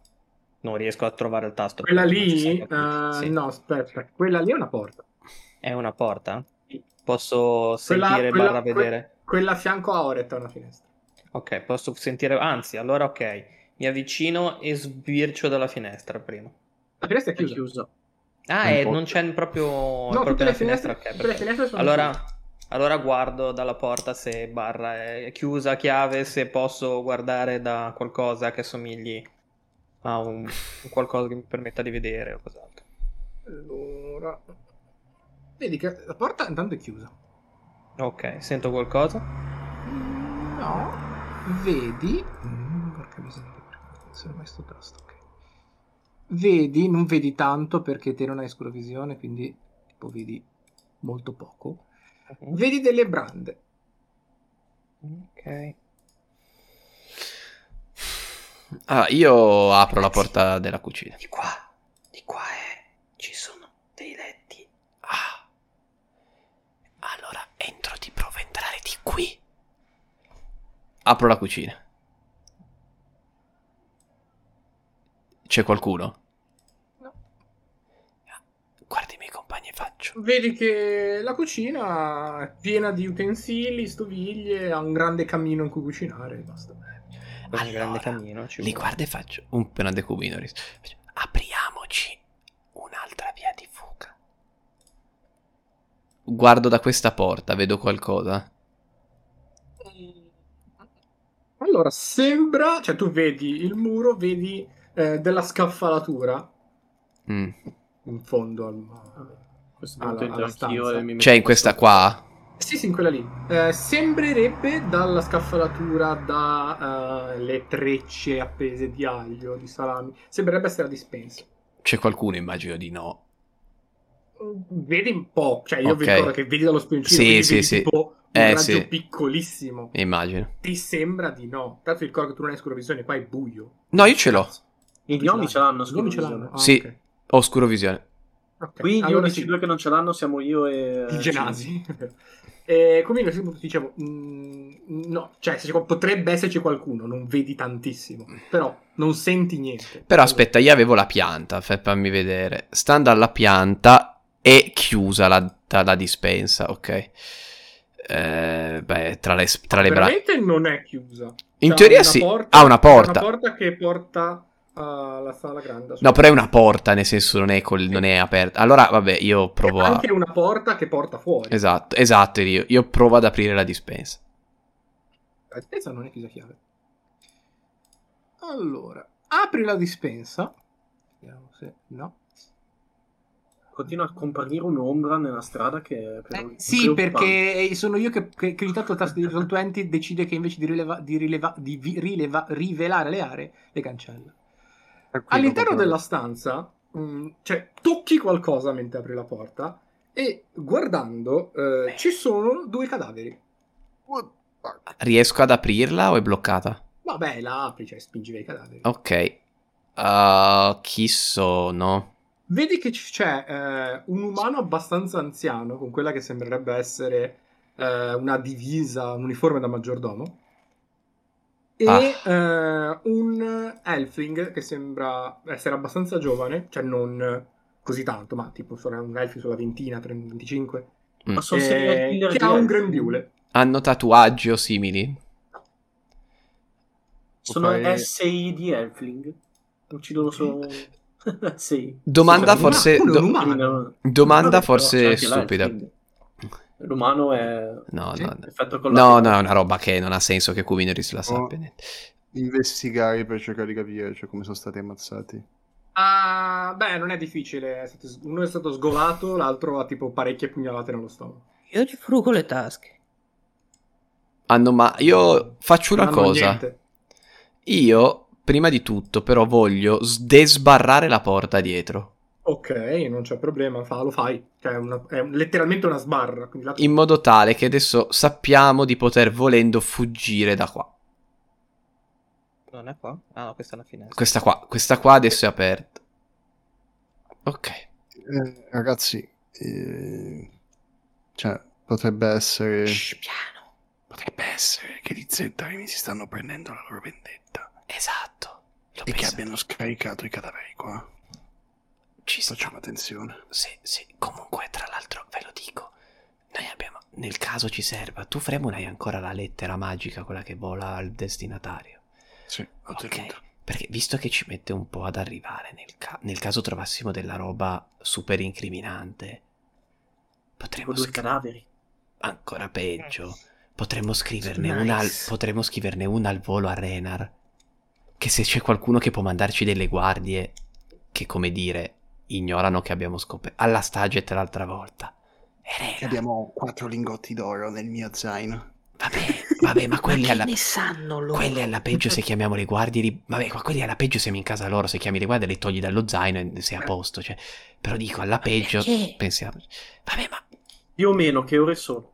Speaker 6: Non riesco a trovare il tasto.
Speaker 2: Quella
Speaker 6: perché non si sa
Speaker 2: lì,
Speaker 6: capire.
Speaker 2: eh,
Speaker 6: Sì.
Speaker 2: no, aspetta, quella lì è una porta.
Speaker 6: È una porta?
Speaker 2: Sì.
Speaker 6: Posso
Speaker 2: Quella-
Speaker 6: sentire
Speaker 2: quella-
Speaker 6: barra
Speaker 2: que-
Speaker 6: vedere?
Speaker 2: Quella a fianco a Oret è una finestra.
Speaker 6: Ok, posso sentire... Anzi, allora ok. Mi avvicino e sbircio dalla finestra prima.
Speaker 2: La finestra è
Speaker 4: È
Speaker 2: chiusa.
Speaker 4: chiusa.
Speaker 6: Ah, e non c'è proprio... è
Speaker 2: No,
Speaker 6: proprio
Speaker 2: tutte
Speaker 6: una
Speaker 2: le finestre,
Speaker 6: ok,
Speaker 2: tutte le
Speaker 6: perfetto.
Speaker 2: finestre sono chiuse.
Speaker 6: Allora, allora guardo dalla porta se barra è chiusa, a chiave, se posso guardare da qualcosa che somigli a un, un qualcosa che mi permetta di vedere o cos'altro.
Speaker 2: Allora. Vedi che la porta intanto è chiusa.
Speaker 6: Ok, sento qualcosa.
Speaker 2: No, vedi. Mm, Porca miseria, se mai sto tasto, ok. Vedi, non vedi tanto perché te non hai scurovisione, quindi tipo vedi molto poco. Vedi delle brande.
Speaker 6: Ok.
Speaker 1: Ah, io apro la porta della cucina.
Speaker 6: Di qua, di qua è... ci sono dei letti
Speaker 1: Ah. Apro la cucina. C'è qualcuno?
Speaker 12: Guardi i miei compagni e faccio.
Speaker 2: Vedi che la cucina è piena di utensili, stoviglie, ha un grande camino in cui cucinare e basta.
Speaker 10: Beh, un grande
Speaker 12: Allora,
Speaker 10: cammino. Ci
Speaker 12: Li
Speaker 10: vuole.
Speaker 12: guardo e faccio.
Speaker 1: Un penade cubino. ris-
Speaker 12: Apriamoci un'altra via di fuga.
Speaker 1: Guardo da questa porta, vedo qualcosa.
Speaker 2: Allora, sembra... Cioè, tu vedi il muro, vedi eh, della scaffalatura
Speaker 1: Mm.
Speaker 2: in fondo al...
Speaker 4: Questo
Speaker 2: Alla-
Speaker 4: punto
Speaker 2: alla
Speaker 4: entro anch'io
Speaker 2: stanza.
Speaker 4: e mi metto
Speaker 1: C'è in questa qua?
Speaker 2: Sì, sì, in quella lì. Eh, sembrerebbe dalla scaffalatura, dalle trecce appese di aglio, di salami. Sembrerebbe essere la dispensa.
Speaker 1: C'è qualcuno, immagino di no.
Speaker 2: Mm, Vedi un po', cioè io
Speaker 1: Ok.
Speaker 2: vi ricordo che vedi dallo spioncino,
Speaker 1: Sì,
Speaker 2: quindi
Speaker 1: sì,
Speaker 2: vedi
Speaker 1: sì.
Speaker 2: tipo un
Speaker 1: Eh,
Speaker 2: raggio
Speaker 1: sì.
Speaker 2: piccolissimo.
Speaker 1: Immagino.
Speaker 2: Ti sembra di no. Tanto ti ricordo che tu non hai scurovisione, qua è buio.
Speaker 1: No, io ce l'ho.
Speaker 4: Gli gnomi ce l'hanno,
Speaker 2: Gli gnomi ce
Speaker 4: scurovisione.
Speaker 2: l'hanno. Ah,
Speaker 1: Sì.
Speaker 2: ok.
Speaker 1: Oscuro visione.
Speaker 2: Ok,
Speaker 4: Qui gli
Speaker 2: allora
Speaker 4: unici
Speaker 2: sì.
Speaker 4: due che non ce l'hanno siamo io e... eh,
Speaker 1: Eh,
Speaker 2: Il Genasi. Eh, E quindi sì, dicevo, mm, no, cioè se c'è qual- potrebbe esserci qualcuno, non vedi tantissimo, però non senti niente.
Speaker 1: Però aspetta, io avevo la pianta, fa- fammi vedere. Stando alla pianta è chiusa la, la- la dispensa, ok. Eh, beh, tra le, tra
Speaker 2: Ah,
Speaker 1: le braccia.
Speaker 2: veramente non è chiusa.
Speaker 1: In
Speaker 2: C'ha
Speaker 1: teoria
Speaker 2: una
Speaker 1: sì,
Speaker 2: porta-
Speaker 1: ha una
Speaker 2: c'è
Speaker 1: porta.
Speaker 2: Una porta che porta alla sala grande.
Speaker 1: No, però è una porta, nel senso non è, col- non è aperta. Allora, vabbè, io provo a...
Speaker 2: anche una porta che porta fuori.
Speaker 1: Esatto, esatto, io, io provo ad aprire la dispensa.
Speaker 2: La dispensa non è chiusa a chiave. Allora, apri la dispensa. Vediamo se no.
Speaker 4: Continua a comparire un'ombra nella strada che... è
Speaker 10: Eh,
Speaker 2: Sì,
Speaker 4: preoccupante.
Speaker 2: perché eh, sono io che, che, che ogni tanto il tasto di Roll 20 decide che invece di, rileva- di, rileva- di vi- rileva- rivelare le aree le cancella.
Speaker 5: Tranquillo,
Speaker 2: All'interno
Speaker 5: proprio.
Speaker 2: della stanza, mh, cioè, tocchi qualcosa mentre apri la porta e guardando eh, ci sono due cadaveri.
Speaker 1: Riesco ad aprirla o è bloccata?
Speaker 2: Vabbè, la apri, cioè spingi via i cadaveri.
Speaker 1: Ok. Ah, chi sono?
Speaker 2: Vedi che c- c'è eh, un umano abbastanza anziano con quella che sembrerebbe essere eh, una divisa, un uniforme da maggiordomo. E
Speaker 1: Ah.
Speaker 2: eh, un elfling che sembra essere abbastanza giovane, cioè non così tanto, ma tipo sarà un elfing sulla ventina, 30, 25,
Speaker 4: Ma sono
Speaker 2: eh,
Speaker 4: serial killer
Speaker 2: che
Speaker 4: di
Speaker 2: ha un
Speaker 4: elfi.
Speaker 2: grembiule.
Speaker 1: Mm. Hanno tatuaggi o simili?
Speaker 4: Sono
Speaker 5: Poi-
Speaker 4: SI di Elfling. Uccidono solo... SI.
Speaker 1: Domanda
Speaker 2: Sì, ma
Speaker 1: forse-
Speaker 2: uno è Cioè, un
Speaker 1: do-
Speaker 2: umano.
Speaker 1: Domanda
Speaker 4: Vabbè, però c'è
Speaker 1: forse
Speaker 4: anche
Speaker 1: stupida.
Speaker 4: l'Elfling. L'umano è...
Speaker 1: No,
Speaker 2: Sì.
Speaker 1: no, no.
Speaker 4: Effetto
Speaker 1: No,
Speaker 4: collaterale.
Speaker 1: no, è una roba che non ha senso che Cuvinoris la sappia. niente.
Speaker 5: Investigare per cercare di capire cioè, come sono stati ammazzati.
Speaker 2: Ah, beh, non è difficile. è stato- uno è stato sgolato, l'altro ha tipo parecchie pugnalate nello stomaco.
Speaker 10: Io gli frugo le tasche.
Speaker 1: Hanno ma... Io faccio una
Speaker 2: Non hanno
Speaker 1: cosa.
Speaker 2: niente.
Speaker 1: Io, prima di tutto, però, voglio s- desbarrare la porta dietro.
Speaker 2: Ok, non c'è problema, fa- lo fai. Cioè, è, una- è un- letteralmente una sbarra. quindi la-
Speaker 1: In modo tale che adesso sappiamo di poter, volendo, fuggire da qua.
Speaker 10: Non è qua? Ah, no, questa è la finestra.
Speaker 1: Questa qua, questa qua adesso è aperta. Ok.
Speaker 5: Eh, ragazzi, eh, cioè, potrebbe essere...
Speaker 12: Shh, piano.
Speaker 5: Potrebbe essere che gli zentarini si stanno prendendo la loro vendetta
Speaker 12: Esatto. L'ho
Speaker 5: e che
Speaker 12: pensato.
Speaker 5: abbiano scaricato i cadaveri qua.
Speaker 12: Ci sta.
Speaker 5: Facciamo attenzione.
Speaker 12: Sì, sì. Comunque, tra l'altro, ve lo dico. Noi abbiamo. Nel caso ci serva, tu Fremon hai ancora la lettera magica, quella che vola al destinatario.
Speaker 5: Sì, ho tenuto.
Speaker 12: Ok. Perché visto che ci mette un po' ad arrivare, nel, ca- nel caso trovassimo della roba super incriminante,
Speaker 4: Tipo
Speaker 12: potremmo
Speaker 4: due
Speaker 12: scrivere
Speaker 4: cadaveri.
Speaker 12: ancora peggio.
Speaker 13: Eh.
Speaker 12: Potremmo scriverne,
Speaker 10: Nice.
Speaker 12: una al- potremmo scriverne una al volo a Renar. Che se c'è qualcuno che può mandarci delle guardie, che come dire, ignorano che abbiamo scoperto. Alla Staget l'altra volta. E Renar,
Speaker 5: Abbiamo quattro lingotti d'oro nel mio zaino.
Speaker 12: vabbè, vabbè, ma quelli
Speaker 13: che
Speaker 12: alla...
Speaker 13: ne sanno loro?
Speaker 12: Quelli alla peggio se chiamiamo le guardie li... Vabbè, ma quelli alla peggio siamo in casa loro, se chiami le guardie le togli dallo zaino e
Speaker 13: Eh.
Speaker 12: sei a posto, cioè... Però dico, alla peggio...
Speaker 13: perché?
Speaker 12: Pensiamo...
Speaker 13: Vabbè, ma,
Speaker 4: Più o meno, che ore sono?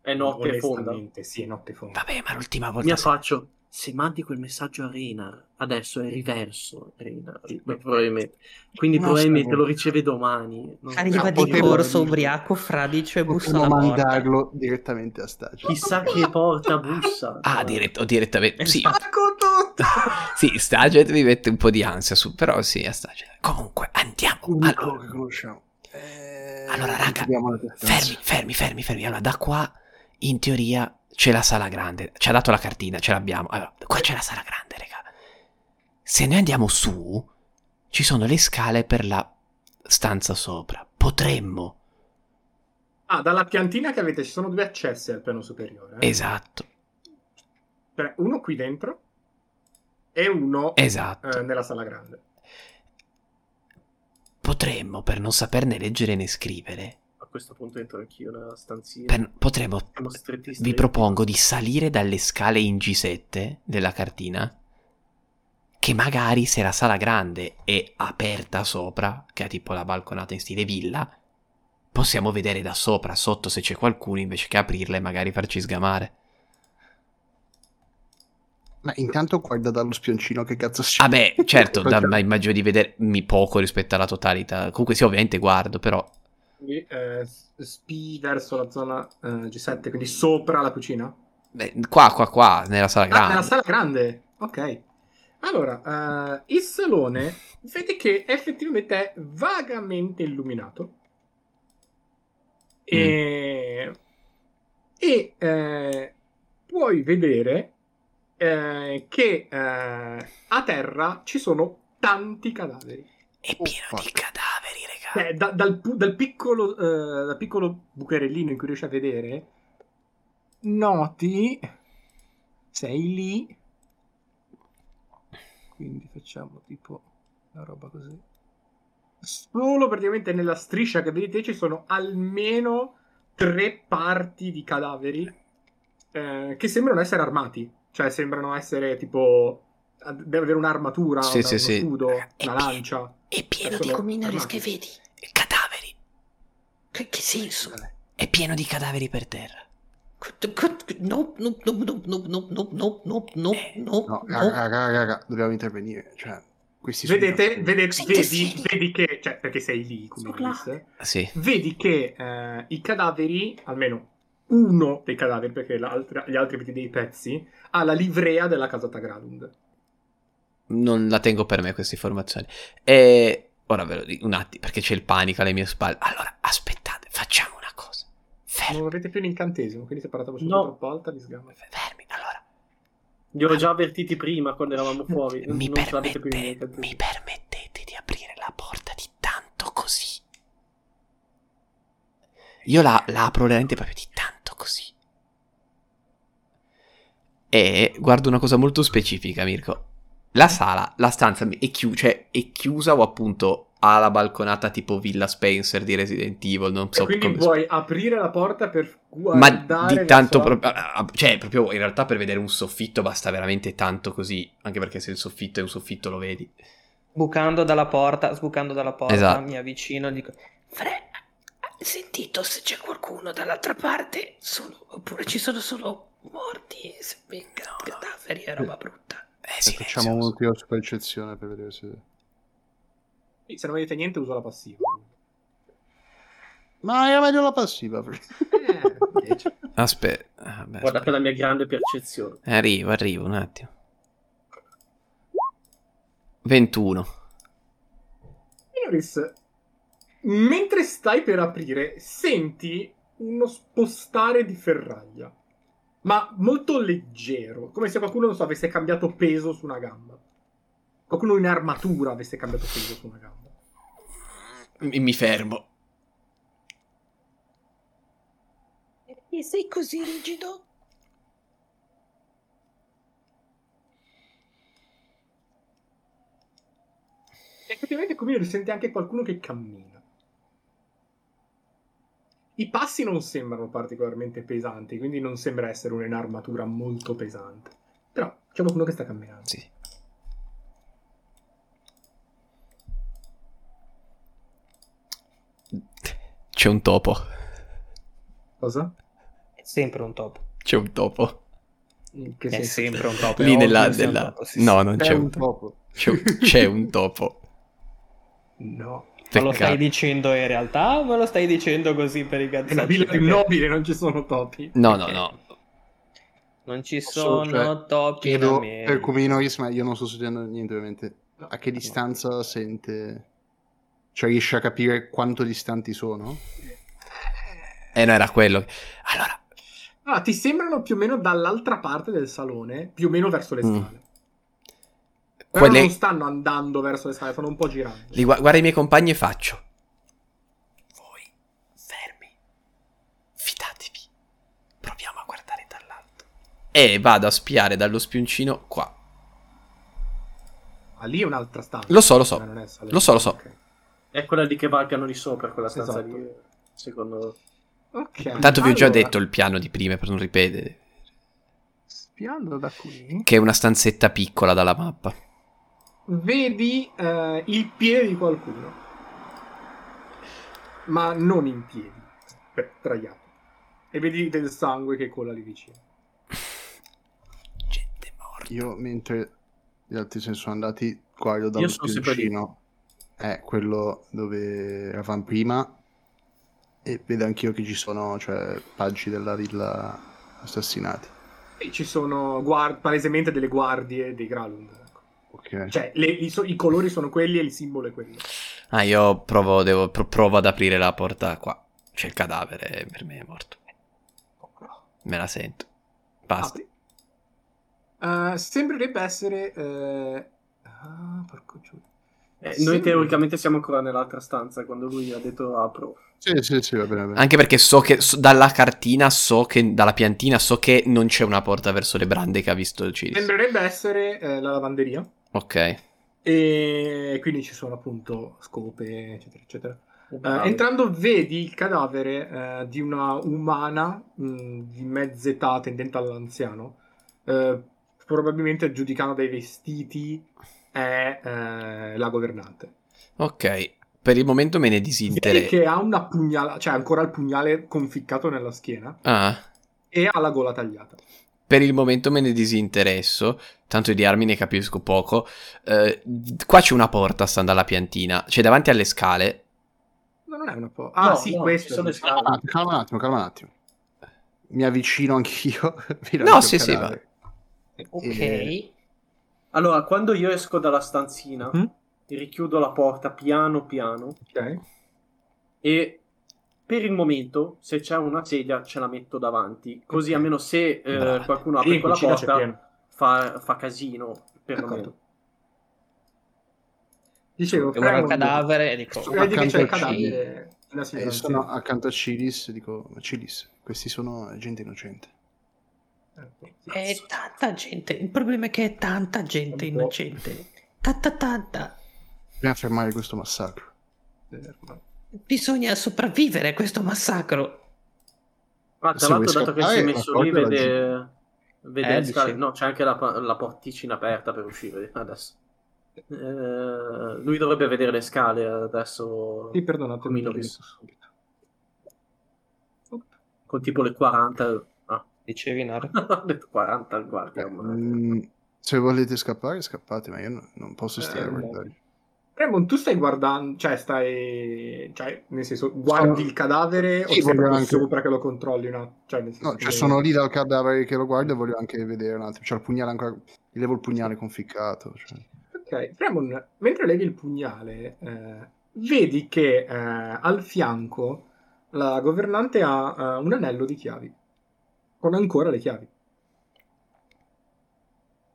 Speaker 4: È notte fonda.
Speaker 2: Onestamente, sì, è notte fonda.
Speaker 12: vabbè, ma l'ultima
Speaker 4: Mi
Speaker 12: volta...
Speaker 4: affaccio. se mandi quel messaggio a Renar, adesso è riverso Renar, beh, probabilmente. Quindi
Speaker 6: No,
Speaker 4: probabilmente
Speaker 6: stavo-
Speaker 4: lo riceve domani. Non-
Speaker 6: Arriva
Speaker 5: Ah,
Speaker 6: di
Speaker 5: potevo-
Speaker 6: corso ubriaco, fradicio e bussa
Speaker 5: Potremmo
Speaker 6: alla porta.
Speaker 5: mandarlo direttamente a Stagio.
Speaker 4: Chissà che porta bussa.
Speaker 1: Ah, dirett- o
Speaker 6: Eh,
Speaker 1: direttamente. Sì,
Speaker 6: Spacco tutto!
Speaker 1: sì, Staget mi mette un po' di ansia su, però sì, a Staget. Comunque, andiamo.
Speaker 5: Unico
Speaker 1: Allora,
Speaker 5: che conosciamo. Eh,
Speaker 1: Allora, raga,
Speaker 5: abbiamo la terza.
Speaker 1: fermi, fermi, fermi, fermi. Allora, da qua, in teoria, c'è la sala grande. Ci ha dato la cartina, ce l'abbiamo. Allora, qua c'è la sala grande, raga. Se noi andiamo su, ci sono le scale per la stanza sopra. Potremmo.
Speaker 2: Ah, dalla piantina che avete ci sono due accessi al piano superiore. eh.
Speaker 1: Esatto,
Speaker 2: Cioè, uno qui dentro e uno
Speaker 1: esatto.
Speaker 2: eh, nella sala grande.
Speaker 1: Potremmo, per non saperne leggere né scrivere,
Speaker 4: A questo punto entro anch'io nella stanzina.
Speaker 2: Eh.
Speaker 1: per- potremmo
Speaker 4: Siamo stretti, stretti.
Speaker 1: Vi propongo di salire dalle scale in G7 della cartina, che magari se la sala grande è aperta sopra, che ha tipo la balconata in stile villa, possiamo vedere da sopra, sotto se c'è qualcuno, invece che aprirla e magari farci sgamare.
Speaker 5: Ma intanto guarda dallo spioncino che cazzo c'è.
Speaker 1: Ah beh, certo, da,
Speaker 5: Facciamo-
Speaker 1: ma immagino di vedermi poco rispetto alla totalità. Comunque sì, ovviamente guardo, però...
Speaker 2: Quindi eh, s- spi verso la zona eh, G7, quindi sopra la cucina.
Speaker 1: beh, qua, qua, qua, nella sala
Speaker 2: Ah,
Speaker 1: grande.
Speaker 2: nella sala grande. Ok. Allora, eh, il salone vedi che effettivamente è vagamente illuminato. E, e, eh, puoi vedere eh, che eh, a terra ci sono tanti cadaveri.
Speaker 1: È pieno
Speaker 5: Oh,
Speaker 1: di cadaveri,
Speaker 4: Eh,
Speaker 1: raga.
Speaker 2: Cioè, da- dal, pu- dal piccolo, eh, dal piccolo bucherellino in cui riesci a vedere, noti. Sei lì. Quindi facciamo tipo una roba così. Solo praticamente nella striscia che vedete ci sono almeno tre parti di cadaveri eh, che sembrano essere armati. Cioè, sembrano essere tipo. Deve avere un'armatura,
Speaker 1: Sì,
Speaker 2: un-
Speaker 1: sì,
Speaker 2: uno
Speaker 1: sì.
Speaker 2: scudo,
Speaker 1: Eh,
Speaker 2: una lancia.
Speaker 1: È pieno
Speaker 2: Sono
Speaker 1: di
Speaker 2: armati.
Speaker 6: vedi.
Speaker 1: cadaveri.
Speaker 6: Che, che senso?
Speaker 1: È pieno di cadaveri per terra.
Speaker 6: Cut- cut- No, no, no, no, no, no, no, no, no, no,
Speaker 4: Eh,
Speaker 6: no,
Speaker 5: No, raga,
Speaker 6: no.
Speaker 5: raga, raga, dobbiamo intervenire. Cioè, questi sono i
Speaker 2: Eh? Vedete,
Speaker 5: nostri-
Speaker 2: vede-
Speaker 6: Senti,
Speaker 2: vedi,
Speaker 6: senti.
Speaker 2: vedi che, cioè, perché sei lì, come
Speaker 6: Sono
Speaker 2: Alice,
Speaker 1: Sì.
Speaker 2: vedi che eh, i cadaveri, almeno uno dei cadaveri, perché l'altra- gli altri vedi dei pezzi, ha la livrea della casata Gralund.
Speaker 1: Non la tengo per me questa informazione. E ora ve lo dico un attimo perché c'è il panico alle mie spalle. Allora, aspettate, facciamo una cosa.
Speaker 2: Non
Speaker 1: Fermi,
Speaker 2: avete più l'incantesimo, quindi se parlate voce
Speaker 4: No.
Speaker 2: troppo alta vi sgama.
Speaker 1: fermi. Allora,
Speaker 4: Li ho già avvertiti prima quando eravamo fuori.
Speaker 1: mi,
Speaker 4: non ce l'avete più in
Speaker 1: permette-
Speaker 4: mente.
Speaker 1: mi permettete di aprire la porta di tanto così? Io la, la apro veramente proprio di tanto così. E guardo una cosa molto specifica, Mirko. La sala, la stanza è, chiu- cioè, è chiusa o appunto ha la balconata tipo Villa Spencer di Resident Evil, non so
Speaker 2: e quindi
Speaker 1: come...
Speaker 2: vuoi aprire la porta per
Speaker 1: Ma
Speaker 2: guardare...
Speaker 1: di
Speaker 2: verso
Speaker 1: tanto
Speaker 2: la-
Speaker 1: proprio... Cioè, proprio in realtà per vedere un soffitto basta veramente tanto così, anche perché se il soffitto è un soffitto lo vedi.
Speaker 6: Bucando dalla porta, sbucando dalla porta,
Speaker 1: Esatto.
Speaker 6: mi avvicino e dico... Fre, hai sentito se c'è qualcuno dall'altra parte? Sono- oppure ci sono solo morti e se- cadaveri e roba brutta.
Speaker 1: Eh,
Speaker 5: Eh, Facciamo un tiro su percezione per vedere se...
Speaker 2: Se non vedete niente uso la passiva.
Speaker 5: Ma era meglio la passiva. perché-
Speaker 2: Eh, invece.
Speaker 1: Aspetta. ah, beh,
Speaker 4: Guardate
Speaker 1: aspetta.
Speaker 4: la mia grande percezione.
Speaker 1: Eh, Arrivo, arrivo, un attimo. 21.
Speaker 2: Minoris, mentre stai per aprire, senti uno spostare di ferraglia, ma molto leggero, come se qualcuno, non so, avesse cambiato peso su una gamba. Qualcuno in armatura avesse cambiato peso su una gamba.
Speaker 1: Mi, mi fermo.
Speaker 6: Perché sei così rigido?
Speaker 2: E effettivamente come lo sente anche qualcuno che cammina. I passi non sembrano particolarmente pesanti, quindi non sembra essere un'armatura molto pesante. Però c'è qualcuno che sta camminando.
Speaker 1: Sì. sì. C'è un topo.
Speaker 2: Cosa?
Speaker 6: È sempre un topo.
Speaker 1: C'è un topo.
Speaker 2: In che
Speaker 6: È
Speaker 2: senso?
Speaker 6: sempre un topo. è
Speaker 1: Lì
Speaker 6: ovvio
Speaker 1: nella...
Speaker 6: che sia un
Speaker 1: della-
Speaker 6: topo, sì, sì.
Speaker 1: No, non
Speaker 5: È
Speaker 1: c'è un
Speaker 5: un
Speaker 1: topo.
Speaker 5: topo.
Speaker 1: C'è un- c'è un topo.
Speaker 2: No.
Speaker 6: Ma lo stai
Speaker 1: Peccato.
Speaker 6: dicendo in realtà o me lo stai dicendo così per i
Speaker 2: È una
Speaker 6: cazzacci?
Speaker 2: villa
Speaker 6: Perché
Speaker 2: ignobile, non ci sono topi.
Speaker 1: No, no, no.
Speaker 6: Non ci
Speaker 5: Posso,
Speaker 6: sono
Speaker 5: cioè,
Speaker 6: topi in
Speaker 5: Chiedo
Speaker 6: America.
Speaker 5: per Cuminoris, ma io non sto studiando niente ovviamente. A che distanza sente? Cioè riesce a capire quanto distanti sono?
Speaker 1: Eh, no, era quello. Allora,
Speaker 2: Ah, ti sembrano più o meno dall'altra parte del salone, più o meno verso le
Speaker 1: Mm.
Speaker 2: scale. Però non
Speaker 1: quelle...
Speaker 2: stanno andando verso le scale, stanno un po' girando.
Speaker 1: Li gua- guarda i miei compagni e faccio. Voi, fermi. Fidatevi. Proviamo a guardare dall'alto. E vado a spiare dallo spioncino qua.
Speaker 2: Ah, lì è un'altra stanza.
Speaker 1: Lo so, lo so.
Speaker 2: Ma non è il salone.
Speaker 1: Lo so, lo so.
Speaker 2: Ok.
Speaker 4: È quella lì che valgano lì sopra, quella stanza
Speaker 2: Esatto.
Speaker 4: lì. Secondo
Speaker 2: Ok,
Speaker 1: Tanto vi ho già
Speaker 2: allora,
Speaker 1: detto il piano di prima per non ripetere.
Speaker 5: Spiando da qui.
Speaker 1: Che è una stanzetta piccola dalla mappa.
Speaker 2: Vedi eh, il piede di qualcuno. Ma non in piedi. Beh, traiato. E vedi del sangue che cola lì vicino.
Speaker 1: Gente morta.
Speaker 5: Io mentre gli altri se ne sono andati guardo
Speaker 4: Io
Speaker 5: dallo
Speaker 4: sono sempre lì.
Speaker 5: spioncino. È quello dove eravamo prima e vedo anch'io che ci sono cioè, paggi della villa assassinati.
Speaker 2: Qui ci sono guard- palesemente delle guardie dei Gralund. ecco.
Speaker 5: Ok.
Speaker 2: Cioè, le- i, so- i colori sono quelli e il simbolo è quello.
Speaker 1: Ah, io provo, devo- pro- provo ad aprire la porta qua. C'è il cadavere, per me è morto. Me la sento. Basta.
Speaker 2: Apri. Eh, sembrerebbe essere... eh, Ah, porco giù.
Speaker 4: Eh,
Speaker 2: Sì.
Speaker 4: Noi teoricamente siamo ancora nell'altra stanza quando lui ha detto "Ah, apro.
Speaker 5: Sì, sì, sì, va bene. va bene.
Speaker 1: Anche perché so che so- dalla cartina, so che dalla piantina, so che non c'è una porta verso le brande che ha visto il Ciris.
Speaker 2: Sembrerebbe essere eh, la lavanderia.
Speaker 1: Ok.
Speaker 2: E quindi ci sono appunto scope, eccetera, eccetera. Eh,
Speaker 4: Ah,
Speaker 2: entrando vedi il cadavere eh, di una umana mh, di mezz'età tendente all'anziano, eh, probabilmente giudicando dai vestiti è eh, la governante.
Speaker 1: Ok. Per il momento me ne
Speaker 2: Vedi
Speaker 1: disinteresso.
Speaker 2: che ha una pugnala, cioè ancora il pugnale conficcato nella schiena
Speaker 1: Ah.
Speaker 2: e ha la gola tagliata.
Speaker 1: Per il momento me ne disinteresso, tanto di armi ne capisco poco. Eh, qua c'è una porta stando alla piantina, c'è davanti alle scale.
Speaker 2: No, non è una po'. Ah,
Speaker 4: No,
Speaker 2: sì,
Speaker 4: no,
Speaker 2: questo.
Speaker 4: ci sono le
Speaker 2: sì.
Speaker 4: scale.
Speaker 5: Calma un attimo, calma un attimo, calma un attimo. Mi avvicino anch'io. vedo
Speaker 1: No,
Speaker 5: anche
Speaker 1: sì,
Speaker 5: il
Speaker 1: sì,
Speaker 5: cadavere.
Speaker 6: Ok.
Speaker 5: Eh.
Speaker 4: Allora, quando io esco dalla stanzina,
Speaker 2: Mm?
Speaker 4: richiudo la porta piano piano
Speaker 2: Ok.
Speaker 4: e per il momento, se c'è una sedia, ce la metto davanti. Così
Speaker 2: Ok.
Speaker 4: almeno se eh,
Speaker 1: Bravo.
Speaker 4: qualcuno
Speaker 2: Lì
Speaker 4: apre
Speaker 2: in
Speaker 4: quella
Speaker 2: cucina c'è
Speaker 4: porta,
Speaker 2: pieno.
Speaker 4: fa, fa casino, perlomeno.
Speaker 2: D'accordo. Dicevo,
Speaker 6: Io guardo il
Speaker 2: prego. Cioè,
Speaker 6: cadavere e dico...
Speaker 5: Sto
Speaker 2: Vedi che c'è il
Speaker 5: accanto al cibo.
Speaker 2: cadavere. Una signora,
Speaker 5: Eh,
Speaker 2: sì.
Speaker 5: sono accanto a Cilis e dico: "Ma Cilis, questi sono gente innocente.
Speaker 6: È tanta gente. Il problema è che è tanta gente
Speaker 2: Un po'.
Speaker 6: innocente. Tanta, tanta.
Speaker 5: Dobbiamo fermare questo massacro.
Speaker 6: Bisogna sopravvivere a questo massacro.
Speaker 4: Ah, tra
Speaker 5: Se
Speaker 4: l'altro,
Speaker 5: vuoi
Speaker 4: dato che si
Speaker 5: scappare,
Speaker 4: è messo lì,
Speaker 5: raccogliela
Speaker 4: vede, vede
Speaker 6: Eh,
Speaker 4: le scale.
Speaker 6: dici.
Speaker 4: No, c'è anche la, pa- la porticina aperta per uscire adesso. Eh, lui dovrebbe vedere le scale adesso.
Speaker 2: Sì, perdonatemi.
Speaker 4: Comino visto subito. Con tipo le 40. Ah,
Speaker 6: Dicevi, Nara?
Speaker 4: ho detto 40 al guardia. ma-
Speaker 5: Mm, se volete scappare, scappate, ma io no- non posso stare a
Speaker 2: Eh,
Speaker 5: guardare.
Speaker 2: Raymond, tu stai guardando, cioè stai, cioè nel senso guardi
Speaker 5: Sono-
Speaker 2: il cadavere
Speaker 5: Sì,
Speaker 2: o sei
Speaker 5: voglio
Speaker 2: proprio
Speaker 5: anche-
Speaker 2: sopra che lo controlli, no? Cioè, nel senso
Speaker 5: No, cioè
Speaker 2: che-
Speaker 5: sono lì dal cadavere che lo guardo e voglio anche vedere un attimo. C'è il pugnale ancora. gli levo il pugnale conficcato. Cioè.
Speaker 2: Ok, Raymond, mentre levi il pugnale, eh, vedi che eh, al fianco la governante ha eh, un anello di chiavi con ancora le chiavi.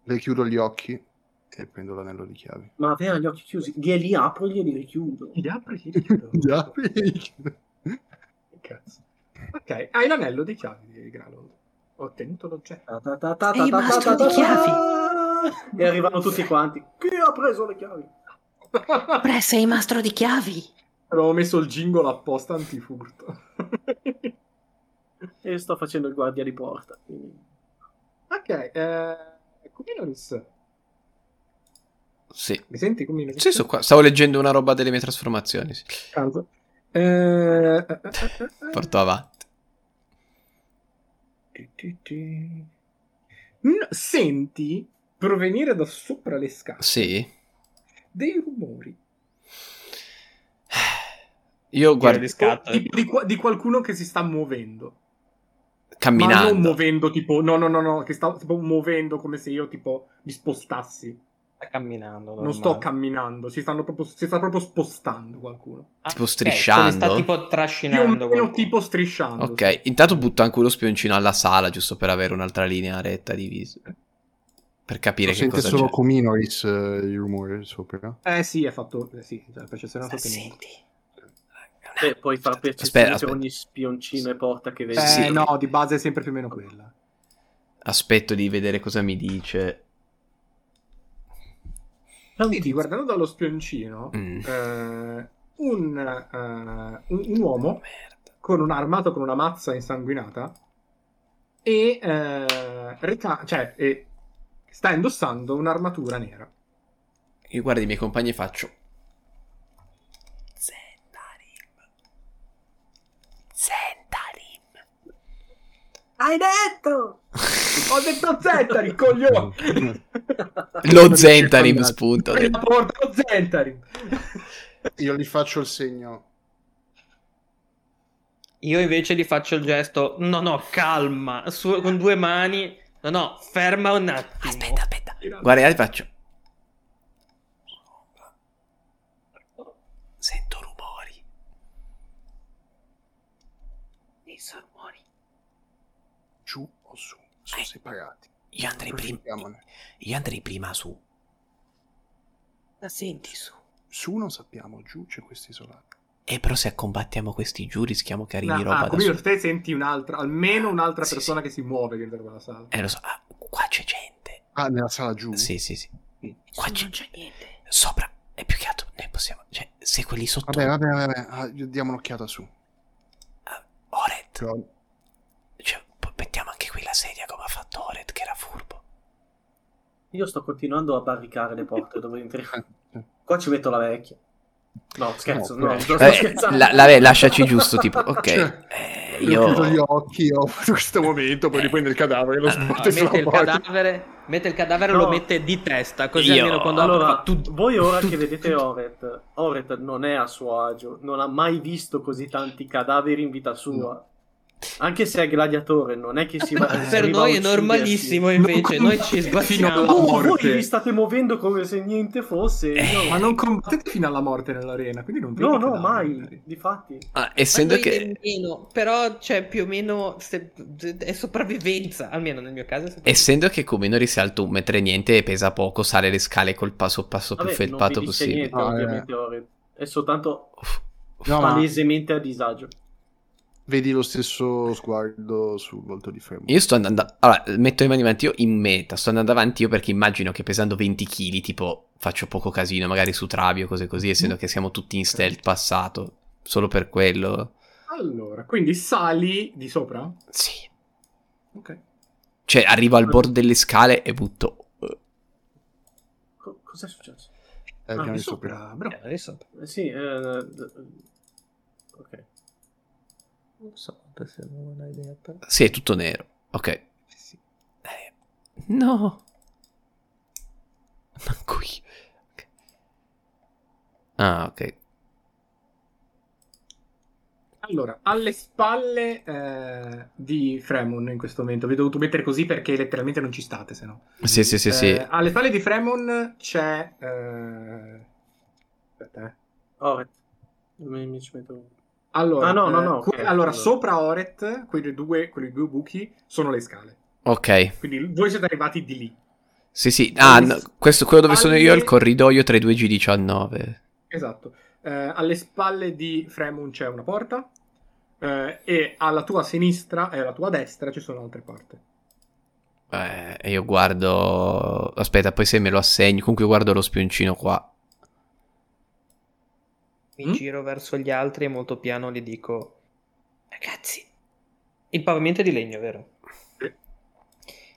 Speaker 5: Le chiudo gli occhi e prendo l'anello di chiavi.
Speaker 4: Ma aveva gli occhi chiusi. Glieli apro e glieli richiudo.
Speaker 2: Gli apri, gli
Speaker 5: Già, quindi-
Speaker 2: Cazzo. Ok, hai l'anello di chiavi di Gralond. Ho ottenuto l'oggetto.
Speaker 4: Ta ta ta ta ta
Speaker 6: È
Speaker 4: ta
Speaker 6: rimasto
Speaker 4: ta ta
Speaker 6: le chiavi.
Speaker 4: ta. E arrivano tutti quanti. Chi ha preso le chiavi?
Speaker 6: Pre, sei mastro di chiavi.
Speaker 2: Avevo messo il jingle apposta antifurto.
Speaker 4: E sto facendo il guardia di porta. quindi-
Speaker 2: ok, eh, Cuminoris.
Speaker 1: Sì.
Speaker 2: Mi senti Cuminoris?
Speaker 1: Sì, sono qua. Stavo leggendo una roba delle mie trasformazioni. sì.
Speaker 2: Cazzo. Eh, eh, eh, eh, eh.
Speaker 1: Porto avanti.
Speaker 2: Ti, ti, ti. n- senti provenire da sopra le scale
Speaker 1: Sì.
Speaker 2: dei rumori
Speaker 1: Io guardo,
Speaker 6: di scatto. eh.
Speaker 2: di, di qua- di qualcuno che si sta muovendo. Ma non
Speaker 1: camminando.
Speaker 2: muovendo tipo, no, no, no, no, che sta tipo muovendo come se io tipo mi spostassi.
Speaker 6: Sta camminando.
Speaker 2: Non sto camminando, si, stanno proprio, si sta proprio spostando qualcuno.
Speaker 6: Ah,
Speaker 1: Tipo
Speaker 6: strisciando.
Speaker 1: strisciando?
Speaker 6: sta tipo
Speaker 2: Più o
Speaker 6: trascinando.
Speaker 2: meno
Speaker 6: qualcuno.
Speaker 2: tipo strisciando.
Speaker 1: Ok, intanto butto anche uno spioncino alla sala, giusto per avere un'altra linea retta di viso. Per capire che
Speaker 5: Sente
Speaker 1: cosa
Speaker 5: solo
Speaker 1: c'è.
Speaker 5: Cominoris eh, il rumore sopra.
Speaker 2: Eh sì, è fatto, eh sì, cioè, percezione autotenuta.
Speaker 1: Senti.
Speaker 4: Beh, puoi far percezione
Speaker 1: Aspetta,
Speaker 4: per
Speaker 1: aspetta.
Speaker 4: ogni spioncino e porta che vedi.
Speaker 2: Eh,
Speaker 1: Sì.
Speaker 2: no, di base è sempre più o meno quella.
Speaker 1: Aspetto di vedere cosa mi dice.
Speaker 2: Vedi, guardando dallo spioncino,
Speaker 1: Mm.
Speaker 2: eh, un, eh, un- un uomo
Speaker 1: Merda.
Speaker 2: con un armato con una mazza insanguinata e, eh, reca- cioè, e sta indossando un'armatura nera.
Speaker 1: Io guardo i miei compagni e faccio. Zentarim. Zentarim.
Speaker 4: Hai detto!
Speaker 2: Ho detto Zentari, coglione!
Speaker 1: Lo Zentarim spunto. ho
Speaker 2: Apri
Speaker 1: detto.
Speaker 2: la porta, lo Zentari!
Speaker 5: Eh, Io gli faccio il segno.
Speaker 6: Io invece gli faccio il gesto. No, no, calma. su- con due mani. No, no, ferma un attimo.
Speaker 1: Aspetta, aspetta. Guarda, e faccio. Sento rumori.
Speaker 5: Giù o su? Sono
Speaker 1: Eh.
Speaker 5: separati.
Speaker 1: Io andrei prima.
Speaker 5: Proseguiamone.
Speaker 1: Io andrei prima su.
Speaker 10: La senti su.
Speaker 5: Su non sappiamo, giù c'è questo isolato.
Speaker 1: E però se combattiamo questi giù rischiamo che arrivi
Speaker 2: No,
Speaker 1: roba
Speaker 2: ah,
Speaker 1: da
Speaker 2: come
Speaker 1: su.
Speaker 2: io, te senti un'altra, almeno un'altra
Speaker 1: Sì,
Speaker 2: persona
Speaker 1: sì.
Speaker 2: che si muove dentro quella sala.
Speaker 1: Eh lo so, ah, qua c'è gente.
Speaker 5: Ah, nella sala giù?
Speaker 1: Sì, sì, sì. Qua
Speaker 10: Su,
Speaker 1: c'è,
Speaker 10: non c'è niente.
Speaker 1: Sopra. E più che altro noi possiamo... Cioè, se quelli sotto...
Speaker 5: Vabbè, vabbè, vabbè, ah, diamo un'occhiata su.
Speaker 1: Ah, Oret.
Speaker 5: Però
Speaker 1: Cioè, po- mettiamo anche qui la sedia come ha fatto Oret, che era furbo.
Speaker 4: Io sto continuando a barricare le porte dove entriamo. Qua ci metto la vecchia. No, scherzo,
Speaker 5: No,
Speaker 4: no,
Speaker 5: però-
Speaker 4: sto
Speaker 1: Eh,
Speaker 4: scherzando.
Speaker 1: la- la- lasciaci giusto, tipo, ok.
Speaker 5: Cioè,
Speaker 1: eh,
Speaker 5: io chiudo gli
Speaker 1: io...
Speaker 5: occhi, ho fatto questo momento, poi riprende il cadavere e lo sbatte sulla
Speaker 6: Mette il
Speaker 5: porta.
Speaker 6: cadavere. Mette il cadavere e
Speaker 4: No.
Speaker 6: lo mette di testa. Così
Speaker 1: Io-
Speaker 6: almeno quando
Speaker 4: Allora,
Speaker 6: fa tut-
Speaker 4: voi ora
Speaker 6: tut-
Speaker 4: che vedete Oret, Oret non è a suo agio, non ha mai visto così tanti cadaveri in vita sua. Anche se è gladiatore, non è che si va si
Speaker 6: per
Speaker 4: eh, arriva a
Speaker 6: noi è
Speaker 4: uccidersi.
Speaker 6: normalissimo invece, noi ci sbattiamo.
Speaker 4: Oh, voi
Speaker 2: Morte.
Speaker 4: vi state muovendo come se niente fosse. Io-
Speaker 2: Ma non combattete fino alla morte nell'arena, quindi non
Speaker 4: No,
Speaker 2: vedi
Speaker 4: no,
Speaker 2: cadaveri.
Speaker 4: mai. Difatti,
Speaker 1: Ah,
Speaker 6: Ma
Speaker 1: essendo
Speaker 6: noi
Speaker 1: che...
Speaker 6: nemmeno, però c'è più o meno se- è sopravvivenza, almeno nel mio caso è sopravvivenza.
Speaker 1: Essendo che come non risalto un metro e niente e pesa poco, sale le scale col passo passo più
Speaker 4: vabbè, non vi
Speaker 1: felpato
Speaker 4: dice
Speaker 1: possibile.
Speaker 4: niente,
Speaker 2: Eh.
Speaker 5: Ah,
Speaker 4: ovviamente, Oret. È soltanto
Speaker 5: No, ma
Speaker 4: palesemente a disagio.
Speaker 5: vedi lo stesso sguardo sul volto di Fermo.
Speaker 1: Io sto andando. Allora, metto le mani avanti io in meta. Sto andando avanti io perché immagino che pesando 20 kg, tipo, faccio poco casino, magari su Trabio, cose così,
Speaker 4: Mm.
Speaker 1: essendo che siamo tutti in stealth passato. Solo per quello.
Speaker 2: Allora, quindi sali di sopra?
Speaker 1: Sì.
Speaker 2: Ok.
Speaker 1: Cioè, arrivo
Speaker 4: Mm.
Speaker 1: al bordo delle scale e butto. eh,
Speaker 4: Co- cos'è successo?
Speaker 5: Eh,
Speaker 2: Ah,
Speaker 5: piano
Speaker 2: di
Speaker 5: di sopra.
Speaker 2: sopra, bro.
Speaker 6: Eh, adesso
Speaker 4: Eh, sì, eh, d- ok.
Speaker 6: non so se non ho idea, però.
Speaker 1: Sì, è tutto nero. Ok. Eh, no. Ma qui. Ok. Ah, ok.
Speaker 2: Allora, alle spalle eh, di Fremon in questo momento, vi ho dovuto mettere così perché letteralmente non ci state, se no.
Speaker 1: Sì, sì, sì, sì.
Speaker 2: Eh, alle spalle di Fremon c'è... eh, Aspetta, eh.
Speaker 4: Oret. Oh, Mi, mi ci metto...
Speaker 2: Allora,
Speaker 4: Ah, no,
Speaker 2: eh,
Speaker 4: no, no,
Speaker 2: que-
Speaker 4: ok,
Speaker 2: allora,
Speaker 4: allora.
Speaker 2: sopra Oret, quei due, quei due buchi sono le scale.
Speaker 1: Ok.
Speaker 2: Quindi voi siete arrivati di lì.
Speaker 1: Sì, sì. Ah, no, questo, quello dove sono io è il
Speaker 2: Alle-
Speaker 1: corridoio tra i due G19.
Speaker 2: Esatto. Eh, alle spalle di Fremon c'è una porta eh, e alla tua sinistra e alla tua destra ci sono altre porte.
Speaker 1: Eh, e io guardo. Aspetta, poi se me lo assegno. Comunque, io guardo lo spioncino qua.
Speaker 6: Mi
Speaker 10: Mm?
Speaker 6: giro verso gli altri e molto piano gli dico: Ragazzi, il pavimento è di legno, vero?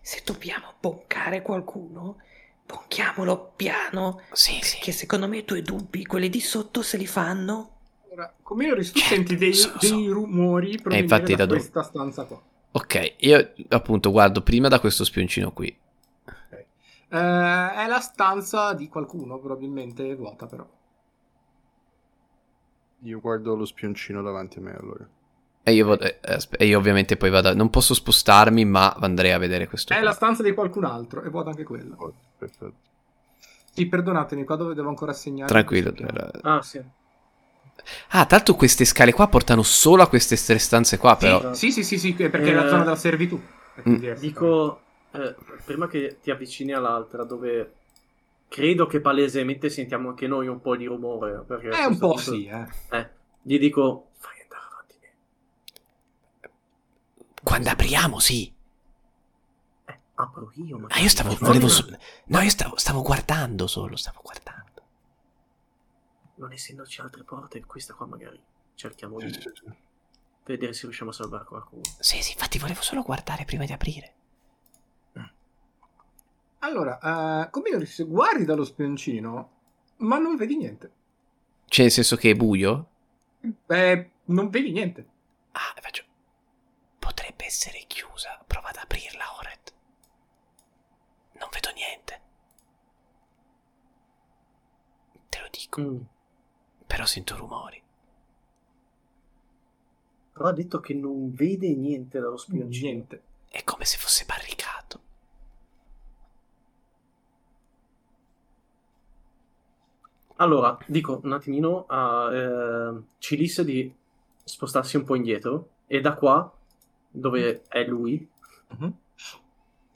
Speaker 6: Se dobbiamo boncare qualcuno, bonchiamolo piano.
Speaker 1: Sì, sì.
Speaker 6: Che secondo me i tuoi dubbi, quelli di sotto, se li fanno.
Speaker 2: Allora, come io risulta
Speaker 1: Certo,
Speaker 2: senti dei,
Speaker 1: so, so.
Speaker 2: dei rumori provenire
Speaker 1: infatti
Speaker 2: da,
Speaker 1: da dove-
Speaker 2: questa stanza qua.
Speaker 1: Ok, io appunto guardo prima da questo spioncino qui.
Speaker 2: Eh, è la stanza di qualcuno, probabilmente vuota però.
Speaker 5: Io guardo lo spioncino davanti a me allora.
Speaker 1: E io, vado- eh, aspe- e io ovviamente poi vado... a- Non posso spostarmi, ma andrei a vedere questo.
Speaker 2: È
Speaker 1: qua.
Speaker 2: la stanza di qualcun altro e vuota anche quella.
Speaker 5: Oh, perfetto.
Speaker 2: Sì, perdonatemi, qua dove devo ancora segnare.
Speaker 1: Tranquillo.
Speaker 2: Perché-
Speaker 1: eh,
Speaker 4: Ah, sì.
Speaker 1: Ah, tanto queste scale qua portano solo a queste tre stanze qua, però.
Speaker 2: Sì, sì, sì, sì, perché è la
Speaker 4: Eh.
Speaker 2: zona della servitù. È più
Speaker 1: Mm.
Speaker 2: diversa.
Speaker 4: Dico, eh, prima che ti avvicini all'altra, dove credo che palesemente sentiamo anche noi un po' di rumore. Perché
Speaker 2: Eh,
Speaker 4: a
Speaker 2: un
Speaker 4: questo
Speaker 2: po'
Speaker 4: punto-
Speaker 2: sì, eh.
Speaker 4: Eh, gli dico, fai andare avanti. me."
Speaker 1: Quando apriamo, sì.
Speaker 4: Eh, apro io, ma...
Speaker 1: Ah, io stavo... Volevo so- No, io stavo, stavo guardando solo, stavo guardando.
Speaker 4: Non essendoci altre porte, questa qua magari cerchiamo
Speaker 5: Sì,
Speaker 4: di
Speaker 5: sì, sì.
Speaker 4: vedere se riusciamo a salvare qualcuno.
Speaker 1: Sì, sì, infatti volevo solo guardare prima di aprire.
Speaker 2: Allora, eh, come io se guardi dallo spioncino, ma non vedi niente.
Speaker 1: Cioè, nel senso che è buio?
Speaker 2: Beh, Eh, non vedi niente.
Speaker 1: Ah, faccio... Potrebbe essere chiusa. Prova ad aprirla, Oret. Non vedo niente. Te lo dico,
Speaker 4: Mm.
Speaker 1: però sento rumori.
Speaker 4: Però ha detto che non vede niente dallo spioncino.
Speaker 2: Niente.
Speaker 1: È come se fosse barricato.
Speaker 4: Allora, dico un attimino a eh, Cilis di spostarsi un po' indietro e da qua, dove è lui,
Speaker 2: Mhm.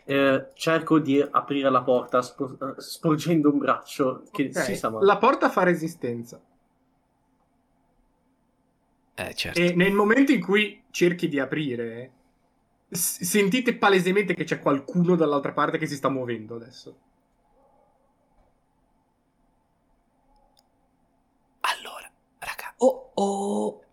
Speaker 4: eh, cerco di aprire la porta spor- eh, sporgendo un braccio che
Speaker 2: Ok,
Speaker 4: si sa male.
Speaker 2: La porta fa resistenza.
Speaker 1: Eh, certo.
Speaker 2: E nel momento in cui cerchi di aprire, s- sentite palesemente che c'è qualcuno dall'altra parte che si sta muovendo adesso.
Speaker 1: Allora, raga. Oh, oh.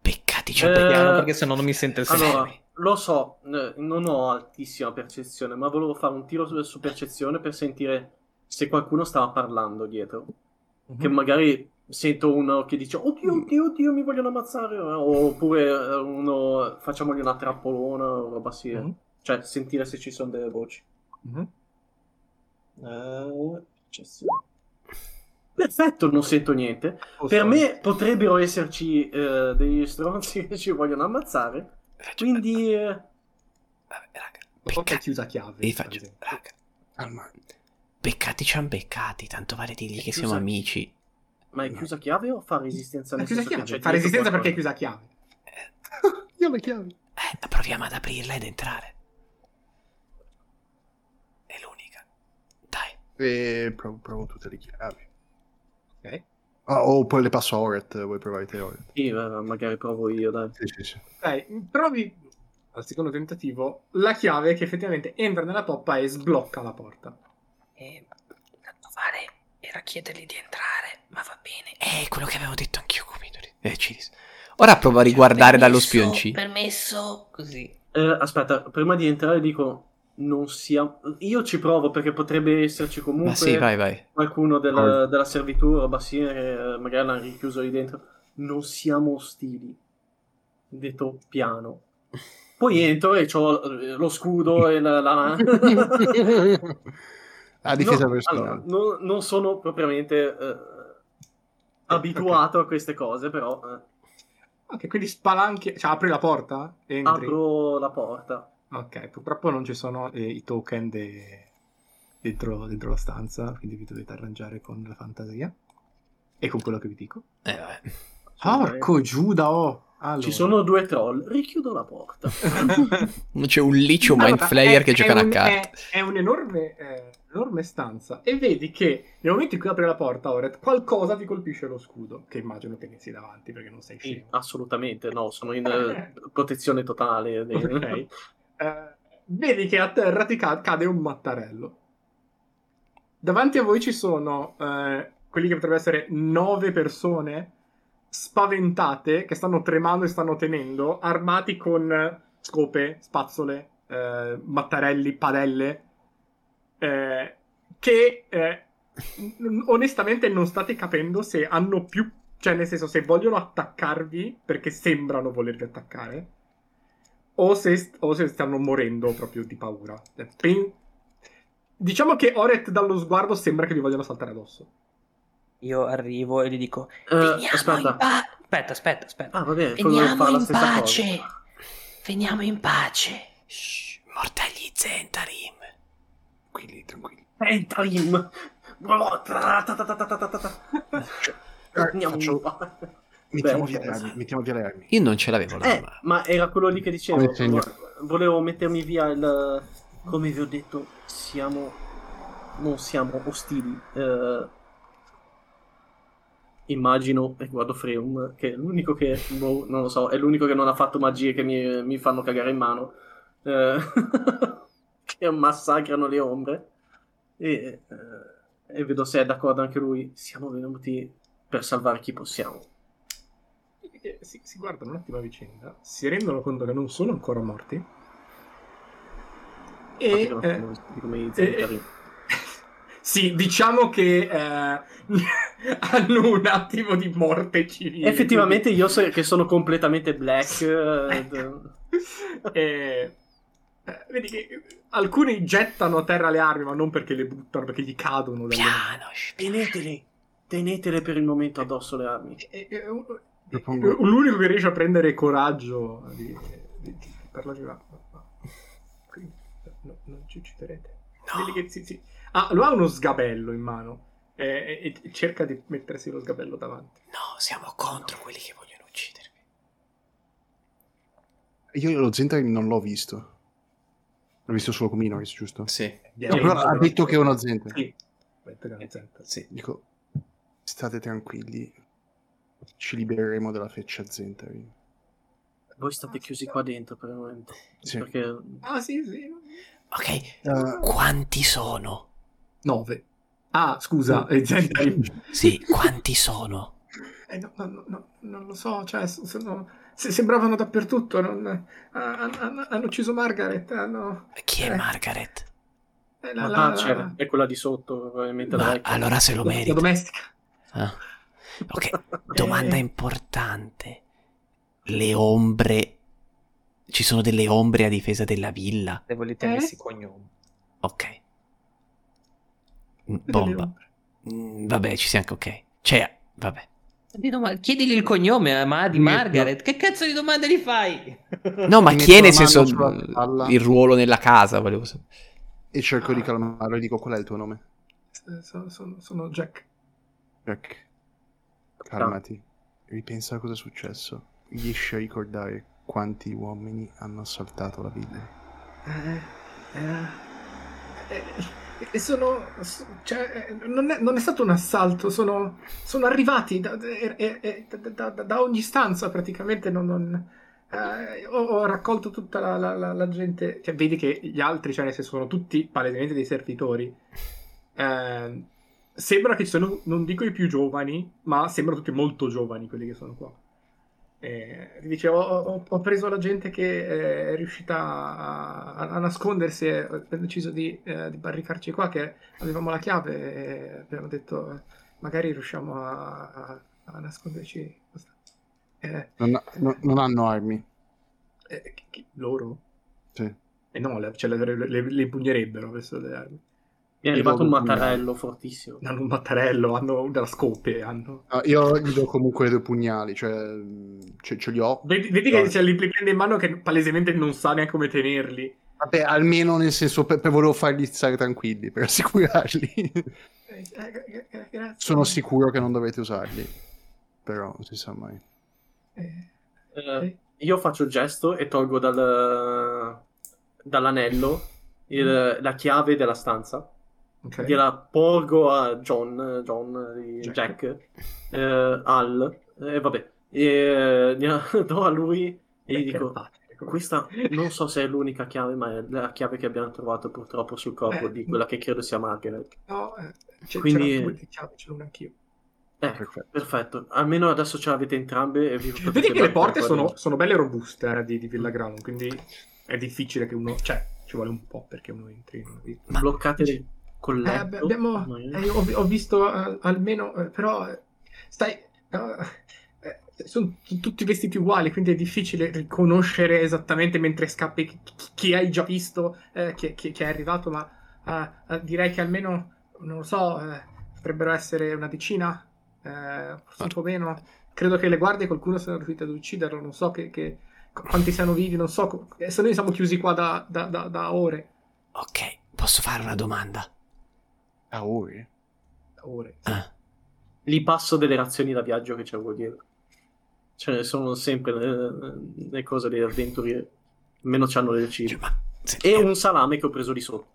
Speaker 1: Beccatici
Speaker 4: Eh,
Speaker 1: un
Speaker 10: Piano,
Speaker 1: beccato.
Speaker 10: perché sennò non mi sente il
Speaker 4: Allora,
Speaker 10: senso.
Speaker 4: lo so, eh, non ho altissima percezione, ma volevo fare un tiro su, su percezione per sentire se qualcuno stava parlando dietro.
Speaker 2: Mhm.
Speaker 4: Che magari sento uno che dice oddio,
Speaker 2: Mm.
Speaker 4: oddio, oddio, mi vogliono ammazzare. eh, Oppure eh, uno facciamogli una trappolona o roba sì. eh.
Speaker 2: Mhm.
Speaker 4: Cioè, sentire se ci sono delle voci.
Speaker 2: Mhm.
Speaker 4: Eh, percezione. Perfetto, non sento niente. Per
Speaker 2: Oh,
Speaker 4: me potrebbero esserci eh, degli stronzi che ci vogliono ammazzare. Quindi... eh,
Speaker 1: Vabbè, raga.
Speaker 2: La porta è
Speaker 1: Beccati.
Speaker 2: chiusa a chiave.
Speaker 1: Vi faccio- raga.
Speaker 5: Calma.
Speaker 1: Beccati ci han beccati. Tanto vale dirgli
Speaker 4: È
Speaker 1: che
Speaker 4: chiusa-
Speaker 1: siamo amici.
Speaker 4: Ma è chiusa a chiave o fa resistenza?
Speaker 2: È
Speaker 4: nel
Speaker 2: chiusa a
Speaker 4: senso che
Speaker 2: chiave.
Speaker 4: c'è
Speaker 2: Fa
Speaker 4: dietro
Speaker 2: resistenza perché è
Speaker 4: qualcosa?
Speaker 2: chiusa a chiave.
Speaker 5: Io le chiavi.
Speaker 1: Eh, proviamo ad aprirla ed entrare. È l'unica. Dai.
Speaker 5: E provo, provo tutte le chiavi.
Speaker 2: Ok.
Speaker 5: Ah, oh, poi le passo a Oret. Vuoi provare te, Oret?
Speaker 4: Sì, eh, magari provo io, dai.
Speaker 5: Sì, sì, sì.
Speaker 2: Ok, trovi al secondo tentativo la chiave che effettivamente entra nella toppa e sblocca la porta.
Speaker 10: E tanto vale era chiedergli di entrare, ma va bene.
Speaker 1: È quello che avevo detto anch'io, Comidori. Eh, Ciris. Ora prova a
Speaker 2: Cioè,
Speaker 1: riguardare dallo
Speaker 10: Permesso,
Speaker 1: spioncino.
Speaker 10: Permesso, così.
Speaker 4: Eh, aspetta, prima di entrare dico, non sia... Io ci provo perché potrebbe esserci comunque
Speaker 1: Ma sì, vai, vai.
Speaker 4: qualcuno del-
Speaker 5: Vai.
Speaker 4: della servitù, roba sì, eh, magari l'hanno richiuso lì dentro. Non siamo ostili. Detto piano. Poi entro e ho lo scudo e la... la...
Speaker 5: a difesa
Speaker 4: No,
Speaker 5: personale.
Speaker 4: allora, no- non sono propriamente eh, abituato a queste cose, però eh,
Speaker 2: Ok, quindi spalanchi, cioè apri la porta, entri.
Speaker 4: apro la porta.
Speaker 2: Ok, purtroppo non ci sono eh, i token de- dentro, dentro la stanza, quindi vi dovete arrangiare con la fantasia e con quello che vi dico.
Speaker 1: Eh, vabbè.
Speaker 2: Porco Giuda, oh! Allora.
Speaker 4: Ci sono due troll, richiudo la porta.
Speaker 1: Non c'è un licio
Speaker 2: Allora,
Speaker 1: mind flayer
Speaker 2: è-
Speaker 1: che
Speaker 2: è
Speaker 1: gioca a
Speaker 2: un-
Speaker 1: carte.
Speaker 2: È, è un'enorme eh, enorme stanza e vedi che nel momento in cui apri la porta, Oret, qualcosa ti colpisce lo scudo, che immagino tenessi davanti perché non sei
Speaker 4: Sì,
Speaker 2: scemo.
Speaker 4: assolutamente, no, sono in eh, protezione totale.
Speaker 2: Ok. Eh, vedi che a terra ti ca- cade un mattarello. Davanti a voi ci sono eh, quelli che potrebbero essere nove persone spaventate che stanno tremando e stanno tenendo, armati con scope, spazzole, eh, mattarelli, padelle, eh, che eh, n- onestamente non state capendo se hanno più, cioè nel senso se vogliono attaccarvi perché sembrano volervi attaccare o se, o se stanno morendo proprio di paura. Eh, pen- Diciamo che Oret dallo sguardo sembra che vi vogliano saltare addosso.
Speaker 10: Io arrivo e gli dico:
Speaker 4: Eh,
Speaker 10: Veniamo in
Speaker 4: aspetta.
Speaker 10: pa- Aspetta, aspetta, aspetta.
Speaker 4: Ah, va bene, volevo
Speaker 10: Veniamo
Speaker 4: fare la
Speaker 10: in
Speaker 4: stessa
Speaker 10: pace.
Speaker 4: cosa.
Speaker 10: Veniamo in pace.
Speaker 12: Shh, mortagli Zentarim.
Speaker 5: Tranquilli, tranquilli.
Speaker 4: Entrim! Andiamo
Speaker 5: faccio-
Speaker 4: un po'.
Speaker 5: Mettiamo,
Speaker 4: Beh,
Speaker 5: via le
Speaker 4: ok.
Speaker 5: armi, mettiamo via le armi.
Speaker 12: Io non ce l'avevo la
Speaker 4: Eh,
Speaker 12: mano.
Speaker 4: ma era quello lì che dicevo.
Speaker 5: Come segno.
Speaker 4: Volevo mettermi via il. Come vi ho detto, siamo. Non siamo ostili. eh, immagino, e guardo Freum, che è l'unico che. boh, non lo so, è l'unico che non ha fatto magie che mi, mi fanno cagare in mano. eh, che massacrano le ombre. E, eh, e vedo se è d'accordo anche lui. Siamo venuti per salvare chi possiamo.
Speaker 2: Eh, Si, si guardano un attimo a vicenda, si rendono conto che non sono ancora morti. E,
Speaker 4: Infatti,
Speaker 2: eh,
Speaker 4: non so come inizia il
Speaker 2: eh,
Speaker 4: tarino.
Speaker 2: sì, diciamo che eh, hanno un attimo di morte civile.
Speaker 4: Effettivamente io so che sono completamente black. eh, d-
Speaker 2: Eh, eh, vedi che alcuni gettano a terra le armi, ma non perché le buttano, perché gli cadono dalle mani.
Speaker 12: Piano, shh,
Speaker 4: Tenetele, tenetele per il momento addosso le armi.
Speaker 2: E- e- e- un-
Speaker 5: Propongo-
Speaker 2: L'unico che riesce a prendere coraggio di, di- di- per la girata. Quindi, no, non ci ucciderete. Vedi che si- si- Ah, lo ha uno sgabello in mano eh, e, e cerca di mettersi lo sgabello davanti.
Speaker 12: No, siamo contro quelli che vogliono uccidermi.
Speaker 5: Io lo Zentarim non l'ho visto. L'ho visto solo con Minoris, giusto?
Speaker 1: Sì,
Speaker 5: No, però ha detto che è uno Zentarim.
Speaker 2: Sì. Aspetta che non sento.
Speaker 1: sì.
Speaker 5: Dico, state tranquilli. Ci libereremo dalla feccia Zentarim.
Speaker 4: Voi state chiusi qua dentro per il momento.
Speaker 5: Sì.
Speaker 4: Perché
Speaker 2: Ah, sì, sì.
Speaker 12: Ok,
Speaker 5: Eh,
Speaker 12: quanti sono?
Speaker 2: 9. Ah, scusa, eh, Zentarim.
Speaker 12: Sì, quanti sono?
Speaker 2: Eh, no, no, no, no, non lo so, cioè, so- sono- se- sembravano dappertutto. non- ah, han- han- hanno ucciso Margaret, hanno...
Speaker 12: Chi è Margaret?
Speaker 2: eh, la-
Speaker 4: la
Speaker 2: la-
Speaker 4: Thatcher è quella di sotto, probabilmente la
Speaker 12: Ma
Speaker 4: vecchia.
Speaker 12: allora se lo
Speaker 2: la- la
Speaker 12: merita.
Speaker 2: domestica.
Speaker 12: Ah. Ok, domanda importante. Le ombre... Ci sono delle ombre a difesa della villa?
Speaker 10: Se volete
Speaker 2: Eh?
Speaker 10: avessi cognome.
Speaker 12: Ok. Mm, Bomba. Mm, Vabbè, ci siamo anche ok. Cioè, vabbè.
Speaker 10: Di doma- Chiedigli il cognome a Ma- di
Speaker 5: Mi-
Speaker 10: Margaret. Che cazzo di domande gli fai?
Speaker 12: No, ma
Speaker 5: Ti
Speaker 12: chi è
Speaker 5: metto
Speaker 12: nel
Speaker 5: la mano
Speaker 12: senso
Speaker 5: sulla spalla.
Speaker 12: il ruolo nella casa, volevo sapere.
Speaker 5: E cerco di calmarlo e dico, qual è il tuo nome?
Speaker 2: Eh, Sono, sono- sono Jack.
Speaker 5: Jack, calmati. Ripensa a cosa è successo. Riesci a ricordare quanti uomini hanno assaltato la villa?
Speaker 2: Eh, eh, eh, eh, sono, so- cioè, eh, non, è, non è stato un assalto, sono, sono arrivati da, eh, eh, eh, da- da- da ogni stanza praticamente. non- non- eh, ho, ho raccolto tutta la, la- la- la gente. Cioè, vedi che gli altri, cioè, nel senso, sono tutti palesemente dei servitori. Eh, sembra che ci sono, non dico i più giovani, ma sembrano tutti molto giovani quelli che sono qua. Eh, ti dicevo, ho, ho- ho preso la gente che eh, è riuscita a, a- a nascondersi e ho deciso di, eh, di barricarci qua, che avevamo la chiave e abbiamo detto eh, magari riusciamo a, a- a nasconderci. Eh,
Speaker 5: Non, ha- no- non hanno armi.
Speaker 2: eh, chi- chi- loro?
Speaker 5: Sì.
Speaker 2: Eh no, le, cioè, le, le- le impugnerebbero avessero delle armi.
Speaker 4: Mi è arrivato un
Speaker 5: Io-
Speaker 4: mattarello fortissimo.
Speaker 2: Hanno un mattarello, hanno una scope, hanno...
Speaker 5: No, io gli do comunque due pugnali, cioè mh, ce, ce li ho.
Speaker 2: Vedi, vedi che cioè, li li prende in mano che palesemente non sa neanche come tenerli.
Speaker 5: Vabbè, almeno nel senso, per, per- volevo farli stare tranquilli, per assicurarli.
Speaker 2: Eh, eh, eh, grazie.
Speaker 5: Sono sicuro che non dovete usarli, però non si sa mai.
Speaker 2: Eh,
Speaker 4: Eh, io faccio il gesto e tolgo dal, dall'anello il- la chiave della stanza.
Speaker 2: ok.
Speaker 4: gliela porgo a John, John eh,
Speaker 2: Jack.
Speaker 4: Jack, eh, Al, e vabbè, e gliela do a lui
Speaker 2: Eh,
Speaker 4: e gli dico,
Speaker 2: ecco.
Speaker 4: questa non so se è l'unica chiave, ma è la chiave che abbiamo trovato purtroppo sul corpo
Speaker 2: Eh.
Speaker 4: di quella che credo sia Margaret.
Speaker 2: No, eh, c'è,
Speaker 4: Quindi-
Speaker 2: c'erano due di chiavi, ce l'ho una anch'io.
Speaker 4: Ecco,
Speaker 5: Perfetto.
Speaker 4: perfetto, almeno adesso ce l'avete entrambe e vi
Speaker 2: Vedi
Speaker 4: potete
Speaker 2: che le
Speaker 4: battere
Speaker 2: porte
Speaker 4: qua
Speaker 2: sono,
Speaker 4: dentro.
Speaker 2: sono belle robuste eh, di, di Villa Ground, quindi è difficile che uno... Cioè, ci vuole un po' perché uno entri in una villa.
Speaker 4: bloccate con
Speaker 2: Eh,
Speaker 4: letto.
Speaker 2: abbi- abbiamo,
Speaker 4: Ma-
Speaker 2: eh, ho, ho visto eh, almeno, eh, però eh, stai... eh, eh, sono t- tutti vestiti uguali, quindi è difficile riconoscere esattamente mentre scappi chi, chi- chi hai già visto, eh, chi, chi- chi è arrivato, ma eh, eh, direi che almeno, non lo so, eh, potrebbero essere una decina, eh, forse un po' meno. Credo che le guardie qualcuno sia riuscito ad ucciderlo, non so che, che- qu- quanti siano vivi, non so, co- eh, se noi siamo chiusi qua da- da- da- da ore.
Speaker 1: Ok, posso fare una domanda?
Speaker 5: A ore?
Speaker 2: Da ore.
Speaker 1: Ah,
Speaker 4: Li passo delle razioni da viaggio che c'avevo dietro. Ce ne Cioè, sono sempre le, le cose delle avventure, meno c'hanno le
Speaker 1: cioè,
Speaker 4: cibo.
Speaker 1: ma... se-
Speaker 4: E un salame che ho preso di sotto.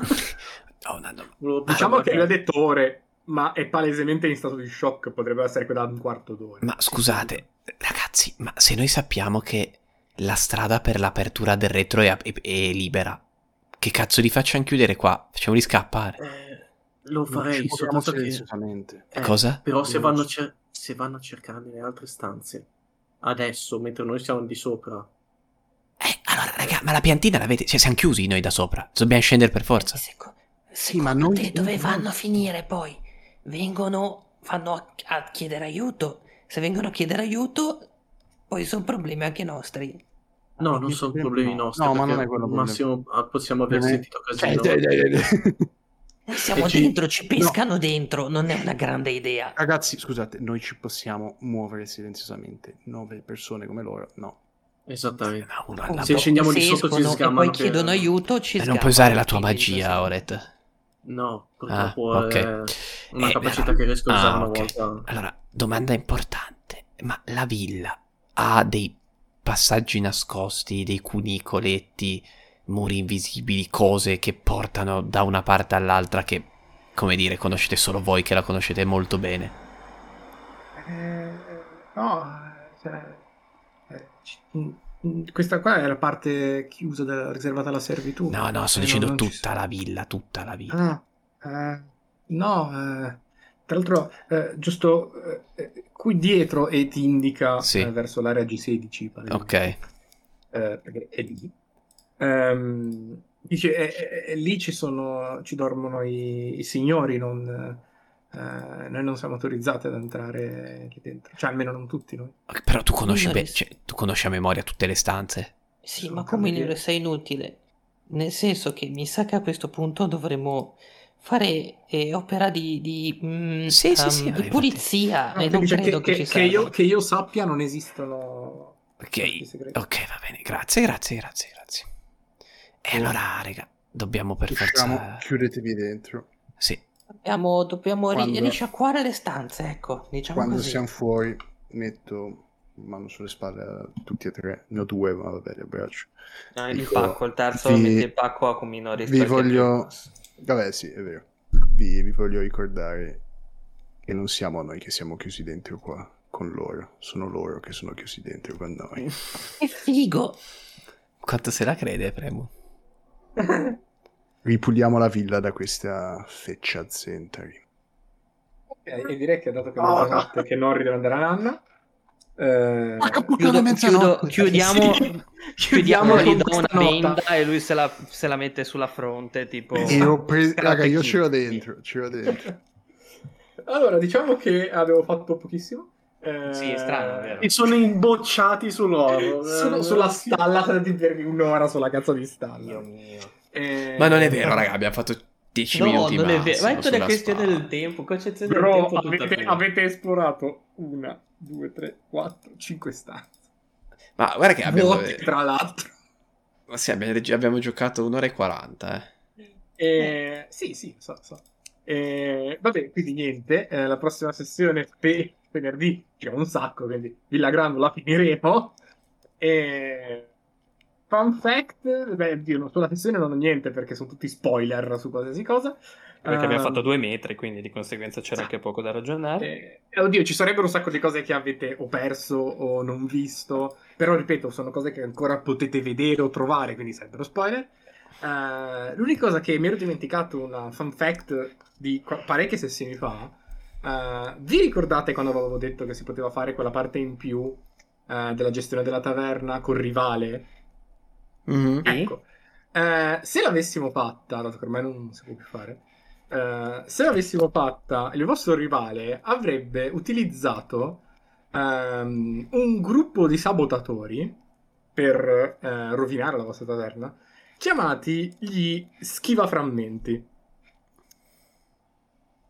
Speaker 1: Ho una domanda.
Speaker 4: Volevo
Speaker 2: Diciamo
Speaker 4: pensare
Speaker 2: che lui
Speaker 4: alla
Speaker 2: ha detto ore, ma è palesemente in stato di shock, potrebbe essere quella da un quarto d'ora.
Speaker 1: Ma scusate, ragazzi, ma se noi sappiamo che la strada per l'apertura del retro è, ap- è- è libera, che cazzo li facciamo chiudere qua? Facciamoli scappare.
Speaker 4: Eh, lo
Speaker 5: Non ci
Speaker 4: farei
Speaker 5: muoviamo
Speaker 4: soltanto che...
Speaker 5: silenziosamente.
Speaker 4: Eh,
Speaker 1: Cosa?
Speaker 4: Però se
Speaker 5: Non
Speaker 4: vanno, a
Speaker 5: so.
Speaker 4: cer- se vanno a cercare nelle altre stanze, adesso, mentre noi siamo di sopra,
Speaker 1: Eh, allora, raga, ma la piantina l'avete? Cioè, siamo chiusi noi da sopra. Dobbiamo scendere per forza.
Speaker 10: Seco-
Speaker 5: ma
Speaker 10: secondo
Speaker 5: noi-
Speaker 10: te dove vanno a finire poi? Vengono, vanno a, a chiedere aiuto. Se vengono a chiedere aiuto, poi sono problemi anche nostri.
Speaker 4: No, non
Speaker 5: Mi
Speaker 4: sono
Speaker 5: sembra-
Speaker 4: problemi
Speaker 5: no.
Speaker 4: nostri.
Speaker 5: No, ma
Speaker 4: perché
Speaker 5: non è quello il Cioè,
Speaker 4: Massimo ah, possiamo aver
Speaker 5: Non è-
Speaker 4: sentito casino.
Speaker 10: Noi Eh, siamo
Speaker 5: E ci-
Speaker 10: dentro, ci pescano dentro. Non è una grande idea.
Speaker 5: Ragazzi, scusate, noi ci possiamo muovere silenziosamente. Nove persone come loro, no.
Speaker 4: Esattamente.
Speaker 1: Ma uno alla
Speaker 10: Appunto,
Speaker 4: Se scendiamo di
Speaker 10: se
Speaker 4: sotto ci
Speaker 10: escono
Speaker 4: sgamano
Speaker 10: E poi
Speaker 4: per-
Speaker 10: chiedono aiuto, ci
Speaker 1: Eh,
Speaker 10: sgamano.
Speaker 1: non puoi usare la tua
Speaker 10: Quindi,
Speaker 1: magia,
Speaker 10: sì.
Speaker 1: Oret.
Speaker 4: No,
Speaker 1: Ah,
Speaker 4: purtroppo
Speaker 1: ok.
Speaker 4: è una
Speaker 1: Eh,
Speaker 4: capacità
Speaker 1: allora-
Speaker 4: che riesco a usare
Speaker 1: ah,
Speaker 4: una
Speaker 1: ok.
Speaker 4: volta.
Speaker 1: Allora, domanda importante. Ma la villa ha dei passaggi nascosti, dei cunicoletti, muri invisibili, cose che portano da una parte all'altra che, come dire, conoscete solo voi che la conoscete molto bene.
Speaker 2: Eh, no, cioè, eh, ci- mm, mm, questa qua è la parte chiusa, della- riservata alla servitù.
Speaker 1: No, no, sto
Speaker 2: Eh,
Speaker 1: dicendo
Speaker 2: non ci
Speaker 1: tutta la villa, tutta la villa.
Speaker 2: Ah, eh, no, eh, tra l'altro, eh, giusto eh, eh, qui dietro e ti indica
Speaker 1: Sì.
Speaker 2: eh, verso l'area G16. pare.
Speaker 1: Ok.
Speaker 2: eh, perché è lì. Ehm, dice, eh, eh, eh, lì ci, sono, ci dormono i, i signori, non, eh, noi non siamo autorizzati ad entrare lì dentro, cioè almeno non tutti noi.
Speaker 1: Ok, Però tu conosci,
Speaker 10: Io
Speaker 1: be-
Speaker 10: adesso-
Speaker 1: cioè, tu conosci a memoria tutte le stanze.
Speaker 10: Sì,
Speaker 2: Sono
Speaker 10: ma come
Speaker 2: cambiati.
Speaker 10: ne sei inutile? Nel senso che mi sa che a questo punto dovremmo fare eh, opera di, di, mm,
Speaker 1: Sì, sì, sì,
Speaker 10: um, di
Speaker 1: avevate-
Speaker 10: pulizia.
Speaker 2: No,
Speaker 10: e non
Speaker 2: quindi, cioè,
Speaker 10: credo
Speaker 2: che,
Speaker 10: che,
Speaker 2: che-
Speaker 10: ci
Speaker 2: che
Speaker 10: sia.
Speaker 2: io, che io sappia non esistono
Speaker 1: Ok,
Speaker 2: questi segreti.
Speaker 1: ok, va bene. Grazie, grazie, grazie, grazie. E allora, raga, dobbiamo per
Speaker 5: Usciamo,
Speaker 1: forza...
Speaker 5: chiudetevi dentro.
Speaker 4: Ah,
Speaker 1: Sì,
Speaker 10: Dobbiamo, dobbiamo ri-
Speaker 5: Quando-
Speaker 10: risciacquare le stanze, ecco, diciamo
Speaker 5: Quando
Speaker 10: così.
Speaker 5: siamo fuori, metto mano sulle spalle a tutti e tre. Ne ho due, ma vabbè, li abbraccio.
Speaker 10: No,
Speaker 5: il
Speaker 10: il
Speaker 5: Dico,
Speaker 10: pacco, il terzo
Speaker 5: vi-
Speaker 10: lo metti il pacco a comino
Speaker 5: Vi voglio... Vabbè, sì, è vero. Vi, vi voglio ricordare che non siamo noi che siamo chiusi dentro qua con loro. Sono loro che sono chiusi dentro con noi.
Speaker 10: Che figo!
Speaker 1: Quanto se la crede, Premu?
Speaker 5: Ripuliamo la villa da questa feccia zentari.
Speaker 2: Ok, Eh, e direi che
Speaker 1: Ah.
Speaker 2: dato che, non notte, che Norri deve andare a nanna, eh,
Speaker 10: Chiudo- chiudo- chiudiamo, chiudiamo,
Speaker 2: con
Speaker 10: gli do una
Speaker 2: questa nota.
Speaker 10: benda e lui se la, se la mette sulla fronte, tipo...
Speaker 5: Io, pre-
Speaker 10: Karate
Speaker 5: raga, io
Speaker 10: Kid.
Speaker 5: c'ero dentro, c'ero dentro.
Speaker 2: Allora, diciamo che avevo fatto pochissimo. Eh,
Speaker 10: Sì, è strano, è vero.
Speaker 4: E sono imbocciati sull'oro.
Speaker 14: Eh,
Speaker 2: Sono sulla stalla, sono stati per un'ora sulla cazzo di stalla.
Speaker 10: Dio mio.
Speaker 2: Eh,
Speaker 14: Ma non è vero, raga, abbiamo fatto 10
Speaker 10: No,
Speaker 14: minuti
Speaker 10: non è vero.
Speaker 14: massimo
Speaker 10: Ma è tutta
Speaker 14: sulla
Speaker 10: una questione
Speaker 14: spada.
Speaker 10: del tempo, concezione del
Speaker 2: Bro,
Speaker 10: tempo tutta
Speaker 2: avete,
Speaker 10: prima.
Speaker 2: avete esplorato una, due, tre, quattro, cinque stanze.
Speaker 14: Ma guarda che Eh, abbiamo...
Speaker 2: Vuoti, tra l'altro.
Speaker 14: Ma sì, abbiamo, abbiamo giocato un'ora e 40, eh.
Speaker 2: Eh, sì, sì, so, so. Eh, vabbè, quindi niente, eh, la prossima sessione pe- venerdì c'è un sacco, quindi Villa Grandola finiremo. Eh, fun fact, beh, Dio, no, sulla sessione non ho niente perché sono tutti spoiler su qualsiasi cosa.
Speaker 6: Perché abbiamo
Speaker 2: Ah.
Speaker 6: fatto due metri, quindi di conseguenza c'era anche poco da ragionare.
Speaker 2: Eh, oddio, ci sarebbero un sacco di cose che avete o perso o non visto, però ripeto, sono cose che ancora potete vedere o trovare, quindi sarebbero spoiler. Eh, l'unica cosa che mi ero dimenticato, una fun fact di qua- parecchie sessioni fa, eh, vi ricordate quando avevo detto che si poteva fare quella parte in più eh, della gestione della taverna col rivale? Ecco, eh, se l'avessimo fatta, dato che ormai non si può più fare, eh, se l'avessimo fatta, il vostro rivale avrebbe utilizzato ehm, un gruppo di sabotatori per eh, rovinare la vostra taverna, chiamati gli schivaframmenti.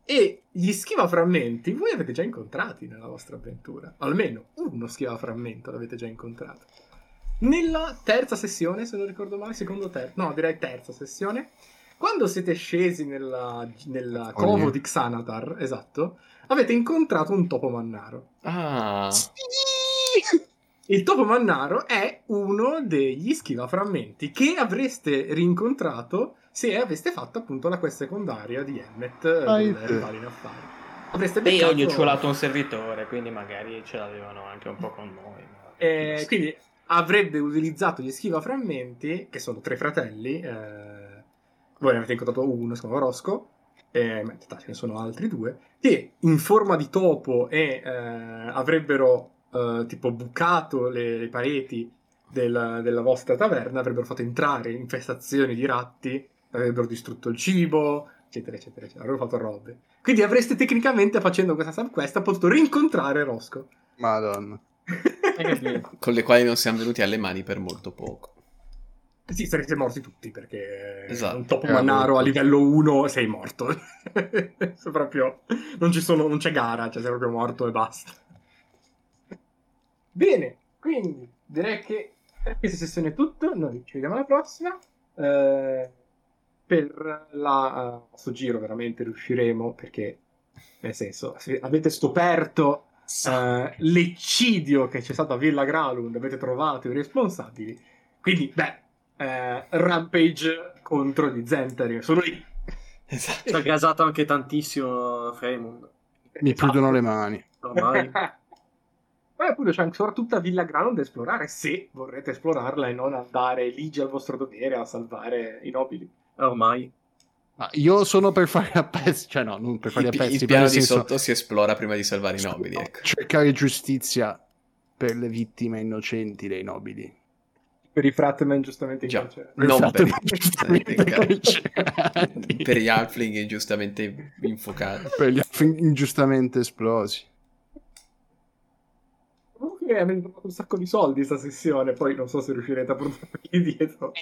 Speaker 2: E gli schivaframmenti voi avete già incontrati nella vostra avventura, almeno uno schivaframmento l'avete già incontrato. Nella terza sessione, se non ricordo male, secondo terza, no, direi terza sessione, quando siete scesi nella, nella covo di Xanatar, esatto, avete incontrato un topo mannaro.
Speaker 13: Ah,
Speaker 2: Il topo mannaro è uno degli schivaframmenti che avreste rincontrato se aveste fatto appunto la quest secondaria di Emmet eh,
Speaker 5: Dai
Speaker 2: del
Speaker 5: te.
Speaker 2: rivale in affari. Avreste
Speaker 6: Beh, io ho
Speaker 2: beccato...
Speaker 6: gocciolato un servitore, quindi magari ce l'avevano anche un po' con noi. ma-
Speaker 2: Eh, quindi avrebbe utilizzato gli schivaframmenti, che sono tre fratelli. eh, voi ne avete incontrato uno, si chiama Rosco, eh, ma in realtà ce ne sono altri due, che in forma di topo e eh, avrebbero eh, tipo bucato le, le pareti del- della vostra taverna, avrebbero fatto entrare infestazioni di ratti, avrebbero distrutto il cibo, eccetera, eccetera, eccetera. Avrebbero fatto robe. Quindi avreste tecnicamente, facendo questa subquest, potuto rincontrare Rosco.
Speaker 5: Madonna.
Speaker 1: con le quali non siamo venuti alle mani per molto poco.
Speaker 2: Sì, sarete morti tutti perché
Speaker 1: Esatto.
Speaker 2: un topo
Speaker 5: Eh,
Speaker 2: mannaro
Speaker 5: molto.
Speaker 2: a livello 1 sei morto. Sei proprio- non, ci sono- non c'è gara, cioè sei proprio morto e basta. Bene, quindi direi che per questa sessione è tutto. Noi ci vediamo alla prossima. Eh, per la- il nostro giro veramente riusciremo perché, nel senso, se avete scoperto eh, l'eccidio che c'è stato a Villa Gralund, avete trovato i responsabili. Quindi, beh, eh, Rampage contro gli Zentari. Sono lì.
Speaker 10: Esatto.
Speaker 4: Ci ha gasato anche tantissimo Fremund.
Speaker 5: Mi
Speaker 1: Ah.
Speaker 5: chiudono le mani.
Speaker 4: Ormai.
Speaker 2: Ma Esatto. appunto c'è ancora tutta Villa Grano da esplorare se vorrete esplorarla e non andare lì al vostro dovere a salvare i nobili.
Speaker 4: ormai.
Speaker 5: Ma io sono per fare a pezzi, cioè no, non per fare
Speaker 1: Il, pi-
Speaker 5: a
Speaker 1: il
Speaker 5: pezzi, per
Speaker 1: piano
Speaker 5: nel
Speaker 1: di
Speaker 5: senso,
Speaker 1: sotto si esplora prima di salvare i nobili. Ecco.
Speaker 5: cercare giustizia per le vittime innocenti dei nobili.
Speaker 2: Per i Fratman giustamente in
Speaker 1: Già.
Speaker 2: carcere.
Speaker 1: Non
Speaker 5: Esatto,
Speaker 1: per
Speaker 5: ma
Speaker 1: i
Speaker 5: giustamente carcerati.
Speaker 1: per gli halfling ingiustamente infuocati.
Speaker 5: Per gli aff- ingiustamente esplosi.
Speaker 2: Comunque eh, avete trovato un sacco di soldi sta sessione, poi non so se riuscirete a portarli dietro.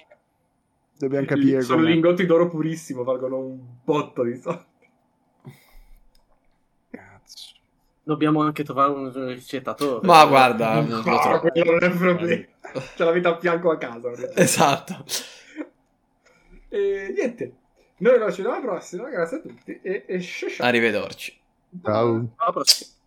Speaker 5: Dobbiamo capire
Speaker 2: Sono
Speaker 5: come...
Speaker 2: lingotti d'oro purissimo, valgono un botto di soldi.
Speaker 5: Cazzo.
Speaker 4: Dobbiamo anche trovare un ricettatore.
Speaker 1: Ma guarda, non lo so.
Speaker 2: Ah, quello non è il problema. Ce l'avete a fianco a casa.
Speaker 1: Esatto.
Speaker 2: E niente. Noi lo ci vediamo alla prossima, grazie a tutti e, e
Speaker 1: Arrivederci.
Speaker 5: Ciao.
Speaker 4: Alla prossima.